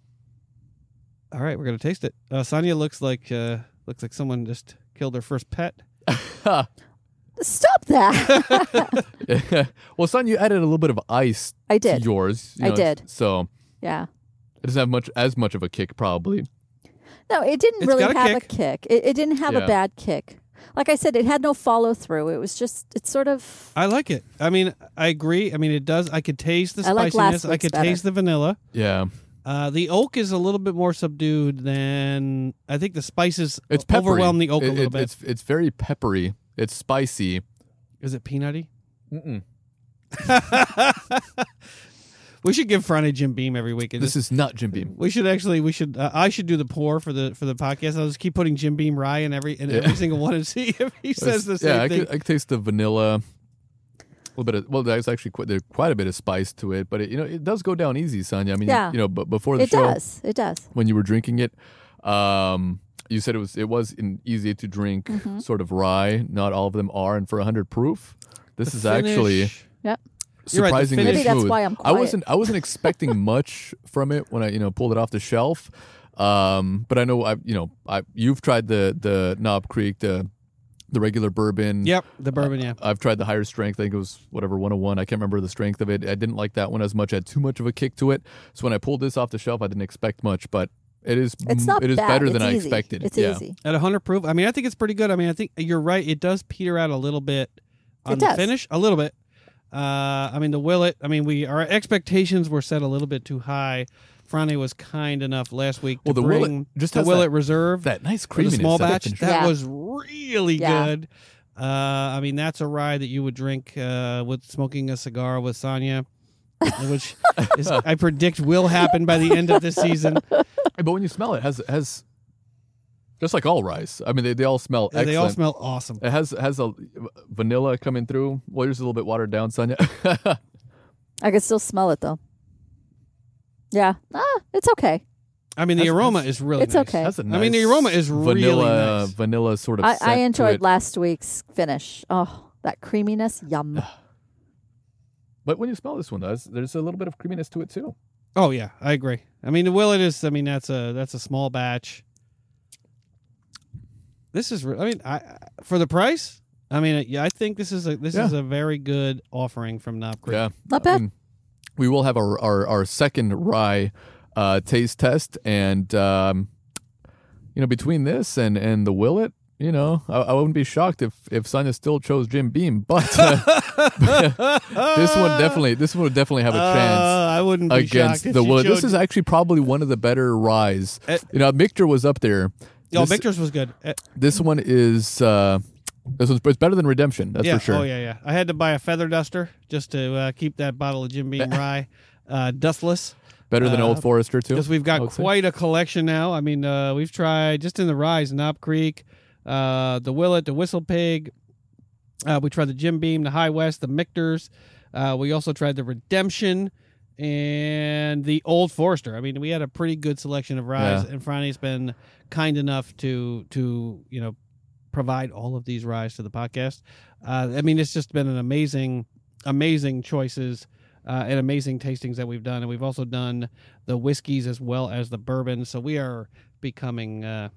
Speaker 2: All right, we're gonna taste it. Uh, Sonia looks like uh, looks like someone just killed their first pet.
Speaker 3: Stop that.
Speaker 1: well, son, you added a little bit of ice
Speaker 3: I
Speaker 1: to
Speaker 3: did.
Speaker 1: yours. you
Speaker 3: I
Speaker 1: know, it's-
Speaker 3: did.
Speaker 1: So
Speaker 3: Yeah.
Speaker 1: it doesn't have much as much of a kick probably.
Speaker 3: No, it didn't
Speaker 2: It's
Speaker 3: really
Speaker 2: got a
Speaker 3: have
Speaker 2: kick.
Speaker 3: a kick. It, it didn't have
Speaker 1: Yeah.
Speaker 3: a bad kick. Like I said, it had no follow through. It was just, it's sort of,
Speaker 2: I like it. I mean, I agree. I mean, it does. I could taste the
Speaker 3: I like
Speaker 2: spiciness.
Speaker 3: last
Speaker 2: I
Speaker 3: week's
Speaker 2: could
Speaker 3: better.
Speaker 2: taste the vanilla.
Speaker 1: Yeah.
Speaker 2: Uh, the oak is a little bit more subdued than I think. The spices
Speaker 1: It's peppery.
Speaker 2: overwhelm the oak
Speaker 1: It-
Speaker 2: a little
Speaker 1: it-
Speaker 2: bit.
Speaker 1: It's it's very peppery. It's spicy.
Speaker 2: Is it peanutty?
Speaker 1: Mm-mm.
Speaker 2: We should give Friday Jim Beam every week. and
Speaker 1: This is not Jim Beam.
Speaker 2: We should actually. We should. Uh, I should do the pour for the for the podcast. I'll just keep putting Jim Beam rye in every in every single one and see if he says the same
Speaker 1: yeah, I
Speaker 2: thing.
Speaker 1: Could, I could taste the vanilla, a little bit of well, there's actually quite, there's quite a bit of spice to it, but it, you know it does go down easy, Sonia. I mean, you-
Speaker 3: Yeah.
Speaker 1: you know, but before the
Speaker 3: It
Speaker 1: show,
Speaker 3: does. It does.
Speaker 1: when you were drinking it, um, you said it was it was an easy to drink
Speaker 3: Mm-hmm.
Speaker 1: sort of rye. Not all of them are, and for 100 proof, this is actually
Speaker 2: Finish.
Speaker 3: Yep.
Speaker 2: You're right, the
Speaker 1: surprisingly
Speaker 2: finish-
Speaker 3: Maybe that's
Speaker 1: smooth.
Speaker 3: why I'm
Speaker 1: I
Speaker 3: quiet.
Speaker 1: wasn't I wasn't expecting much from it when I you know pulled it off the shelf, um, but I know I you know I you've tried the the Knob Creek the the regular bourbon.
Speaker 2: Yep, the bourbon. Yeah,
Speaker 1: I've tried the higher strength. I think it was whatever 101. I can't remember the strength of it. I didn't like that one as much. I had too much of a kick to it. So when I pulled this off the shelf, I didn't expect much, but it is
Speaker 3: It's not
Speaker 1: Mm, it is
Speaker 3: bad.
Speaker 1: better than
Speaker 3: It's
Speaker 1: I
Speaker 3: easy.
Speaker 1: expected.
Speaker 3: It's
Speaker 1: yeah.
Speaker 3: easy.
Speaker 2: at 100 proof. I mean, I think it's pretty good. I mean, I think you're right. It does peter out a little bit on
Speaker 3: It
Speaker 2: the
Speaker 3: does.
Speaker 2: finish, a little bit. Uh, I mean, the Willet. I mean, we our expectations were set a little bit too high. Franny was kind enough last week
Speaker 1: Well,
Speaker 2: to
Speaker 1: the Willet
Speaker 2: bring
Speaker 1: just
Speaker 2: the
Speaker 1: has
Speaker 2: Willet
Speaker 1: that-
Speaker 2: Reserve
Speaker 1: That nice
Speaker 2: for the
Speaker 1: creaminess.
Speaker 2: small
Speaker 1: that
Speaker 2: batch.
Speaker 1: finish.
Speaker 2: That
Speaker 3: Yeah.
Speaker 2: was really
Speaker 3: Yeah.
Speaker 2: good. Uh, I mean, that's a rye that you would drink uh, with smoking a cigar with Sonya. which is, I predict will happen by the end of this season.
Speaker 1: but when you smell it, it has it has just like all rice. I mean, they, they all smell excellent.
Speaker 2: They all smell awesome.
Speaker 1: it has has a vanilla coming through. Well, yours is a little bit watered down, Sonia.
Speaker 3: I could still smell it though. Yeah. Ah, it's okay.
Speaker 2: I mean, the
Speaker 1: That's-
Speaker 2: aroma
Speaker 1: that's-
Speaker 2: is really
Speaker 3: it's
Speaker 2: nice.
Speaker 3: okay.
Speaker 1: That's a nice
Speaker 2: I mean, the aroma is
Speaker 1: vanilla,
Speaker 2: really nice.
Speaker 1: vanilla sort of.
Speaker 3: I,
Speaker 1: set
Speaker 3: I
Speaker 1: to
Speaker 3: enjoyed
Speaker 1: it.
Speaker 3: last week's finish. Oh, that creaminess. Yum.
Speaker 1: Ah, But when you smell this one, there's, there's a little bit of creaminess to it too.
Speaker 2: Oh yeah, I agree. I mean, the Willet is. I mean, that's a that's a small batch. This is. re- I mean, I I- for the price. I mean, yeah, I think this is a this
Speaker 1: Yeah.
Speaker 2: is a very good offering from Knob Creek.
Speaker 1: Yeah,
Speaker 3: Not
Speaker 1: I
Speaker 3: bad.
Speaker 1: mean, we will have our our, our second rye uh, taste test, and um, you know, between this and and the Willet, you know, I, I wouldn't be shocked if if Sonya still chose Jim Beam, but uh, this one definitely this one would definitely have a chance.
Speaker 2: Uh, I wouldn't be
Speaker 1: Against
Speaker 2: shocked if
Speaker 1: the
Speaker 2: she
Speaker 1: Willet, this
Speaker 2: showed-
Speaker 1: is actually probably one of the better ryes.
Speaker 2: Uh,
Speaker 1: you know, Mictor was up there.
Speaker 2: Yo,
Speaker 1: this,
Speaker 2: Victor's was good. Uh,
Speaker 1: this one is uh, this one's it's better than Redemption. That's
Speaker 2: yeah.
Speaker 1: for sure.
Speaker 2: Oh yeah, yeah. I had to buy a feather duster just to uh, keep that bottle of Jim Beam rye uh, dustless.
Speaker 1: Better than
Speaker 2: Uh,
Speaker 1: Old Forester too.
Speaker 2: because we've
Speaker 1: I
Speaker 2: got
Speaker 1: would say.
Speaker 2: quite a collection now. I mean, uh, we've tried just in the rise, Knob Creek, uh, the Willet, the Whistle Pig. Uh, we tried the Jim Beam, the High West, the Mictors. Uh, we also tried the Redemption and the Old Forester. I mean, we had a pretty good selection of ryes, and Franny's been kind enough to to you know provide all of these ryes to the podcast. Uh, I mean, it's just been an amazing, amazing choices uh, and amazing tastings that we've done, and we've also done the whiskeys as well as the bourbon. So we are becoming uh,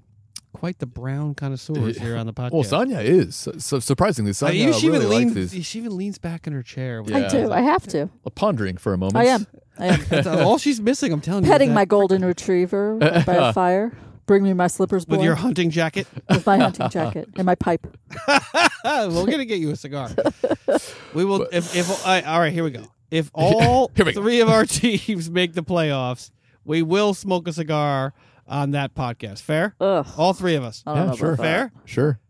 Speaker 2: quite the brown connoisseurs here on the podcast.
Speaker 1: Well, Oh, Sonya is so, surprisingly.
Speaker 2: Uh,
Speaker 1: Sonya
Speaker 2: you- she,
Speaker 1: really
Speaker 2: even
Speaker 1: likes
Speaker 2: leans,
Speaker 1: these.
Speaker 2: she even leans back in her chair. when
Speaker 1: Yeah.
Speaker 3: I
Speaker 2: she does it.
Speaker 3: do. I have to.
Speaker 1: Uh, Pondering for a moment.
Speaker 3: I am. I am.
Speaker 2: That's all she's missing. I'm telling you,
Speaker 3: petting
Speaker 2: is
Speaker 3: my
Speaker 2: that-
Speaker 3: golden retriever by a fire. Bring me my slippers, boy,
Speaker 2: with your hunting jacket.
Speaker 3: with my hunting jacket and my pipe.
Speaker 2: Oh, We're gonna get you a cigar. we will. If, if I, all right, here we go. If all
Speaker 1: Here we go.
Speaker 2: three of our teams make the playoffs, we will smoke a cigar on that podcast. Fair?
Speaker 3: Ugh,
Speaker 2: All three of us.
Speaker 3: I don't
Speaker 1: Yeah,
Speaker 3: know
Speaker 1: sure.
Speaker 3: about that.
Speaker 2: Fair,
Speaker 1: Sure.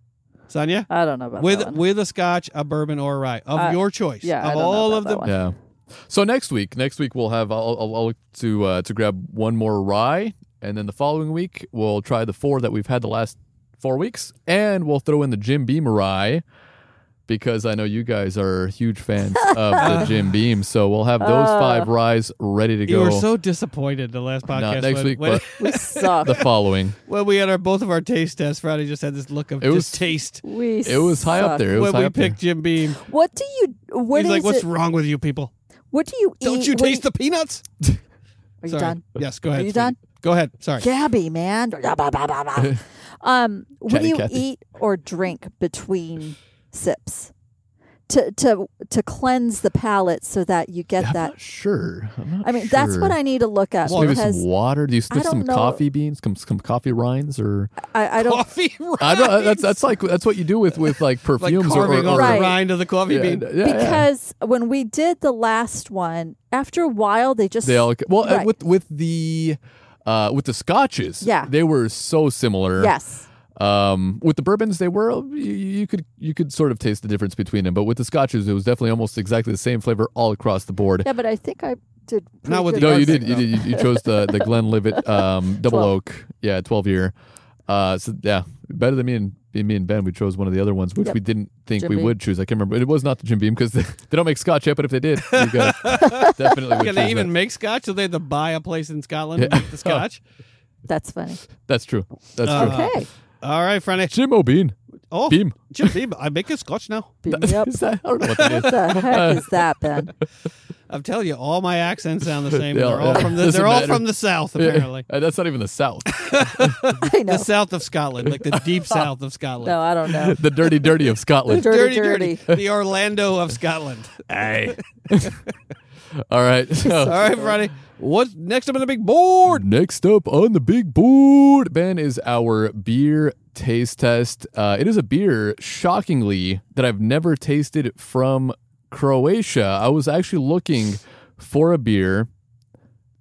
Speaker 2: Sonia.
Speaker 3: I don't know about
Speaker 2: With
Speaker 3: that one.
Speaker 2: with a scotch, a bourbon, or a rye of
Speaker 3: Uh,
Speaker 2: your choice.
Speaker 3: yeah, I
Speaker 2: of
Speaker 3: don't know
Speaker 2: all
Speaker 3: about
Speaker 2: of
Speaker 3: that
Speaker 2: them.
Speaker 3: one.
Speaker 1: Yeah. So next week, next week we'll have I'll, I'll, I'll look to uh, to grab one more rye, and then the following week we'll try the four that we've had the last four weeks, and we'll throw in the Jim Beam rye because I know you guys are huge fans of the Jim Beam. So we'll have those
Speaker 3: Uh,
Speaker 1: five ryes ready to
Speaker 2: You
Speaker 1: go.
Speaker 2: were so disappointed the last podcast.
Speaker 1: not next
Speaker 2: when,
Speaker 1: week,
Speaker 2: when,
Speaker 1: but
Speaker 3: We suck.
Speaker 1: the following.
Speaker 2: when we had our both of our taste tests, Friday just had this look of
Speaker 1: It was-
Speaker 2: distaste
Speaker 3: we
Speaker 1: It was high up
Speaker 3: suck.
Speaker 1: there. It was
Speaker 2: when
Speaker 1: high
Speaker 2: we
Speaker 1: up there.
Speaker 2: picked Jim Beam.
Speaker 3: What do you? What
Speaker 2: He's
Speaker 3: is
Speaker 2: like, "What's
Speaker 3: it? E
Speaker 2: wrong with you people?
Speaker 3: What do you
Speaker 2: Don't
Speaker 3: eat?
Speaker 2: you
Speaker 3: What do
Speaker 2: taste the peanuts?"
Speaker 3: Are you
Speaker 2: Sorry.
Speaker 3: done?
Speaker 2: Yes, go ahead.
Speaker 3: you
Speaker 2: sweetie.
Speaker 3: done?
Speaker 2: Go ahead. Sorry.
Speaker 3: Gabby, man. Blah, blah, blah, blah, blah. um, what
Speaker 1: Chatty
Speaker 3: do you
Speaker 1: Cathy.
Speaker 3: eat or drink between sips to to to cleanse the palate so that you get
Speaker 1: I'm
Speaker 3: that?
Speaker 1: not sure. I'm not
Speaker 3: I mean, that's what
Speaker 1: sure.
Speaker 3: I need to look at
Speaker 1: Just maybe
Speaker 3: because
Speaker 1: some water. Do you sniff
Speaker 3: don't
Speaker 1: some
Speaker 3: know.
Speaker 1: coffee beans, some, some coffee rinds, or
Speaker 3: I, I don't
Speaker 2: Coffee rinds.
Speaker 1: I don't. uh, That's that's like that's what you do with with like
Speaker 2: like
Speaker 1: perfumes or,
Speaker 2: carving
Speaker 1: or,
Speaker 2: off
Speaker 1: or
Speaker 3: Right.
Speaker 2: the rind of the coffee
Speaker 1: yeah,
Speaker 2: bean.
Speaker 1: yeah, yeah.
Speaker 3: because when we did the last one, after a while they just
Speaker 1: they all well uh
Speaker 3: Right.
Speaker 1: with with the uh with the scotches.
Speaker 3: Yeah.
Speaker 1: they were so similar.
Speaker 3: yes,
Speaker 1: Um, with the bourbons, they were you, you could you could sort of taste the difference between them, but with the scotches, it was definitely almost exactly the same flavor all across the board.
Speaker 3: yeah. But I think I did.
Speaker 2: with
Speaker 3: pretty good
Speaker 2: the
Speaker 1: No, you
Speaker 2: Classic,
Speaker 1: did. You,
Speaker 2: though.
Speaker 1: did. You, you chose the the Glenlivet um, double
Speaker 3: Twelve.
Speaker 1: oak. Yeah, twelve year. Uh, so yeah, better than me in me and Ben, we chose one of the other ones, which
Speaker 3: Yep.
Speaker 1: we didn't think
Speaker 3: Jim
Speaker 1: we
Speaker 3: Beam.
Speaker 1: would choose. I can't remember. It was not the Jim Beam because they, they don't make scotch yet. But if they did, we guys definitely would
Speaker 2: Can
Speaker 1: choose
Speaker 2: they even
Speaker 1: that.
Speaker 2: make scotch? Do they have to buy a place in Scotland to make the scotch?
Speaker 3: That's funny.
Speaker 1: That's true. That's true.
Speaker 3: Okay.
Speaker 2: All right, Franny.
Speaker 1: Jim O'Bean.
Speaker 2: Oh,
Speaker 1: Beam.
Speaker 2: Jim Beam. I make a scotch now.
Speaker 3: Beam me up.
Speaker 1: Is that, I don't know what that is.
Speaker 3: What the heck is that, Ben?
Speaker 2: I'm telling you, all my accents sound the same.
Speaker 1: Yeah,
Speaker 2: they're all
Speaker 1: yeah.
Speaker 2: from the,
Speaker 1: Doesn't
Speaker 2: they're all
Speaker 1: matter.
Speaker 2: from the south,
Speaker 1: Yeah.
Speaker 2: apparently.
Speaker 1: Uh, That's not even the South.
Speaker 3: I know.
Speaker 2: The south of Scotland, like the deep south of Scotland.
Speaker 3: Oh. No, I don't know.
Speaker 1: the dirty, dirty of Scotland.
Speaker 3: Dirty, dirty.
Speaker 2: The Orlando of Scotland.
Speaker 1: Aye. All right.
Speaker 2: All
Speaker 1: So
Speaker 2: right, Friday. What's next up on the big board?
Speaker 1: next up on the big board, Ben, is our beer taste test. Uh, it is a beer, shockingly, that I've never tasted from Croatia. I was actually looking for a beer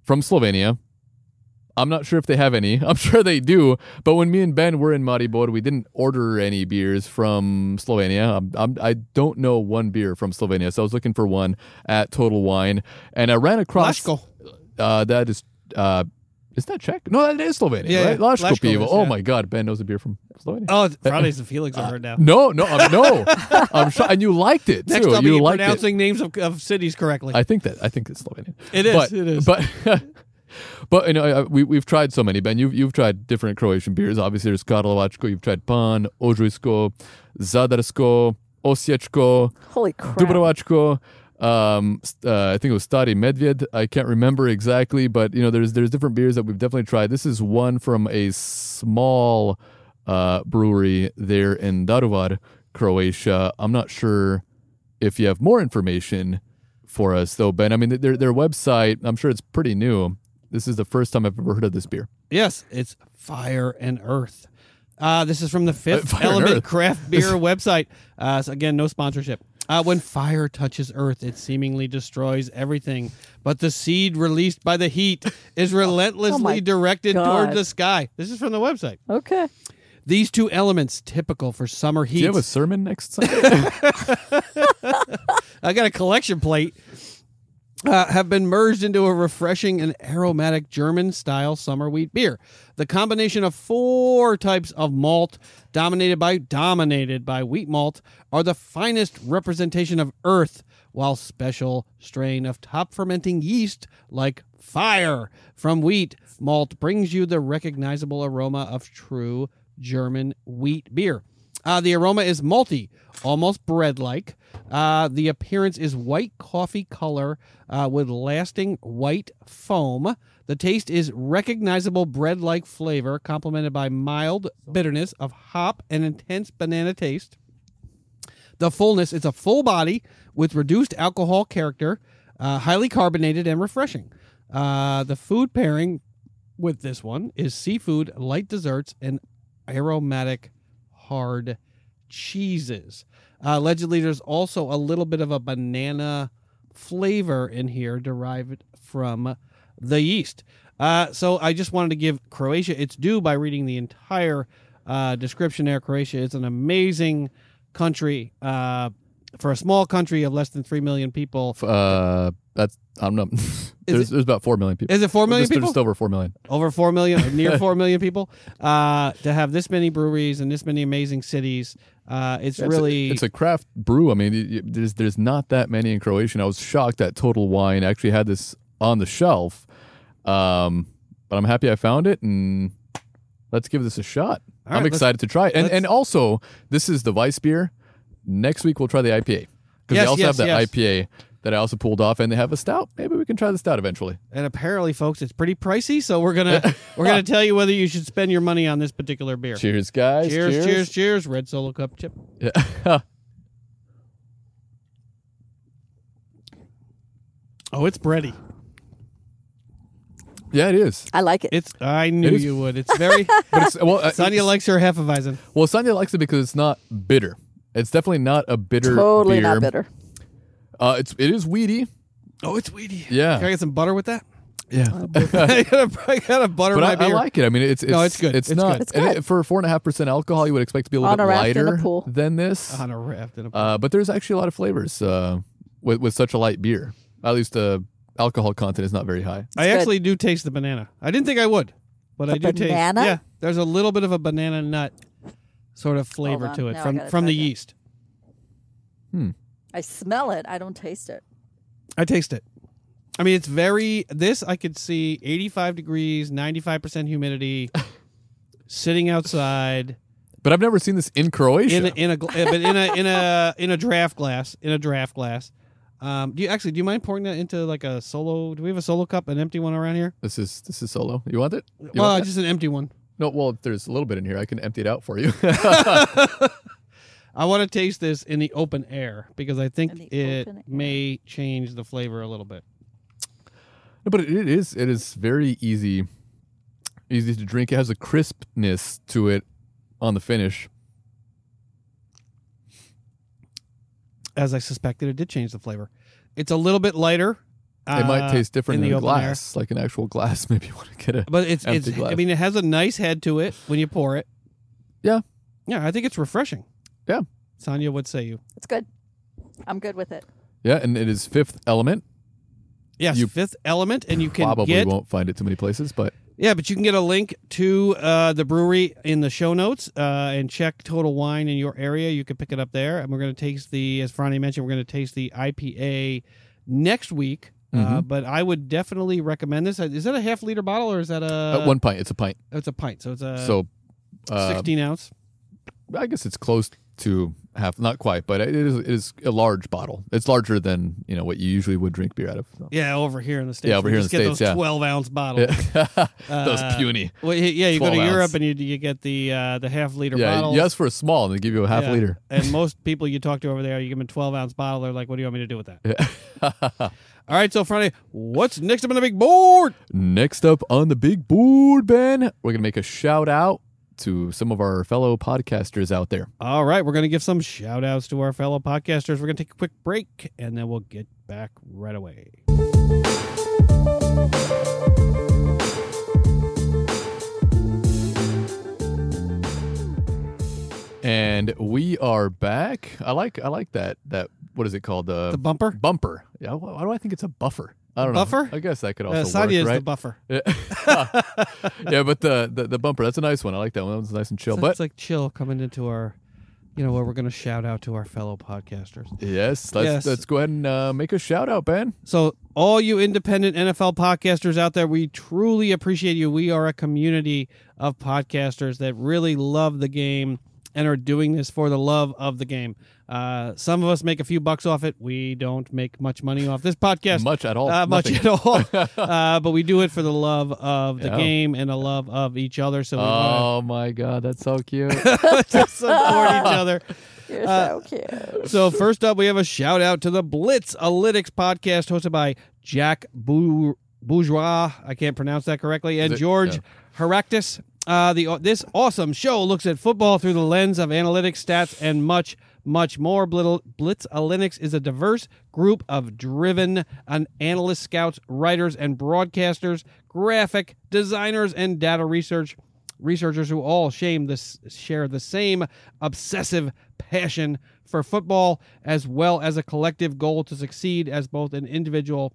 Speaker 1: from Slovenia. I'm not sure if they have any. I'm sure they do. But when me and Ben were in Maribor, we didn't order any beers from Slovenia. I'm, I'm, I don't know one beer from Slovenia. So I was looking for one at Total Wine. And I ran across.
Speaker 2: Laško.
Speaker 1: Uh, that is. Uh, is that Czech? No, that is Slovenia,
Speaker 2: Yeah,
Speaker 1: right?
Speaker 2: yeah.
Speaker 1: Laško
Speaker 2: Laško
Speaker 1: pivo.
Speaker 2: is,
Speaker 1: Oh
Speaker 2: yeah.
Speaker 1: my God, Ben knows a beer from Slovenia.
Speaker 2: Oh, Friday's and Felix are heard now.
Speaker 1: No, no, I'm, no. I'm sure. And you liked it
Speaker 2: Next
Speaker 1: too.
Speaker 2: up,
Speaker 1: you
Speaker 2: you
Speaker 1: liked it.
Speaker 2: pronouncing names of, of cities correctly.
Speaker 1: I think that I think it's Slovenian.
Speaker 2: It is,
Speaker 1: But,
Speaker 2: it is.
Speaker 1: But but you know I- I- we we've tried so many. Ben, you've you've tried different Croatian beers. Obviously, there's Karlovačko. You've tried Pan, Ojujsko, Zadarsko, Osječko,
Speaker 3: Holy crap.
Speaker 1: Dubrovačko. Um, st- uh, I think it was Stari Medved. I can't remember exactly, but you know, there's there's different beers that we've definitely tried. This is one from a small uh, brewery there in Daruvar, Croatia. I'm not sure if you have more information for us, though, Ben. I mean, their their website. I'm sure it's pretty new. This is the first time I've ever heard of this beer.
Speaker 2: Yes, it's Fire and Earth. Uh, this is from the Fifth
Speaker 1: Fire and
Speaker 2: Element
Speaker 1: Earth.
Speaker 2: Craft Beer website. Uh, so again, no sponsorship. Uh, when fire touches Earth, it seemingly destroys everything. But the seed released by the heat is
Speaker 1: Oh
Speaker 2: relentlessly directed
Speaker 3: God.
Speaker 2: toward the sky. This is from the website.
Speaker 3: Okay.
Speaker 2: These two elements, typical for summer
Speaker 1: Do
Speaker 2: heat.
Speaker 1: you have a sermon next Sunday?
Speaker 2: I got a collection plate. Uh, have been merged into a refreshing and aromatic German style summer wheat beer. The combination of four types of malt, dominated by dominated by wheat malt, are the finest representation of earth, while special strain of top fermenting yeast like fire from wheat malt brings you the recognizable aroma of true German wheat beer. Uh, the aroma is malty, almost bread like. Uh, the appearance is white coffee color uh, with lasting white foam. The taste is recognizable bread like flavor, complemented by mild bitterness of hop and intense banana taste. The fullness is a full body with reduced alcohol character, uh, highly carbonated and refreshing. Uh, the food pairing with this one is seafood, light desserts, and aromatic hard cheeses. Uh, allegedly, there's also a little bit of a banana flavor in here derived from the yeast. Uh, so I just wanted to give Croatia its due by reading the entire uh, description there. Croatia is an amazing country. Uh, for a small country of less than 3 million people.
Speaker 1: uh, that's I don't know. there's, there's about four million people.
Speaker 2: Is it 4 million
Speaker 1: Just-
Speaker 2: people?
Speaker 1: Just over four million.
Speaker 2: over 4 million near 4 million people uh, to have this many breweries and this many amazing cities uh, it's
Speaker 1: It's a-
Speaker 2: really
Speaker 1: it's a craft brew. I mean, y y- there's there's not that many in Croatia. and I was shocked that Total Wine actually had this on the shelf, um, but I'm happy I found it and let's give this a shot.
Speaker 2: right,
Speaker 1: I'm
Speaker 2: let's-
Speaker 1: excited to try it, and
Speaker 2: let's-
Speaker 1: and also this is the Vice beer. Next week we'll try the IPA because
Speaker 2: Yes,
Speaker 1: they also
Speaker 2: yes,
Speaker 1: have that
Speaker 2: yes.
Speaker 1: IPA that I also pulled off, and they have a stout. Maybe we can try the stout eventually.
Speaker 2: and apparently folks it's pretty pricey so we're gonna we're gonna tell you whether you should spend your money on this particular beer
Speaker 1: Cheers, guys!
Speaker 2: cheers cheers, cheers, red solo cup chip
Speaker 1: Yeah.
Speaker 2: oh it's bready
Speaker 1: yeah, it is.
Speaker 3: I like it.
Speaker 2: it's i knew
Speaker 1: It is-
Speaker 2: you would it's very
Speaker 1: But it's, well, uh,
Speaker 2: sonia likes her hefeweizen
Speaker 1: well, Sonia likes it because it's not bitter. It's definitely not a bitter
Speaker 3: totally
Speaker 1: beer.
Speaker 3: not bitter.
Speaker 1: Uh, it's it is weedy.
Speaker 2: oh it's weedy
Speaker 1: Yeah.
Speaker 2: can i get some butter with that
Speaker 1: Yeah,
Speaker 2: i gotta, I gotta butter
Speaker 1: but
Speaker 2: my
Speaker 1: I,
Speaker 2: beer
Speaker 1: I like it. I mean, it's it's,
Speaker 2: No, it's good.
Speaker 1: It's,
Speaker 2: It's
Speaker 1: not
Speaker 2: good.
Speaker 3: It's
Speaker 1: and
Speaker 3: good.
Speaker 1: it- for four and a half percent alcohol. You would expect it to be a little
Speaker 3: On
Speaker 1: bit
Speaker 3: a raft in a
Speaker 1: lighter
Speaker 3: pool.
Speaker 1: than this.
Speaker 2: on a raft in a
Speaker 1: Uh, but there's actually a lot of flavors uh, with with such a light beer. At least the alcohol content is not very high.
Speaker 2: I
Speaker 3: good.
Speaker 2: actually do taste the banana. I didn't think I would, but I do taste.
Speaker 3: banana?
Speaker 2: Yeah, there's a little bit of a banana nut sort of flavor
Speaker 3: on,
Speaker 2: to it
Speaker 3: now I
Speaker 2: from
Speaker 3: gotta
Speaker 2: from the
Speaker 3: check it.
Speaker 2: yeast.
Speaker 3: I smell it. I don't taste it.
Speaker 2: I taste it. I mean, it's very this. I could see eighty-five degrees, ninety-five percent humidity, sitting outside
Speaker 1: But I've never seen this in Croatia.
Speaker 2: in a, in a gla- but in a in a in a draft glass in a draft glass. Um, do you actually do you mind pouring that into like a solo? Do we have a solo cup, an empty one around here?
Speaker 1: this is this is solo. You want it? You
Speaker 2: well,
Speaker 1: want that?
Speaker 2: just an empty one.
Speaker 1: no. Well, if there's a little bit in here. I can empty it out for you.
Speaker 2: I want to taste this in the open air because I
Speaker 3: In the
Speaker 2: think it
Speaker 3: open air.
Speaker 2: may change the flavor a little bit.
Speaker 1: No, but it is it is very easy easy to drink. It has a crispness to it on the finish.
Speaker 2: As I suspected, it did change the flavor. It's a little bit lighter.
Speaker 1: it might
Speaker 2: uh,
Speaker 1: taste different in,
Speaker 2: the
Speaker 1: a
Speaker 2: open air.
Speaker 1: glass, like an actual glass. Maybe you want to get it.
Speaker 2: But it's
Speaker 1: Empty
Speaker 2: it's I
Speaker 1: glass.
Speaker 2: mean it has a nice head to it when you pour it.
Speaker 1: Yeah.
Speaker 2: Yeah, I think it's refreshing.
Speaker 1: Yeah.
Speaker 2: Sonia, what say you?
Speaker 3: It's good. I'm good with it.
Speaker 1: Yeah, and it is fifth element.
Speaker 2: Yes,
Speaker 1: You
Speaker 2: fifth element and you can
Speaker 1: Probably
Speaker 2: get
Speaker 1: won't find it too many places, but
Speaker 2: Yeah, but you can get a link to uh, the brewery in the show notes uh, and check Total Wine in your area. You can pick it up there. And we're going to taste the, as Franny mentioned, we're going to taste the IPA next week.
Speaker 1: Mm-hmm.
Speaker 2: Uh, but I would definitely recommend this. Is that a half liter bottle or is that a?
Speaker 1: uh, one pint. It's a pint.
Speaker 2: It's a pint. So it's a
Speaker 1: so uh,
Speaker 2: 16 ounce.
Speaker 1: I guess it's close to half, not quite, but it is it is a large bottle. It's larger than you know what you usually would drink beer out of. so.
Speaker 2: Yeah, over here in the States.
Speaker 1: Yeah, over
Speaker 2: we
Speaker 1: here in
Speaker 2: just
Speaker 1: the
Speaker 2: get
Speaker 1: States,
Speaker 2: those
Speaker 1: yeah.
Speaker 2: 12 ounce bottles.
Speaker 1: Yeah.
Speaker 2: Uh,
Speaker 1: Those puny.
Speaker 2: Well, y- yeah, you go to
Speaker 1: 12 ounce.
Speaker 2: Europe and you, you get the uh, the half liter
Speaker 1: Yeah,
Speaker 2: bottles.
Speaker 1: yes for a small, and they give you a half
Speaker 2: Yeah.
Speaker 1: liter.
Speaker 2: And most people you talk to over there, you give them a 12 ounce bottle. They're like, what do you want me to do with that? All right, so Friday, what's next up on the big board?
Speaker 1: Next up on the big board, Ben, we're going to make a shout out to some of our fellow podcasters out there.
Speaker 2: All right, we're going to give some shout outs to our fellow podcasters. We're going to take a quick break and then we'll get back right away.
Speaker 1: And we are back. I like I like that that what is it called the,
Speaker 2: The bumper?
Speaker 1: bumper. Yeah, wh- why do I think it's a buffer? I don't
Speaker 2: Buffer?
Speaker 1: know. I guess that could also
Speaker 2: Uh, Sadia
Speaker 1: work,
Speaker 2: is the
Speaker 1: right?
Speaker 2: buffer.
Speaker 1: yeah, but the, the the bumper, that's a nice one. I like that one. That one's nice and chill.
Speaker 2: So
Speaker 1: but
Speaker 2: it's like chill coming into our, you know, where we're going to shout out to our fellow podcasters.
Speaker 1: yes, let's
Speaker 2: Yes.
Speaker 1: let's go ahead and uh, make a shout out, Ben.
Speaker 2: So, all you independent NFL podcasters out there, we truly appreciate you. We are a community of podcasters that really love the game and are doing this for the love of the game. Uh, some of us make a few bucks off it. We don't make much money off this podcast.
Speaker 1: Much at all.
Speaker 2: Uh, much
Speaker 1: Nothing.
Speaker 2: at all. uh, but we do it for the love of the
Speaker 1: Yeah.
Speaker 2: game and the love of each other. So we want
Speaker 1: Oh my god, that's so cute.
Speaker 2: to support each other.
Speaker 3: You're
Speaker 1: Uh,
Speaker 3: so cute.
Speaker 2: So first up, we have a shout out to the Blitz Analytics podcast hosted by Jack Bou- Bourgeois. I can't pronounce that correctly, and
Speaker 1: it?
Speaker 2: George
Speaker 1: Yeah.
Speaker 2: Heractus. Uh, the this awesome show looks at football through the lens of analytics, stats, and much, much more. Blitz Blitz Analytics is a diverse group of driven an analysts, scouts, writers, and broadcasters, graphic designers, and data research researchers who all shame this, share the same obsessive passion for football as well as a collective goal to succeed as both an individual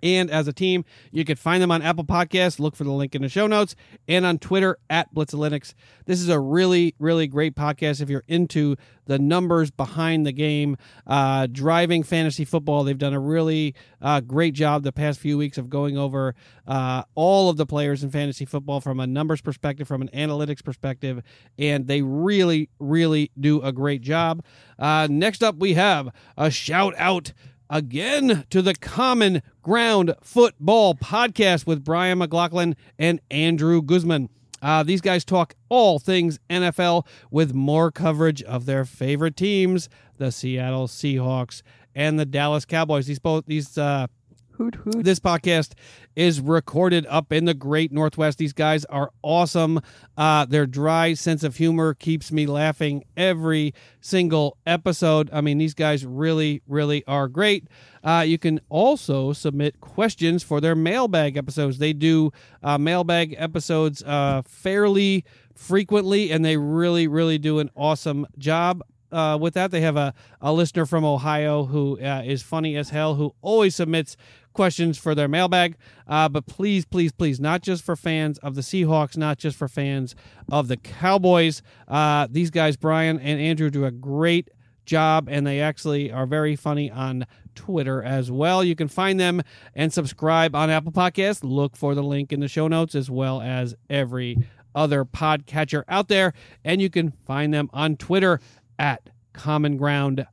Speaker 2: and as a team. You can find them on Apple Podcasts. Look for the link in the show notes and on Twitter at Blitzalytics. This is a really, really great podcast if you're into the numbers behind the game, uh, driving fantasy football. They've done a really uh, great job the past few weeks of going over uh, all of the players in fantasy football from a numbers perspective, from an analytics perspective, and they really, really do a great job. Uh, next up, we have a shout out again to the Common Ground Football Podcast with Brian McLaughlin and Andrew Guzman. Uh, these guys talk all things NFL with more coverage of their favorite teams, the Seattle Seahawks and the Dallas Cowboys. These both these uh,
Speaker 3: Hoot hoot.
Speaker 2: this podcast is recorded up in the great Northwest. These guys are awesome. Uh, their dry sense of humor keeps me laughing every single episode. I mean, these guys really, really are great. Uh, you can also submit questions for their mailbag episodes. They do uh, mailbag episodes uh, fairly frequently, and they really, really do an awesome job uh, with that, they have a, a listener from Ohio who uh, is funny as hell, who always submits questions for their mailbag. Uh, but please, please, please, not just for fans of the Seahawks, not just for fans of the Cowboys. Uh, these guys, Brian and Andrew, do a great job and they actually are very funny on Twitter as well. You can find them and subscribe on Apple Podcasts. Look for the link in the show notes as well as every other podcatcher out there. And you can find them on Twitter at Common Ground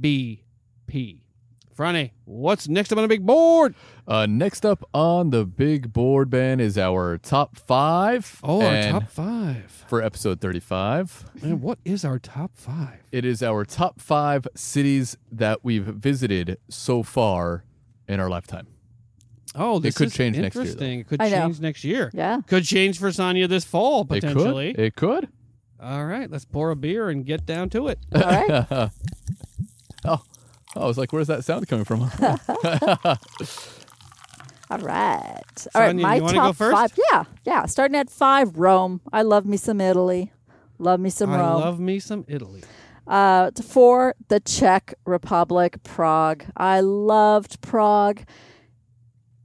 Speaker 2: FBP. Friday, what's next up on the big board?
Speaker 1: Uh, next up on the big board, Ben, is our top five.
Speaker 2: Oh,
Speaker 1: And
Speaker 2: our top five.
Speaker 1: for episode 35.
Speaker 2: Man, what is our top five?
Speaker 1: It is our top five cities that we've visited so far in our lifetime.
Speaker 2: Oh, this
Speaker 1: could
Speaker 2: is
Speaker 1: change next year, though.
Speaker 2: interesting. It could
Speaker 3: I know.
Speaker 2: change next year.
Speaker 3: Yeah.
Speaker 2: Could change for Sonya this fall
Speaker 1: It
Speaker 2: potentially.
Speaker 1: could. It could.
Speaker 2: All right, let's pour a beer and get down to it.
Speaker 3: All right.
Speaker 1: Oh, I was like, where's that sound coming from?
Speaker 3: All right. All right.
Speaker 2: Sonia,
Speaker 3: My
Speaker 2: you wanna go
Speaker 3: top
Speaker 2: first?
Speaker 3: five. Yeah. Yeah. Starting at five, Rome. I love me some Italy. Love me some
Speaker 2: I
Speaker 3: Rome.
Speaker 2: love me some Italy.
Speaker 3: uh, t- for the Czech Republic, Prague. I loved Prague.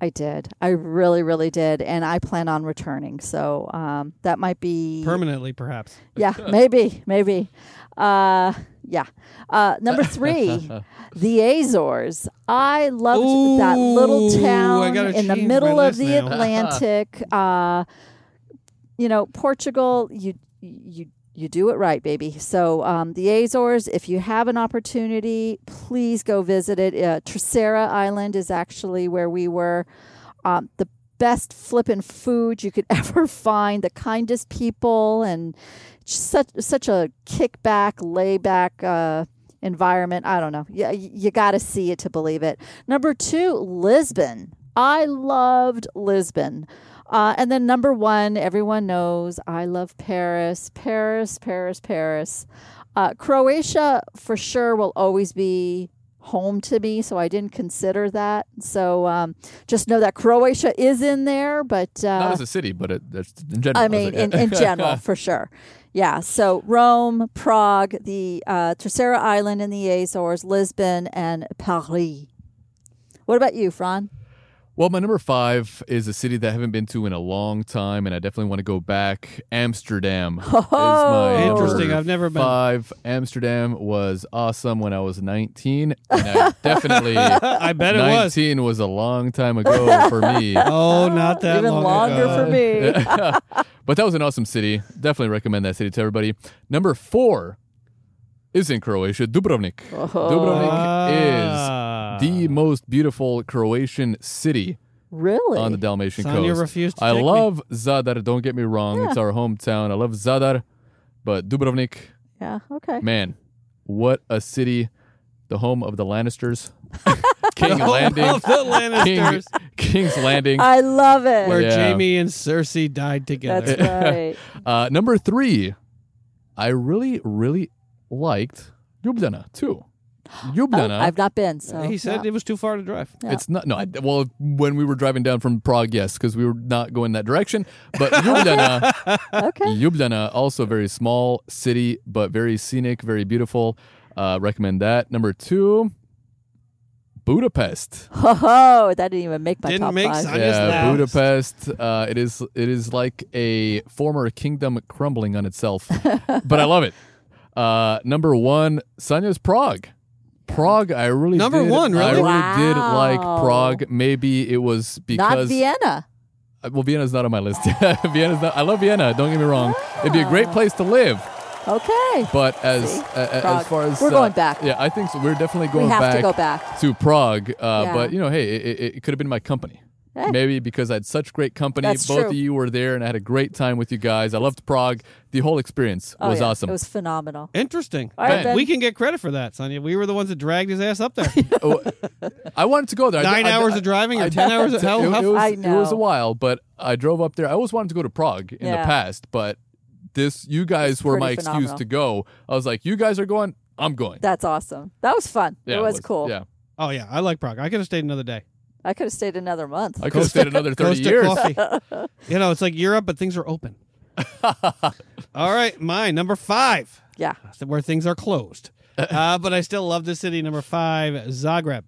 Speaker 3: I did. I really, really did. And I plan on returning. So um, that might be
Speaker 2: Permanently, perhaps.
Speaker 3: Yeah, maybe, maybe. Uh, yeah. Uh, number three, the Azores. I loved that little
Speaker 2: Ooh, I
Speaker 3: town
Speaker 2: gotta
Speaker 3: in the
Speaker 2: change my
Speaker 3: middle of
Speaker 2: list
Speaker 3: the
Speaker 2: now.
Speaker 3: Atlantic. uh, you know, Portugal. You you you do it right, baby. So um, the Azores. If you have an opportunity, please go visit it. Uh, Terceira Island is actually where we were. Um, the best flippin' food you could ever find. The kindest people and such such a kickback, layback uh, environment. I don't know. You, you got to see it to believe it. Number two, Lisbon. I loved Lisbon. Uh, and then number one, everyone knows I love Paris, Paris, Paris, Paris. Uh, Croatia for sure will always be home to me, so I didn't consider that. So um, just know that Croatia is in there, but uh,
Speaker 1: Not as a city, but it, that's in general.
Speaker 3: I
Speaker 1: is
Speaker 3: mean,
Speaker 1: it?
Speaker 3: in, in general, for sure. Yeah. So Rome, Prague, the uh, Terceira Island in the Azores, Lisbon, and Paris. What about you, Fran?
Speaker 1: Well, my number five is a city that I haven't been to in a long time, and I definitely want to go back. Amsterdam is my number
Speaker 2: Oh, Interesting, I've never been.
Speaker 1: Five. Amsterdam was awesome when I was 19, and I definitely.
Speaker 2: I bet it was.
Speaker 1: 19 was. a long time ago for me.
Speaker 2: Oh, not that
Speaker 3: Even
Speaker 2: long
Speaker 3: longer
Speaker 2: ago.
Speaker 3: for me.
Speaker 1: But that was an awesome city. Definitely recommend that city to everybody. Number four is in Croatia, Dubrovnik. Dubrovnik
Speaker 2: Oh. Ah.
Speaker 1: is the most beautiful Croatian city
Speaker 3: really?
Speaker 1: on the Dalmatian
Speaker 2: Sonia
Speaker 1: coast.
Speaker 2: refused to
Speaker 1: I
Speaker 2: take me.
Speaker 1: love Zadar. Don't get me wrong; it's our hometown. I love Zadar, but Dubrovnik,
Speaker 3: yeah. Okay.
Speaker 1: man, what a city! The home of the Lannisters, King Landing,
Speaker 2: Of the
Speaker 1: King,
Speaker 2: Lannisters, Uh,
Speaker 1: King's Landing.
Speaker 3: I love it.
Speaker 2: where
Speaker 1: Yeah.
Speaker 2: Jamie and Cersei died together.
Speaker 3: That's right.
Speaker 1: Uh, number three, I really, really liked Ljubljana
Speaker 2: Oh,
Speaker 1: too. Ljubljana.
Speaker 3: Oh, I've not been. So
Speaker 2: he said
Speaker 3: yeah.
Speaker 2: it was too far to drive.
Speaker 1: It's not no. I, well, when we were driving down from Prague, yes, because we were not going that direction. But Ljubljana,
Speaker 3: okay.
Speaker 1: Ljubljana, also a very small city, but very scenic, very beautiful. Uh, recommend that. Number two, Budapest.
Speaker 3: Ho ho! That didn't even make my
Speaker 2: Didn't
Speaker 3: top
Speaker 2: make
Speaker 3: five.
Speaker 2: sense. I just laughed.
Speaker 1: Budapest. Uh, it is it is like a former kingdom crumbling on itself, but I love it. Uh, number one, Sonia's Prague. Prague, I really
Speaker 2: Number
Speaker 1: did-
Speaker 2: one,
Speaker 1: I
Speaker 2: really?
Speaker 1: really did like
Speaker 3: Wow.
Speaker 1: Prague. Maybe it was
Speaker 3: Not
Speaker 1: because
Speaker 3: Vienna.
Speaker 1: Uh, well, Vienna's not on my list. Vienna's not. I love Vienna. Don't get me wrong. It'd be a great place to live,
Speaker 3: Okay.
Speaker 1: but as
Speaker 3: See?
Speaker 1: uh, as
Speaker 3: Prague.
Speaker 1: far as
Speaker 3: We're
Speaker 1: uh,
Speaker 3: going back.
Speaker 1: yeah, I think so. We're definitely
Speaker 3: We
Speaker 1: going
Speaker 3: have
Speaker 1: back
Speaker 3: to go back.
Speaker 1: to Prague. Uh,
Speaker 3: Yeah.
Speaker 1: But you know, hey, it, it, it could have been my company.
Speaker 3: Hey.
Speaker 1: Maybe because I had such great company.
Speaker 3: That's
Speaker 1: Both
Speaker 3: true.
Speaker 1: of you were there, and I had a great time with you guys. I loved Prague. The whole experience
Speaker 3: Oh,
Speaker 1: was
Speaker 3: yeah.
Speaker 1: awesome.
Speaker 3: It was phenomenal.
Speaker 2: Interesting.
Speaker 3: All
Speaker 1: Ben.
Speaker 3: right, Ben.
Speaker 2: We can get credit for that, Sonia. We were the ones that dragged his ass up there.
Speaker 1: Oh, I wanted to go there. I-
Speaker 2: Nine
Speaker 1: I- I-
Speaker 2: hours of driving or ten hours of
Speaker 1: It-
Speaker 2: how,
Speaker 1: it,
Speaker 2: how
Speaker 1: was,
Speaker 3: I
Speaker 1: it was a
Speaker 3: know.
Speaker 1: while, but I drove up there. I always wanted to go to Prague in the
Speaker 3: Yeah.
Speaker 1: past, but this you guys were
Speaker 3: pretty
Speaker 1: my excuse
Speaker 3: phenomenal.
Speaker 1: to go. I was like, you guys are going, I'm going.
Speaker 3: That's awesome. That was fun.
Speaker 1: Yeah,
Speaker 3: it was cool.
Speaker 1: Yeah,
Speaker 2: Oh yeah, I like Prague. I could have stayed another day.
Speaker 3: I could have stayed another month.
Speaker 1: I could have stayed another thirty
Speaker 2: Costa
Speaker 1: years.
Speaker 2: Coffee. you know, it's like Europe, but things are open. All right, mine number five,
Speaker 3: yeah.
Speaker 2: where things are closed, uh, but I still love the city. Number five, Zagreb.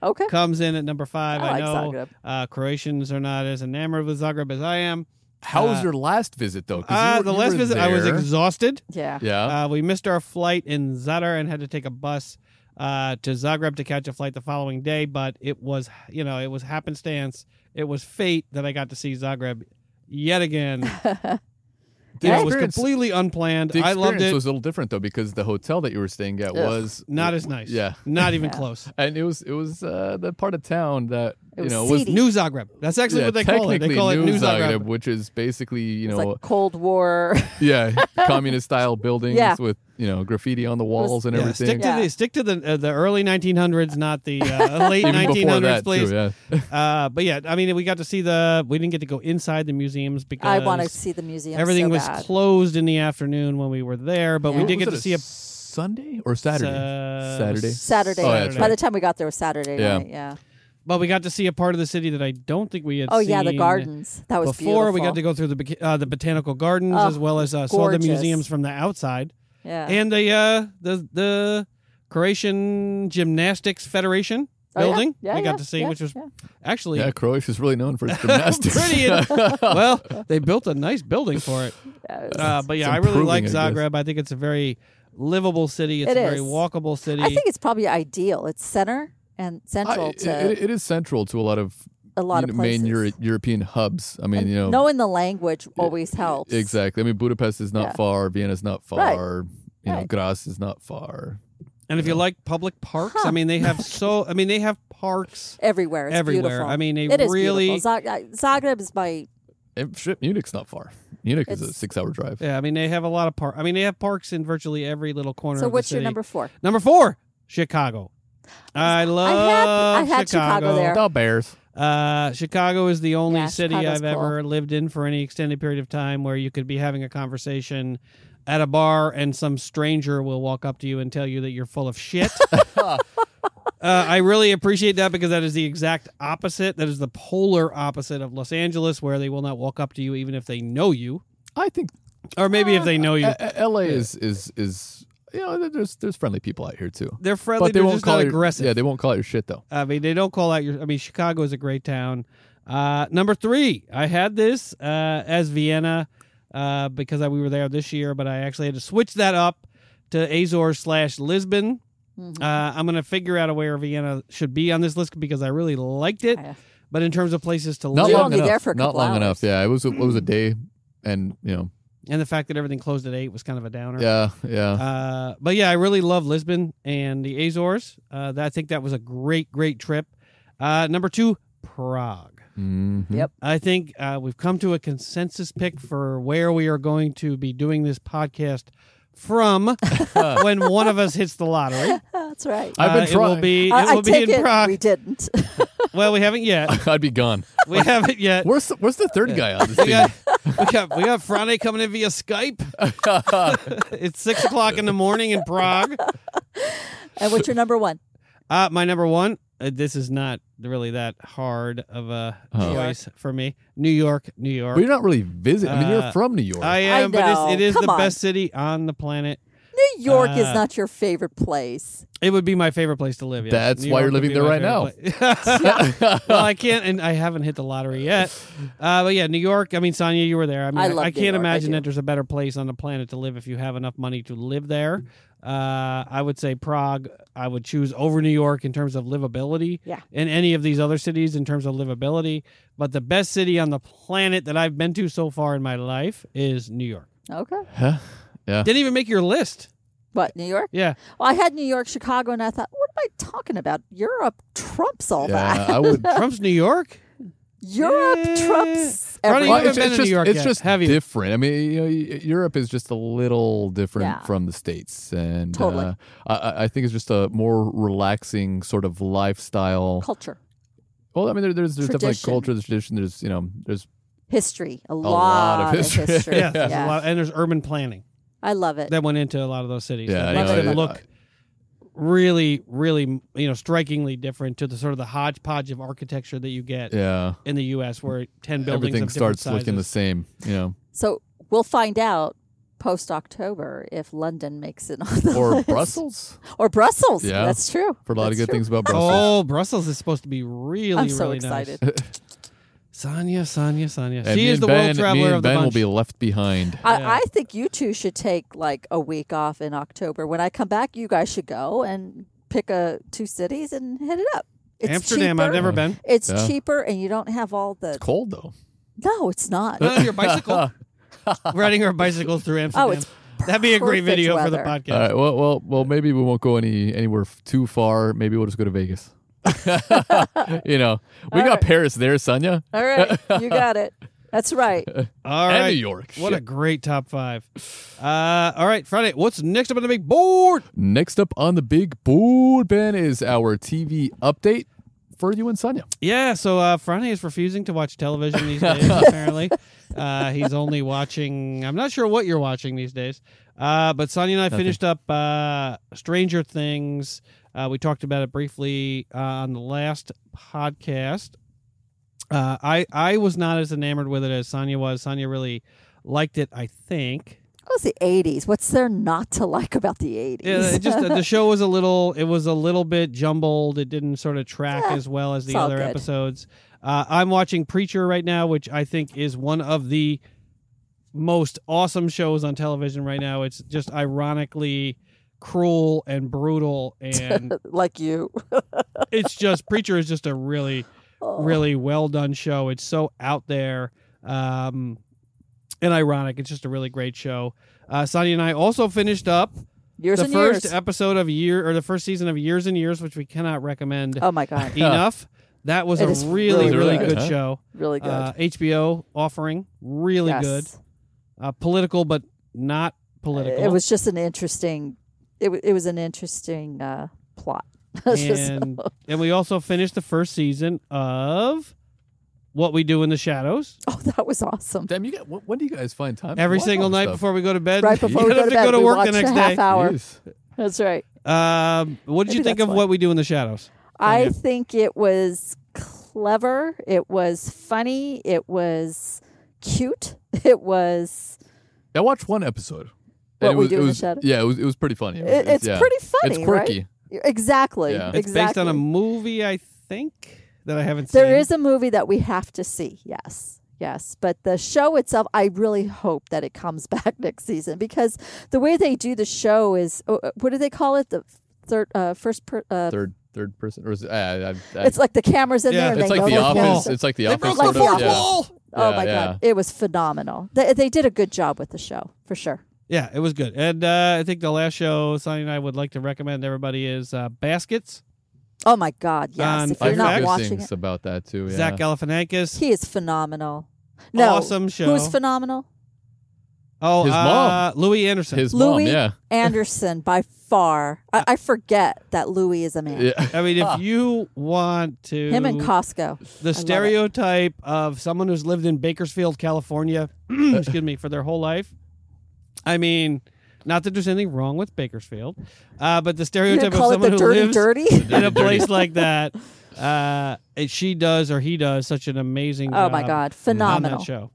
Speaker 3: Okay.
Speaker 2: comes in at number five.
Speaker 3: Oh, I
Speaker 2: I,
Speaker 3: like
Speaker 2: know
Speaker 3: Zagreb.
Speaker 2: uh, Croatians are not as enamored with Zagreb as I am.
Speaker 1: How was
Speaker 2: Uh,
Speaker 1: your last visit though? 'Cause you
Speaker 2: Uh,
Speaker 1: were-
Speaker 2: the
Speaker 1: you
Speaker 2: last
Speaker 1: were
Speaker 2: visit, I was
Speaker 1: there.
Speaker 2: exhausted.
Speaker 3: Yeah.
Speaker 1: Yeah.
Speaker 2: Uh, we missed our flight in Zadar and had to take a bus uh, to Zagreb to catch a flight the following day. But it was, you know, it was happenstance. It was fate that I got to see Zagreb yet again.
Speaker 1: The
Speaker 2: You know, it was
Speaker 1: experience-
Speaker 2: completely unplanned.
Speaker 1: the
Speaker 2: I loved
Speaker 1: experience
Speaker 2: it.
Speaker 1: was a little different though because the hotel that you were staying at
Speaker 3: Ugh.
Speaker 1: was
Speaker 2: Not as nice.
Speaker 1: Yeah.
Speaker 2: Not even
Speaker 3: Yeah.
Speaker 2: close.
Speaker 1: and it was it was uh, the part of town that
Speaker 3: It
Speaker 1: you
Speaker 3: was
Speaker 1: know was
Speaker 3: seedy.
Speaker 2: New Zagreb. That's actually
Speaker 1: yeah,
Speaker 2: what they call it.
Speaker 1: technically
Speaker 2: They call it
Speaker 1: New
Speaker 2: New
Speaker 1: Zagreb,
Speaker 2: Zagreb.
Speaker 1: which is basically you
Speaker 3: It's
Speaker 1: know
Speaker 3: like Cold War.
Speaker 1: yeah communist style buildings
Speaker 3: Yeah.
Speaker 1: with you know graffiti on the walls and
Speaker 2: Yeah,
Speaker 1: everything.
Speaker 2: stick to
Speaker 3: Yeah.
Speaker 2: the stick to the uh, the early 1900s, not the uh, late
Speaker 1: Even
Speaker 2: 1900s,
Speaker 1: before that
Speaker 2: please.
Speaker 1: too, yeah.
Speaker 2: Uh, but yeah, I mean, we got to see the. We didn't get to go inside the museums because
Speaker 3: I want to see the museum.
Speaker 2: everything
Speaker 3: so
Speaker 2: was
Speaker 3: bad.
Speaker 2: closed in the afternoon when we were there. But
Speaker 3: Yeah.
Speaker 2: we did
Speaker 1: Was
Speaker 2: get
Speaker 1: it
Speaker 2: to see a
Speaker 1: Sunday or Saturday.
Speaker 2: Sa-
Speaker 1: Saturday.
Speaker 3: Saturday.
Speaker 1: Oh, yeah, that's
Speaker 3: By
Speaker 1: right.
Speaker 3: the time we got there, it was Saturday
Speaker 1: Yeah.
Speaker 3: night. Yeah.
Speaker 2: but we got to see a part of the city that I don't think we had.
Speaker 3: Oh yeah, the
Speaker 2: seen
Speaker 3: gardens. That was
Speaker 2: Before
Speaker 3: beautiful.
Speaker 2: we got to go through the boca- uh, the botanical gardens
Speaker 3: Oh,
Speaker 2: as well as uh, saw the
Speaker 3: gorgeous.
Speaker 2: museums from the outside
Speaker 3: Yeah.
Speaker 2: and the uh, the the Croatian Gymnastics Federation
Speaker 3: Oh, yeah.
Speaker 2: building.
Speaker 3: Yeah,
Speaker 2: we
Speaker 3: yeah,
Speaker 2: got to see,
Speaker 3: yeah,
Speaker 2: which was
Speaker 3: yeah.
Speaker 2: actually
Speaker 1: Yeah, Croatia's really known for its gymnastics.
Speaker 2: pretty. in- well, they built a nice building for it.
Speaker 3: Yeah, it was-
Speaker 2: Uh, but yeah,
Speaker 1: It's
Speaker 2: I really like
Speaker 1: improving, I guess.
Speaker 2: Zagreb. I, think it's a very livable city. It's
Speaker 3: It
Speaker 2: a very
Speaker 3: is.
Speaker 2: walkable city.
Speaker 3: I think it's probably ideal. It's center and
Speaker 1: I,
Speaker 3: central
Speaker 1: it,
Speaker 3: to
Speaker 1: it- it is central to a lot of
Speaker 3: a lot
Speaker 1: you
Speaker 3: of
Speaker 1: know,
Speaker 3: places.
Speaker 1: main Euro- European hubs. I mean,
Speaker 3: And
Speaker 1: you know,
Speaker 3: knowing the language always
Speaker 2: e-,
Speaker 3: helps.
Speaker 1: exactly. I mean, Budapest is not
Speaker 3: Yeah.
Speaker 1: far. Vienna's not far.
Speaker 3: Right.
Speaker 1: You know,
Speaker 3: Right.
Speaker 1: Graz is not far.
Speaker 2: and if you like public parks, I
Speaker 3: Huh.
Speaker 2: mean, they have so. I mean, they have parks.
Speaker 3: Everywhere. It's
Speaker 2: Everywhere.
Speaker 3: Beautiful.
Speaker 2: I mean, they
Speaker 3: it is
Speaker 2: really-
Speaker 3: beautiful. Zag- I- Zagreb is my.
Speaker 1: And shit, Munich's not far. Munich is a
Speaker 3: It's-
Speaker 1: six-hour drive.
Speaker 2: Yeah, I mean, they have a lot of park. I mean, they have parks in virtually every little corner.
Speaker 3: So
Speaker 2: of
Speaker 3: what's
Speaker 2: the
Speaker 3: your
Speaker 2: city.
Speaker 3: number four?
Speaker 2: Number four, Chicago. I love
Speaker 3: I had Chicago there.
Speaker 1: The Bears.
Speaker 2: Uh, Chicago is the only
Speaker 3: Yeah,
Speaker 2: city
Speaker 3: Chicago's
Speaker 2: I've ever lived in for any extended period of time where you could be having a conversation at a bar and some stranger will walk up to you and tell you that you're full of shit. uh, I really appreciate that because that is the exact opposite. That is the polar opposite of Los Angeles, where they will not walk up to you even if they know you,
Speaker 1: I think
Speaker 2: or maybe if they know you.
Speaker 1: A- A- LA is is is you know there- there's there's friendly people out here too,
Speaker 2: They're friendly,
Speaker 1: but they
Speaker 2: are
Speaker 1: won't
Speaker 2: just
Speaker 1: call
Speaker 2: not
Speaker 1: it
Speaker 2: aggressive.
Speaker 1: Yeah, they won't call it your shit though.
Speaker 2: I mean, they don't call out your. I mean, Chicago is a great town. Uh, number three, I had this uh, as Vienna uh, because I, we were there this year, but I actually had to switch that up to Azores slash Lisbon.
Speaker 3: Mhm.
Speaker 2: Uh, I'm going to figure out a where Vienna should be on this list because I really liked it.
Speaker 3: Yeah.
Speaker 2: But in terms of places to live
Speaker 1: Not
Speaker 3: were
Speaker 1: long
Speaker 3: only
Speaker 1: enough.
Speaker 3: there for a
Speaker 1: not
Speaker 3: couple
Speaker 1: long
Speaker 3: hours.
Speaker 1: enough. Yeah, it was a, it was a day, and you know,
Speaker 2: and the fact that everything closed at eight was kind of a downer.
Speaker 1: yeah, yeah.
Speaker 2: Uh, but yeah, I really love Lisbon and the Azores. Uh, that, I think that was a great, great trip. Uh, number two, Prague.
Speaker 1: Mhm.
Speaker 3: Yep.
Speaker 2: I think uh, we've come to a consensus pick for where we are going to be doing this podcast from when one of us hits the lottery.
Speaker 3: That's right.
Speaker 1: I've been
Speaker 2: Uh, It
Speaker 1: trying.
Speaker 2: will be, it
Speaker 3: I, I
Speaker 2: will be
Speaker 3: take
Speaker 2: in
Speaker 3: it
Speaker 2: Prague.
Speaker 3: we didn't.
Speaker 2: well, we haven't yet.
Speaker 1: I'd be gone.
Speaker 2: We haven't yet.
Speaker 1: Where's the, where's the third guy on this
Speaker 2: We
Speaker 1: team?
Speaker 2: got, we got we got Friday coming in via Skype. it's six o'clock in the morning in Prague.
Speaker 3: and what's your number one?
Speaker 2: Uh, my number one. Uh, this is not really that hard of a
Speaker 1: Oh.
Speaker 2: choice for me. New York, New York.
Speaker 1: Well, you're not really visiting. I mean, you're
Speaker 2: Uh,
Speaker 1: from New York.
Speaker 2: I
Speaker 3: I
Speaker 2: am, but it's, it
Speaker 3: know.
Speaker 2: is
Speaker 3: Come
Speaker 2: the
Speaker 3: on.
Speaker 2: best city on the planet.
Speaker 3: New York is
Speaker 2: Uh,
Speaker 3: not your favorite place.
Speaker 2: It would be my favorite place to live. Yes.
Speaker 1: That's
Speaker 2: New
Speaker 1: why
Speaker 2: York
Speaker 1: you're
Speaker 2: would be
Speaker 1: living
Speaker 2: my
Speaker 1: there
Speaker 2: favorite place. well, I can't, and I haven't hit the lottery yet. Uh, but yeah, New York. I mean, Sonia, you were there. I mean,
Speaker 3: I love New
Speaker 2: can't
Speaker 3: York, I
Speaker 2: imagine
Speaker 3: do.
Speaker 2: that there's a better place on the planet to live if you have enough money to live there. Uh, I would say Prague. I would choose over New York in terms of livability.
Speaker 3: Yeah.
Speaker 2: And any of these other cities in terms of livability, but the best city on the planet that I've been to so far in my life is New York.
Speaker 3: Okay.
Speaker 1: Huh? yeah.
Speaker 2: Didn't even make your list.
Speaker 3: What, New York?
Speaker 2: Yeah.
Speaker 3: Well, I had New York, Chicago, and I thought, what am I talking about? Europe trumps all
Speaker 1: yeah,
Speaker 3: that.
Speaker 1: I would.
Speaker 2: Trump's New York.
Speaker 3: Europe
Speaker 2: Yeah.
Speaker 3: trumps
Speaker 2: Ronnie, you
Speaker 3: everything.
Speaker 1: Well,
Speaker 2: haven't been
Speaker 1: it's, it's
Speaker 2: to New
Speaker 1: just,
Speaker 2: York
Speaker 1: it's
Speaker 2: yet,
Speaker 1: just
Speaker 2: have you?
Speaker 1: different. I mean, you know, y- Europe is just a little different
Speaker 3: Yeah.
Speaker 1: from the states, and
Speaker 3: Totally.
Speaker 1: uh, I- I, I think it's just a more relaxing sort of lifestyle.
Speaker 3: Culture,
Speaker 1: Well, I mean, there, there's there's stuff like
Speaker 3: Tradition.
Speaker 1: culture, there's tradition. There's you know, there's
Speaker 3: history, a,
Speaker 1: lot of
Speaker 3: lot, of
Speaker 1: history.
Speaker 3: history.
Speaker 2: Yeah, there's a
Speaker 3: Yeah.
Speaker 2: lot, and there's urban planning
Speaker 3: I love it.
Speaker 2: that went into a lot of those cities.
Speaker 1: Yeah,
Speaker 2: that
Speaker 1: I
Speaker 2: makes
Speaker 1: know,
Speaker 2: them
Speaker 1: I-
Speaker 2: look really, really, you know, strikingly different to the sort of the hodgepodge of architecture that you get
Speaker 1: yeah,
Speaker 2: in the U.S., where ten buildings
Speaker 1: everything
Speaker 2: of different
Speaker 1: starts looking the
Speaker 2: sizes-
Speaker 1: same. You know,
Speaker 3: So we'll find out post October if London makes it on the
Speaker 1: or
Speaker 3: list.
Speaker 1: Brussels.
Speaker 3: or Brussels.
Speaker 1: Yeah.
Speaker 3: that's true.
Speaker 1: For a lot of
Speaker 3: That's
Speaker 1: good
Speaker 3: true.
Speaker 1: things about Brussels.
Speaker 2: Oh, Brussels is supposed to be really,
Speaker 3: I'm so
Speaker 2: really
Speaker 3: excited.
Speaker 2: nice. Sonia, Sonia, Sonia.
Speaker 1: And
Speaker 2: she
Speaker 1: me
Speaker 2: is
Speaker 1: and
Speaker 2: the
Speaker 1: ben,
Speaker 2: world traveler
Speaker 1: me and
Speaker 2: of the
Speaker 1: Ben
Speaker 2: bunch.
Speaker 1: will be left behind.
Speaker 2: Yeah.
Speaker 3: I, I think you two should take like a week off in October. When I come back, you guys should go and pick a two cities and hit it up. It's
Speaker 2: Amsterdam.
Speaker 3: Cheaper.
Speaker 2: I've never been.
Speaker 3: It's
Speaker 1: Yeah.
Speaker 3: cheaper, and you don't have all the.
Speaker 1: It's cold though.
Speaker 3: No, it's not.
Speaker 2: Not on your bicycle. Riding our bicycles through Amsterdam.
Speaker 3: Oh, it's
Speaker 2: That'd be a great
Speaker 3: perfect
Speaker 2: video for the
Speaker 3: weather.
Speaker 2: podcast.
Speaker 1: All right. Well, well, well. Maybe we won't go any anywhere f- too far. Maybe we'll just go to Vegas. you know, we
Speaker 3: All
Speaker 1: got
Speaker 3: right.
Speaker 1: Paris there, Sonia,
Speaker 3: all right, you got it. That's right.
Speaker 2: All
Speaker 1: and
Speaker 2: right.
Speaker 1: New York.
Speaker 2: What a
Speaker 1: Shit.
Speaker 2: great top five. Uh, all right, Friday. What's next up on the big board?
Speaker 1: Next up on the big board, Ben, is our TV update for you and Sonia.
Speaker 2: Yeah, so uh, Friday is refusing to watch television these days, apparently. Uh, he's only watching, I'm not sure what you're watching these days. Uh, but Sonia and I finished up uh, Stranger Things. Uh, we talked about it briefly uh, on the last podcast. Uh, I, I was not as enamored with it as Sonia was. Sonia really liked it, I think.
Speaker 3: It was the '80s. What's there not to like about the '80s?
Speaker 2: Yeah, it just the show was a little it was a little bit jumbled. It didn't sort of track
Speaker 3: Yeah,
Speaker 2: as well as the
Speaker 3: it's all
Speaker 2: other
Speaker 3: good.
Speaker 2: episodes. Uh, I'm watching Preacher right now, which I think is one of the most awesome shows on television right now. It's just ironically cruel and brutal and
Speaker 3: like you.
Speaker 2: it's just Preacher is just a really
Speaker 3: Oh.
Speaker 2: really well done show. It's so out there um and ironic. It's just a really great show. Uh, Sonia and I also finished up
Speaker 3: Years
Speaker 2: the
Speaker 3: and
Speaker 2: first
Speaker 3: years.
Speaker 2: episode of year or the first season of years and years which we cannot recommend
Speaker 3: oh my god,
Speaker 2: enough that was
Speaker 3: It
Speaker 2: a
Speaker 3: is
Speaker 2: really
Speaker 3: really
Speaker 2: really
Speaker 3: good.
Speaker 2: good
Speaker 1: Huh?
Speaker 2: show
Speaker 3: really good.
Speaker 2: Uh, hbo offering really
Speaker 3: Yes.
Speaker 2: good uh, political but not political
Speaker 3: It was just an interesting. It, w- it was an interesting uh, plot. It's just-
Speaker 2: and, and we also finished the first season of what we do in the shadows
Speaker 3: oh, that was awesome.
Speaker 1: Damn, you got. wh- When do you guys find time? to
Speaker 2: every
Speaker 1: watch
Speaker 2: single
Speaker 1: all this
Speaker 2: night
Speaker 1: stuff?
Speaker 2: before we go to bed
Speaker 3: Right before
Speaker 2: you
Speaker 3: we go to
Speaker 2: have
Speaker 3: bed,
Speaker 2: to go to
Speaker 3: we
Speaker 2: work
Speaker 3: watched
Speaker 2: the next
Speaker 3: a half
Speaker 2: day
Speaker 3: hour.
Speaker 1: Jeez.
Speaker 3: That's right.
Speaker 2: um, what did you
Speaker 3: Maybe
Speaker 2: think
Speaker 3: that's
Speaker 2: of
Speaker 3: why.
Speaker 2: what we do in the shadows
Speaker 3: I
Speaker 2: yeah.
Speaker 3: think it was clever. It was funny. It was cute. It was.
Speaker 1: I watched one episode.
Speaker 3: What
Speaker 1: it
Speaker 3: we
Speaker 1: was,
Speaker 3: do
Speaker 1: it
Speaker 3: in the
Speaker 1: was-
Speaker 3: shadow?
Speaker 1: Yeah, it was. It was pretty funny. It was-
Speaker 3: It, it's
Speaker 1: yeah.
Speaker 3: pretty funny.
Speaker 1: It's quirky.
Speaker 3: Right? Exactly.
Speaker 1: Yeah.
Speaker 2: it's
Speaker 3: exactly.
Speaker 2: based on a movie i think that i haven't seen
Speaker 3: There is a movie that we have to see. Yes. Yes. But the show itself, I really hope that it comes back next season because the way they do the show is oh, uh, what do they call it? The third, uh, first, per, uh,
Speaker 1: Third, third person, or is it, I, I, I,
Speaker 3: it's like the cameras in
Speaker 2: Yeah,
Speaker 3: there. And
Speaker 1: it's
Speaker 3: they
Speaker 1: like
Speaker 3: go
Speaker 1: the
Speaker 3: like
Speaker 1: office.
Speaker 3: this.
Speaker 1: It's like the
Speaker 2: They
Speaker 1: office.
Speaker 2: broke the
Speaker 1: sort of,
Speaker 3: fourth
Speaker 1: yeah.
Speaker 2: wall!
Speaker 3: Oh
Speaker 1: Yeah,
Speaker 3: my
Speaker 1: yeah.
Speaker 3: God. It was phenomenal. They, they did a good job with the show for sure.
Speaker 2: Yeah, it was good. And uh, I think the last show Sonny and I would like to recommend everybody is uh, Baskets.
Speaker 3: Oh my God. Yes.
Speaker 2: Um,
Speaker 3: if
Speaker 1: I've
Speaker 3: you're not
Speaker 1: heard good
Speaker 3: watching
Speaker 1: things
Speaker 3: it,
Speaker 1: about that too. Oh, Yeah.
Speaker 2: Zach Galifianakis.
Speaker 3: he is phenomenal. No.
Speaker 2: Awesome show.
Speaker 3: Who's phenomenal?
Speaker 2: oh,
Speaker 1: His
Speaker 2: uh,
Speaker 1: mom.
Speaker 2: Louis Anderson.
Speaker 1: His mom.
Speaker 3: Louis
Speaker 1: Yeah.
Speaker 3: Anderson by far. I, I forget that Louis is a man.
Speaker 1: Yeah.
Speaker 2: I mean, if you want to,
Speaker 3: Him and Costco.
Speaker 2: the
Speaker 3: it.
Speaker 2: stereotype of someone who's lived in Bakersfield, California, excuse me, for their whole life. I mean, not that there's anything wrong with Bakersfield, uh, but the
Speaker 3: You
Speaker 2: stereotype
Speaker 3: gonna
Speaker 2: of
Speaker 3: call it
Speaker 2: someone
Speaker 3: the
Speaker 2: who
Speaker 3: dirty,
Speaker 2: lives
Speaker 3: dirty.
Speaker 2: in a place like that, uh, and she does or he does such an amazing.
Speaker 3: Oh my
Speaker 2: job
Speaker 3: God,
Speaker 2: on
Speaker 3: phenomenal!
Speaker 2: that show.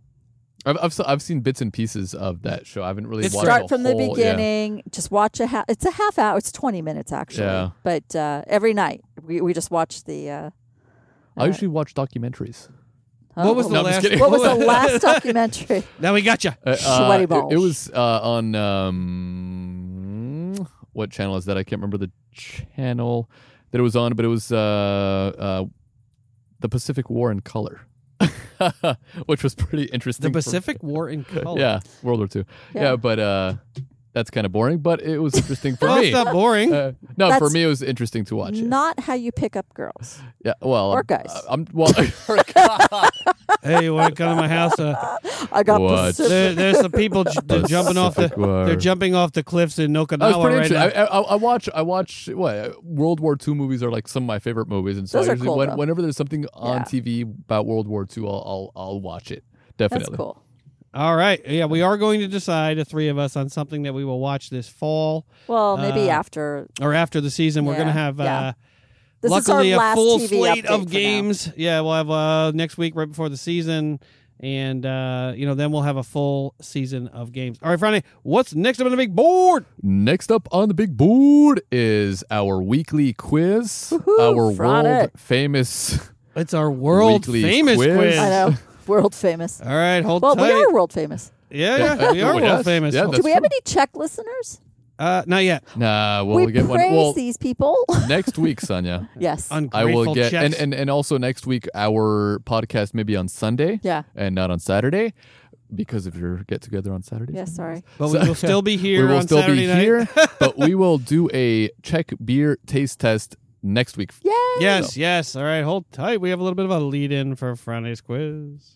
Speaker 1: I've, I've se- I've seen bits and pieces of that show. I haven't really
Speaker 2: It's
Speaker 1: watched
Speaker 3: Start from the
Speaker 1: whole- yeah.
Speaker 3: beginning. Just watch a half. It's a half hour. It's twenty minutes actually.
Speaker 1: Yeah.
Speaker 3: But uh, every night we, we just watch the. Uh,
Speaker 1: I usually watch documentaries.
Speaker 3: oh,
Speaker 2: What was the
Speaker 1: No, I'm just
Speaker 2: last?
Speaker 1: kidding.
Speaker 3: what was the last documentary?
Speaker 2: Now we got you.
Speaker 1: Uh,
Speaker 3: Sweaty
Speaker 1: uh, it- It,
Speaker 3: balls.
Speaker 1: was uh, on um, what channel is that? I can't remember the channel that it was on, but it was uh, uh, the Pacific War in color, which was pretty
Speaker 2: The
Speaker 1: interesting. for-
Speaker 2: Pacific War in color.
Speaker 1: yeah, World War Two. Yeah,
Speaker 3: Yeah.
Speaker 1: but uh, that's kind of boring. But it was interesting for
Speaker 2: Well,
Speaker 1: me.
Speaker 2: it's not boring.
Speaker 1: Uh, no, for
Speaker 3: That's
Speaker 1: me it was interesting to watch. it.
Speaker 3: Not how you pick up girls.
Speaker 1: Yeah, well,
Speaker 3: Or
Speaker 1: I'm-
Speaker 3: guys.
Speaker 1: I'm well. or guys.
Speaker 2: hey, you want to come to my house? Uh,
Speaker 3: I got
Speaker 1: What?
Speaker 3: Pacific-
Speaker 2: there, there's some people j- they're jumping off the.
Speaker 1: Pacific War.
Speaker 2: They're jumping off the cliffs in
Speaker 1: I was
Speaker 2: Okinawa
Speaker 1: pretty
Speaker 2: right now.
Speaker 1: interested. I, I, I watch. I watch. What uh, World War II movies are like some of my favorite movies, and so
Speaker 3: Those
Speaker 1: I
Speaker 3: are
Speaker 1: usually
Speaker 3: cool,
Speaker 1: when,
Speaker 3: though.
Speaker 1: whenever there's something on
Speaker 3: Yeah.
Speaker 1: TV about World War II, I'll I'll, I'll watch it
Speaker 3: That's
Speaker 1: definitely.
Speaker 3: cool.
Speaker 2: All right, yeah, we are going to decide the three of us on something that we will watch this fall
Speaker 3: Well, maybe
Speaker 2: Uh,
Speaker 3: after
Speaker 2: or after the season. We're
Speaker 3: Yeah,
Speaker 2: going to have.
Speaker 3: yeah.
Speaker 2: Uh,
Speaker 3: this
Speaker 2: Luckily,
Speaker 3: is our last
Speaker 2: a full
Speaker 3: TV
Speaker 2: slate
Speaker 3: update
Speaker 2: of
Speaker 3: for now.
Speaker 2: games. Yeah, we'll have uh, next week right before the season. And uh, you know, then we'll have a full season of games. All right, Friday. What's next up on the big board?
Speaker 1: Next up on the big board is our weekly quiz, our
Speaker 3: Friday.
Speaker 1: world famous.
Speaker 2: It's our world
Speaker 1: Weekly
Speaker 2: famous quiz.
Speaker 1: quiz.
Speaker 3: I know. World famous.
Speaker 2: All right, hold
Speaker 3: Well,
Speaker 2: Uh, tight.
Speaker 3: we are world famous.
Speaker 2: yeah, yeah, we are
Speaker 1: Well,
Speaker 2: world
Speaker 1: yes.
Speaker 2: famous.
Speaker 1: Yeah,
Speaker 2: Hold-
Speaker 1: that's-
Speaker 3: Do we have
Speaker 1: true.
Speaker 3: any Czech listeners?
Speaker 2: uh, not yet.
Speaker 1: Nah, we'll
Speaker 3: we
Speaker 1: get
Speaker 3: praise
Speaker 1: one. Well,
Speaker 3: these people.
Speaker 1: next week, Sonia.
Speaker 3: yes.
Speaker 1: I
Speaker 2: Ungrateful
Speaker 1: will get
Speaker 2: Czechs.
Speaker 1: and, and and also next week our podcast maybe on Sunday.
Speaker 3: Yeah.
Speaker 1: And not on Saturday because of your get together on Saturday.
Speaker 3: yeah, sorry.
Speaker 2: but we will still be here
Speaker 1: we will
Speaker 2: on
Speaker 1: still
Speaker 2: Saturday
Speaker 1: be
Speaker 2: night.
Speaker 1: here, but we will do a Czech beer taste test next week.
Speaker 3: Yay.
Speaker 2: Yes, yes. All right, hold tight. We have a little bit of a lead in for Friday's quiz.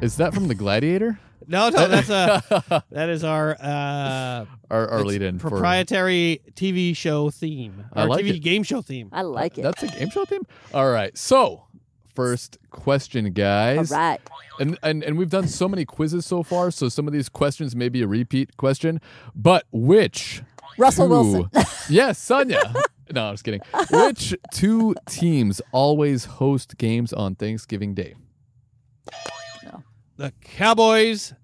Speaker 1: Is that from the Gladiator?
Speaker 2: No, no, that's a that is our uh
Speaker 1: Our, our
Speaker 2: it's
Speaker 1: lead in
Speaker 2: proprietary TV show theme.
Speaker 1: I
Speaker 2: Our
Speaker 1: like
Speaker 2: TV
Speaker 1: it.
Speaker 2: game show theme.
Speaker 3: I like
Speaker 1: for
Speaker 3: it.
Speaker 1: that's a game show theme. All right, so first question,
Speaker 3: All
Speaker 1: guys,
Speaker 3: right.
Speaker 1: and, and and we've done so many quizzes so far, so some of these questions may be a repeat question, but which
Speaker 3: Russell
Speaker 1: two-
Speaker 3: Wilson.
Speaker 1: yes, Sonia. No, I'm just kidding. Which two teams always host games on Thanksgiving Day?
Speaker 2: The Cowboys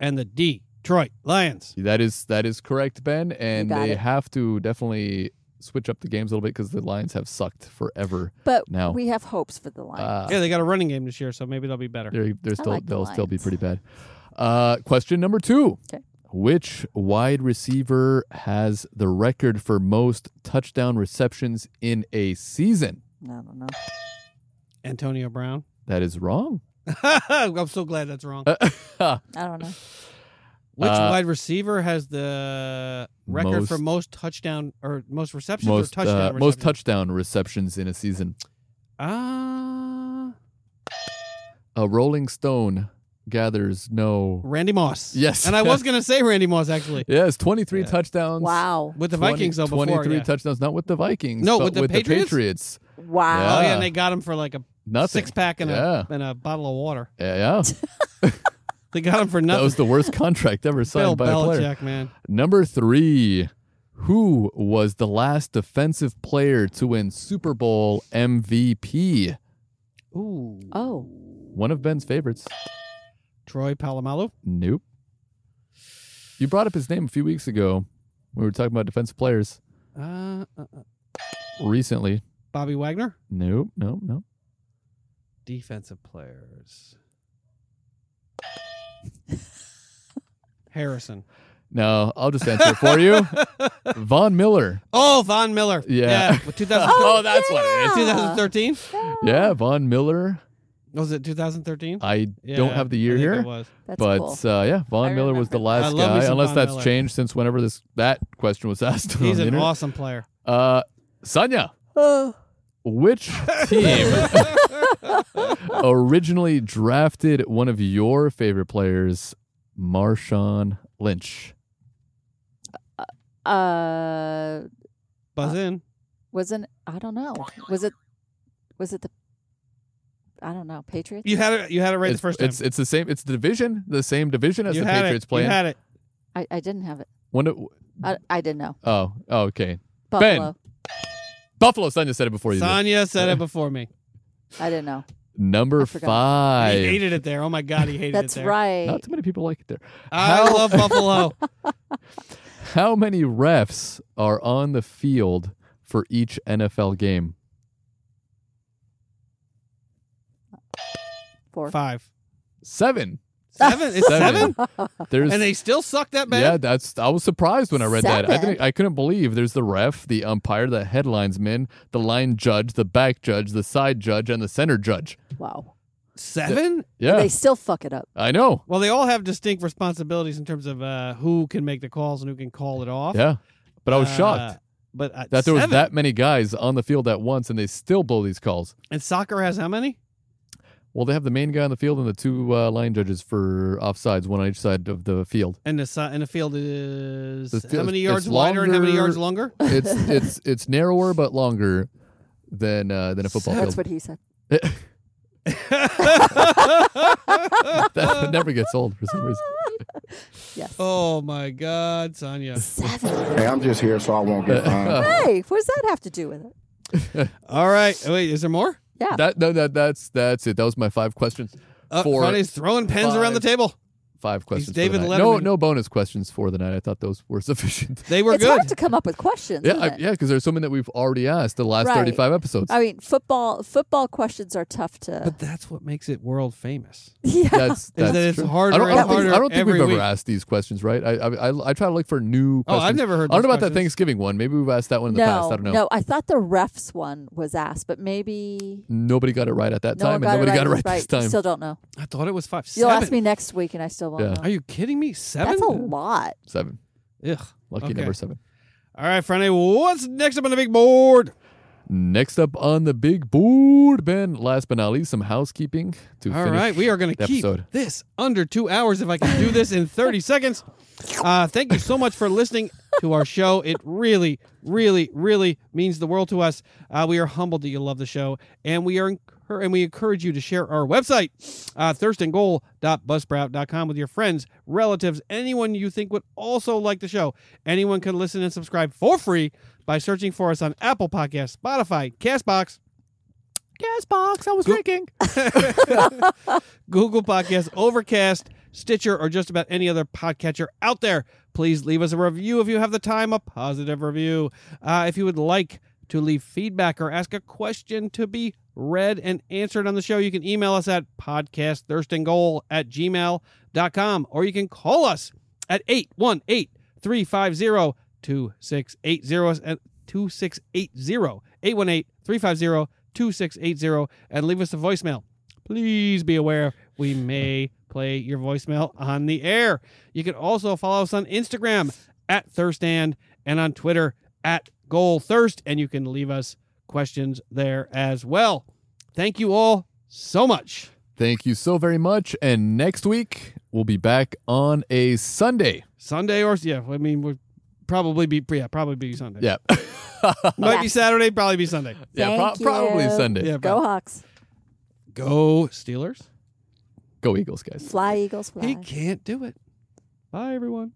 Speaker 2: and the Detroit Lions.
Speaker 1: That is that is correct, Ben. And
Speaker 3: got
Speaker 1: they
Speaker 3: it.
Speaker 1: have to definitely switch up the games a little bit because the Lions have sucked forever.
Speaker 3: But
Speaker 1: No.
Speaker 3: we have hopes for the line.
Speaker 1: Uh,
Speaker 2: Yeah, they got a running game this year, so maybe they'll be better.
Speaker 1: they're, they're
Speaker 3: I
Speaker 1: still
Speaker 3: like the
Speaker 1: they'll still be
Speaker 3: Lions.
Speaker 1: pretty bad. Uh, question number two:
Speaker 3: 'Kay.
Speaker 1: Which wide receiver has the record for most touchdown receptions in a season?
Speaker 3: I don't know.
Speaker 2: Antonio Brown.
Speaker 1: That is wrong.
Speaker 2: I'm so glad that's wrong.
Speaker 3: I don't know.
Speaker 2: Which
Speaker 1: Uh,
Speaker 2: wide receiver has the record for most touchdown or most receptions
Speaker 1: most
Speaker 2: or touchdown?
Speaker 1: uh, most
Speaker 2: receptions?
Speaker 1: touchdown receptions in a season.
Speaker 2: Ah,
Speaker 1: A Rolling Stone gathers no.
Speaker 2: Randy Moss.
Speaker 1: Yes.
Speaker 2: and I was gonna say Randy Moss actually
Speaker 1: Yes, twenty three
Speaker 2: Yeah.
Speaker 1: touchdowns.
Speaker 3: Wow.
Speaker 2: with the
Speaker 1: 20
Speaker 2: Vikings though before.
Speaker 1: 23
Speaker 2: yeah.
Speaker 1: touchdowns, not with the Vikings.
Speaker 2: No,
Speaker 1: but
Speaker 2: with the
Speaker 1: The
Speaker 2: Patriots?
Speaker 1: Patriots.
Speaker 3: Wow.
Speaker 2: Oh yeah,
Speaker 1: Yeah.
Speaker 2: and they got him for like a
Speaker 1: Ah. Nothing.
Speaker 2: six pack and a and a bottle of water.
Speaker 1: Yeah, yeah.
Speaker 2: They got him for
Speaker 1: that
Speaker 2: nothing.
Speaker 1: was the worst contract ever
Speaker 2: Bill
Speaker 1: signed by a player.
Speaker 2: Belichick, man.
Speaker 1: Number three. Who was the last defensive player to win Super Bowl MVP?
Speaker 2: Ooh,
Speaker 3: Oh.
Speaker 1: One of Ben's favorites.
Speaker 2: Troy Polamalu.
Speaker 1: Nope. You brought up his name a few weeks ago. when We were talking about defensive players
Speaker 2: Uh, uh, uh,
Speaker 1: recently.
Speaker 2: Bobby Wagner,
Speaker 1: Nope, nope, nope.
Speaker 2: defensive players. Harrison.
Speaker 1: No, I'll just answer it for you. Von Miller.
Speaker 2: Oh, Von Miller.
Speaker 1: Yeah.
Speaker 2: yeah 2000
Speaker 1: Oh, that's what it is.
Speaker 2: 2013.
Speaker 1: Yeah, Von Miller.
Speaker 2: Was it 2013?
Speaker 1: I
Speaker 2: Yeah,
Speaker 1: don't have the
Speaker 2: I
Speaker 1: year
Speaker 2: think
Speaker 1: here.
Speaker 2: It was.
Speaker 3: That's
Speaker 1: but
Speaker 3: cool.
Speaker 1: uh, yeah,
Speaker 3: I
Speaker 1: Von Miller was the
Speaker 3: remember
Speaker 2: that. I
Speaker 1: last
Speaker 2: love me
Speaker 1: guy,
Speaker 2: some
Speaker 1: unless
Speaker 2: Von
Speaker 1: that's
Speaker 2: Miller.
Speaker 1: changed since whenever this that question was asked. on
Speaker 2: He's
Speaker 1: the
Speaker 2: an
Speaker 1: internet.
Speaker 2: awesome player.
Speaker 1: Uh, Sonia, which team originally drafted one of your favorite players, Marshawn Lynch?
Speaker 3: Uh,
Speaker 2: Buzz in.
Speaker 3: wasn't I don't know. Was it? Was it the? I don't know. Patriots.
Speaker 2: You had it. You had it right
Speaker 1: it's,
Speaker 2: the first time.
Speaker 1: It's, it's the same. It's the division, the same division as
Speaker 2: you
Speaker 1: the
Speaker 2: had
Speaker 1: Patriots
Speaker 2: it.
Speaker 1: playing.
Speaker 2: You had it.
Speaker 3: I, I didn't have it.
Speaker 1: When it-
Speaker 3: I, I didn't know.
Speaker 1: oh, oh, okay. Ben.
Speaker 3: Buffalo.
Speaker 1: Buffalo. Sonia said it before you. did.
Speaker 2: Sonia said it before me.
Speaker 3: I didn't know.
Speaker 1: Number
Speaker 3: I forgot.
Speaker 1: five.
Speaker 2: He hated it there. Oh my god, he hated
Speaker 3: That's
Speaker 2: it there.
Speaker 3: right.
Speaker 1: Not too many people like it there.
Speaker 2: I love Buffalo.
Speaker 1: How many refs are on the field for each NFL game?
Speaker 3: Four.
Speaker 2: Five,
Speaker 1: Seven.
Speaker 2: seven. It's seven,
Speaker 1: There's
Speaker 2: and they still suck that bad.
Speaker 1: yeah, that's I was surprised when I read that. I
Speaker 3: Seven?
Speaker 1: didn't I couldn't believe there's the ref, the umpire, the headlinesman, the line judge, the back judge, the side judge, and the center judge.
Speaker 3: Wow.
Speaker 2: Seven.
Speaker 1: Yeah,
Speaker 3: They still fuck it up.
Speaker 1: I know.
Speaker 2: Well, they all have distinct responsibilities in terms of uh, who can make the calls and who can call it off.
Speaker 1: Yeah, but I was
Speaker 2: Uh,
Speaker 1: shocked
Speaker 2: But uh,
Speaker 1: that there was
Speaker 2: seven.
Speaker 1: that many guys on the field at once, and they still blow these calls.
Speaker 2: And soccer has how many?
Speaker 1: Well, they have the main guy on the field and the two uh, line judges for offsides, one on each side of the field.
Speaker 2: And the si- and the field is
Speaker 1: The field-
Speaker 2: how many
Speaker 1: it's
Speaker 2: yards wider and how many yards longer?
Speaker 1: It's it's it's narrower but longer than uh, than a football
Speaker 3: That's
Speaker 1: field.
Speaker 3: what he said.
Speaker 1: that never gets old for some reason.
Speaker 3: Yes.
Speaker 2: Oh my God, Sonia!
Speaker 3: Seven.
Speaker 4: Hey, I'm just here so I won't get fined.
Speaker 3: Hey, what does that have to do with it?
Speaker 2: All right, wait, is there more?
Speaker 3: Yeah.
Speaker 1: That no that that's that's it. That was my five questions.
Speaker 2: Uh,
Speaker 1: for
Speaker 2: Friday's throwing pens around the
Speaker 1: five.
Speaker 2: table.
Speaker 1: Five questions. for the
Speaker 2: David
Speaker 1: night. No
Speaker 2: Letterman.
Speaker 1: no bonus questions for the night. I thought those were sufficient.
Speaker 2: They were
Speaker 3: it's
Speaker 2: good.
Speaker 3: hard to come up with questions.
Speaker 1: yeah
Speaker 3: isn't
Speaker 1: I,
Speaker 3: it?
Speaker 1: yeah because there's something that we've already asked the last
Speaker 3: Right. Oh,
Speaker 1: 35 episodes.
Speaker 3: I mean, football football questions are tough to.
Speaker 2: But that's what makes it world famous.
Speaker 3: yeah.
Speaker 1: that's
Speaker 2: that
Speaker 1: that's
Speaker 2: it's
Speaker 1: true.
Speaker 2: harder
Speaker 1: I don't, I
Speaker 2: and
Speaker 1: don't think, I
Speaker 2: harder
Speaker 1: don't think we've
Speaker 2: every
Speaker 1: ever
Speaker 2: week.
Speaker 1: asked these questions, right? I, I I- I try to look for new.
Speaker 2: Oh, I've
Speaker 1: questions.
Speaker 2: never heard
Speaker 1: I don't know
Speaker 2: those
Speaker 1: about that
Speaker 2: questions.
Speaker 1: Thanksgiving one. Maybe we've asked that one in the past. I
Speaker 3: no,
Speaker 1: don't know.
Speaker 3: no, I thought the refs one was asked, but maybe
Speaker 1: Nobody got it right at that
Speaker 3: no one
Speaker 1: time, and nobody got it right,
Speaker 3: this right.
Speaker 1: this time.
Speaker 3: Still don't know.
Speaker 2: I thought it was five.
Speaker 3: You'll
Speaker 2: seven.
Speaker 3: ask me next week, and I still won't
Speaker 1: Yeah.
Speaker 3: know.
Speaker 2: Are you kidding me? Seven.
Speaker 3: That's a lot.
Speaker 1: seven,
Speaker 2: Ugh.
Speaker 1: lucky
Speaker 2: Okay.
Speaker 1: number seven.
Speaker 2: All right, Friday. What's next up on the big board?
Speaker 1: Next up on the big board, Ben. Last but not least, some housekeeping to
Speaker 2: All
Speaker 1: finish.
Speaker 2: right, we are going to
Speaker 1: the
Speaker 2: keep
Speaker 1: episode.
Speaker 2: this under two hours if I can do this in 30 seconds. Uh, thank you so much for listening to our show. It really, really, really means the world to us. Uh, we are humbled that you love the show, and we are encour- and we encourage you to share our website, uh, thirstandgoal.buzzsprout.com, with your friends, relatives, anyone you think would also like the show. Anyone can listen and subscribe for free by searching for us on Apple Podcasts, Spotify, Castbox. Castbox, I was drinking. Google Podcasts, Overcast, Stitcher, or just about any other podcatcher out there. Please leave us a review if you have the time, a positive review. Uh, if you would like to leave feedback or ask a question to be read and answered on the show, you can email us at podcastthirstinggoal at gmail.com or you can call us at 818 350 2680 and 2680 818 350 2680 and leave us a voicemail please be aware we may play your voicemail on the air. You can also follow us on Instagram at Thirstand and on Twitter at Goal Thirst, and you can leave us questions there as well. Thank you all so much.
Speaker 1: Thank you so very much. And next week we'll be back on a Sunday.
Speaker 2: Sunday or yeah, I mean we'll probably be yeah, probably be Sunday.
Speaker 1: Yeah,
Speaker 2: Might be
Speaker 3: Yes.
Speaker 2: Saturday, probably be Sunday.
Speaker 1: yeah,
Speaker 3: Thank
Speaker 1: probably
Speaker 3: you.
Speaker 1: Sunday.
Speaker 2: Yeah,
Speaker 3: Go Hawks!
Speaker 2: Go Steelers.
Speaker 1: Go Eagles, guys.
Speaker 3: Fly Eagles fly.
Speaker 2: He can't do it. Bye everyone.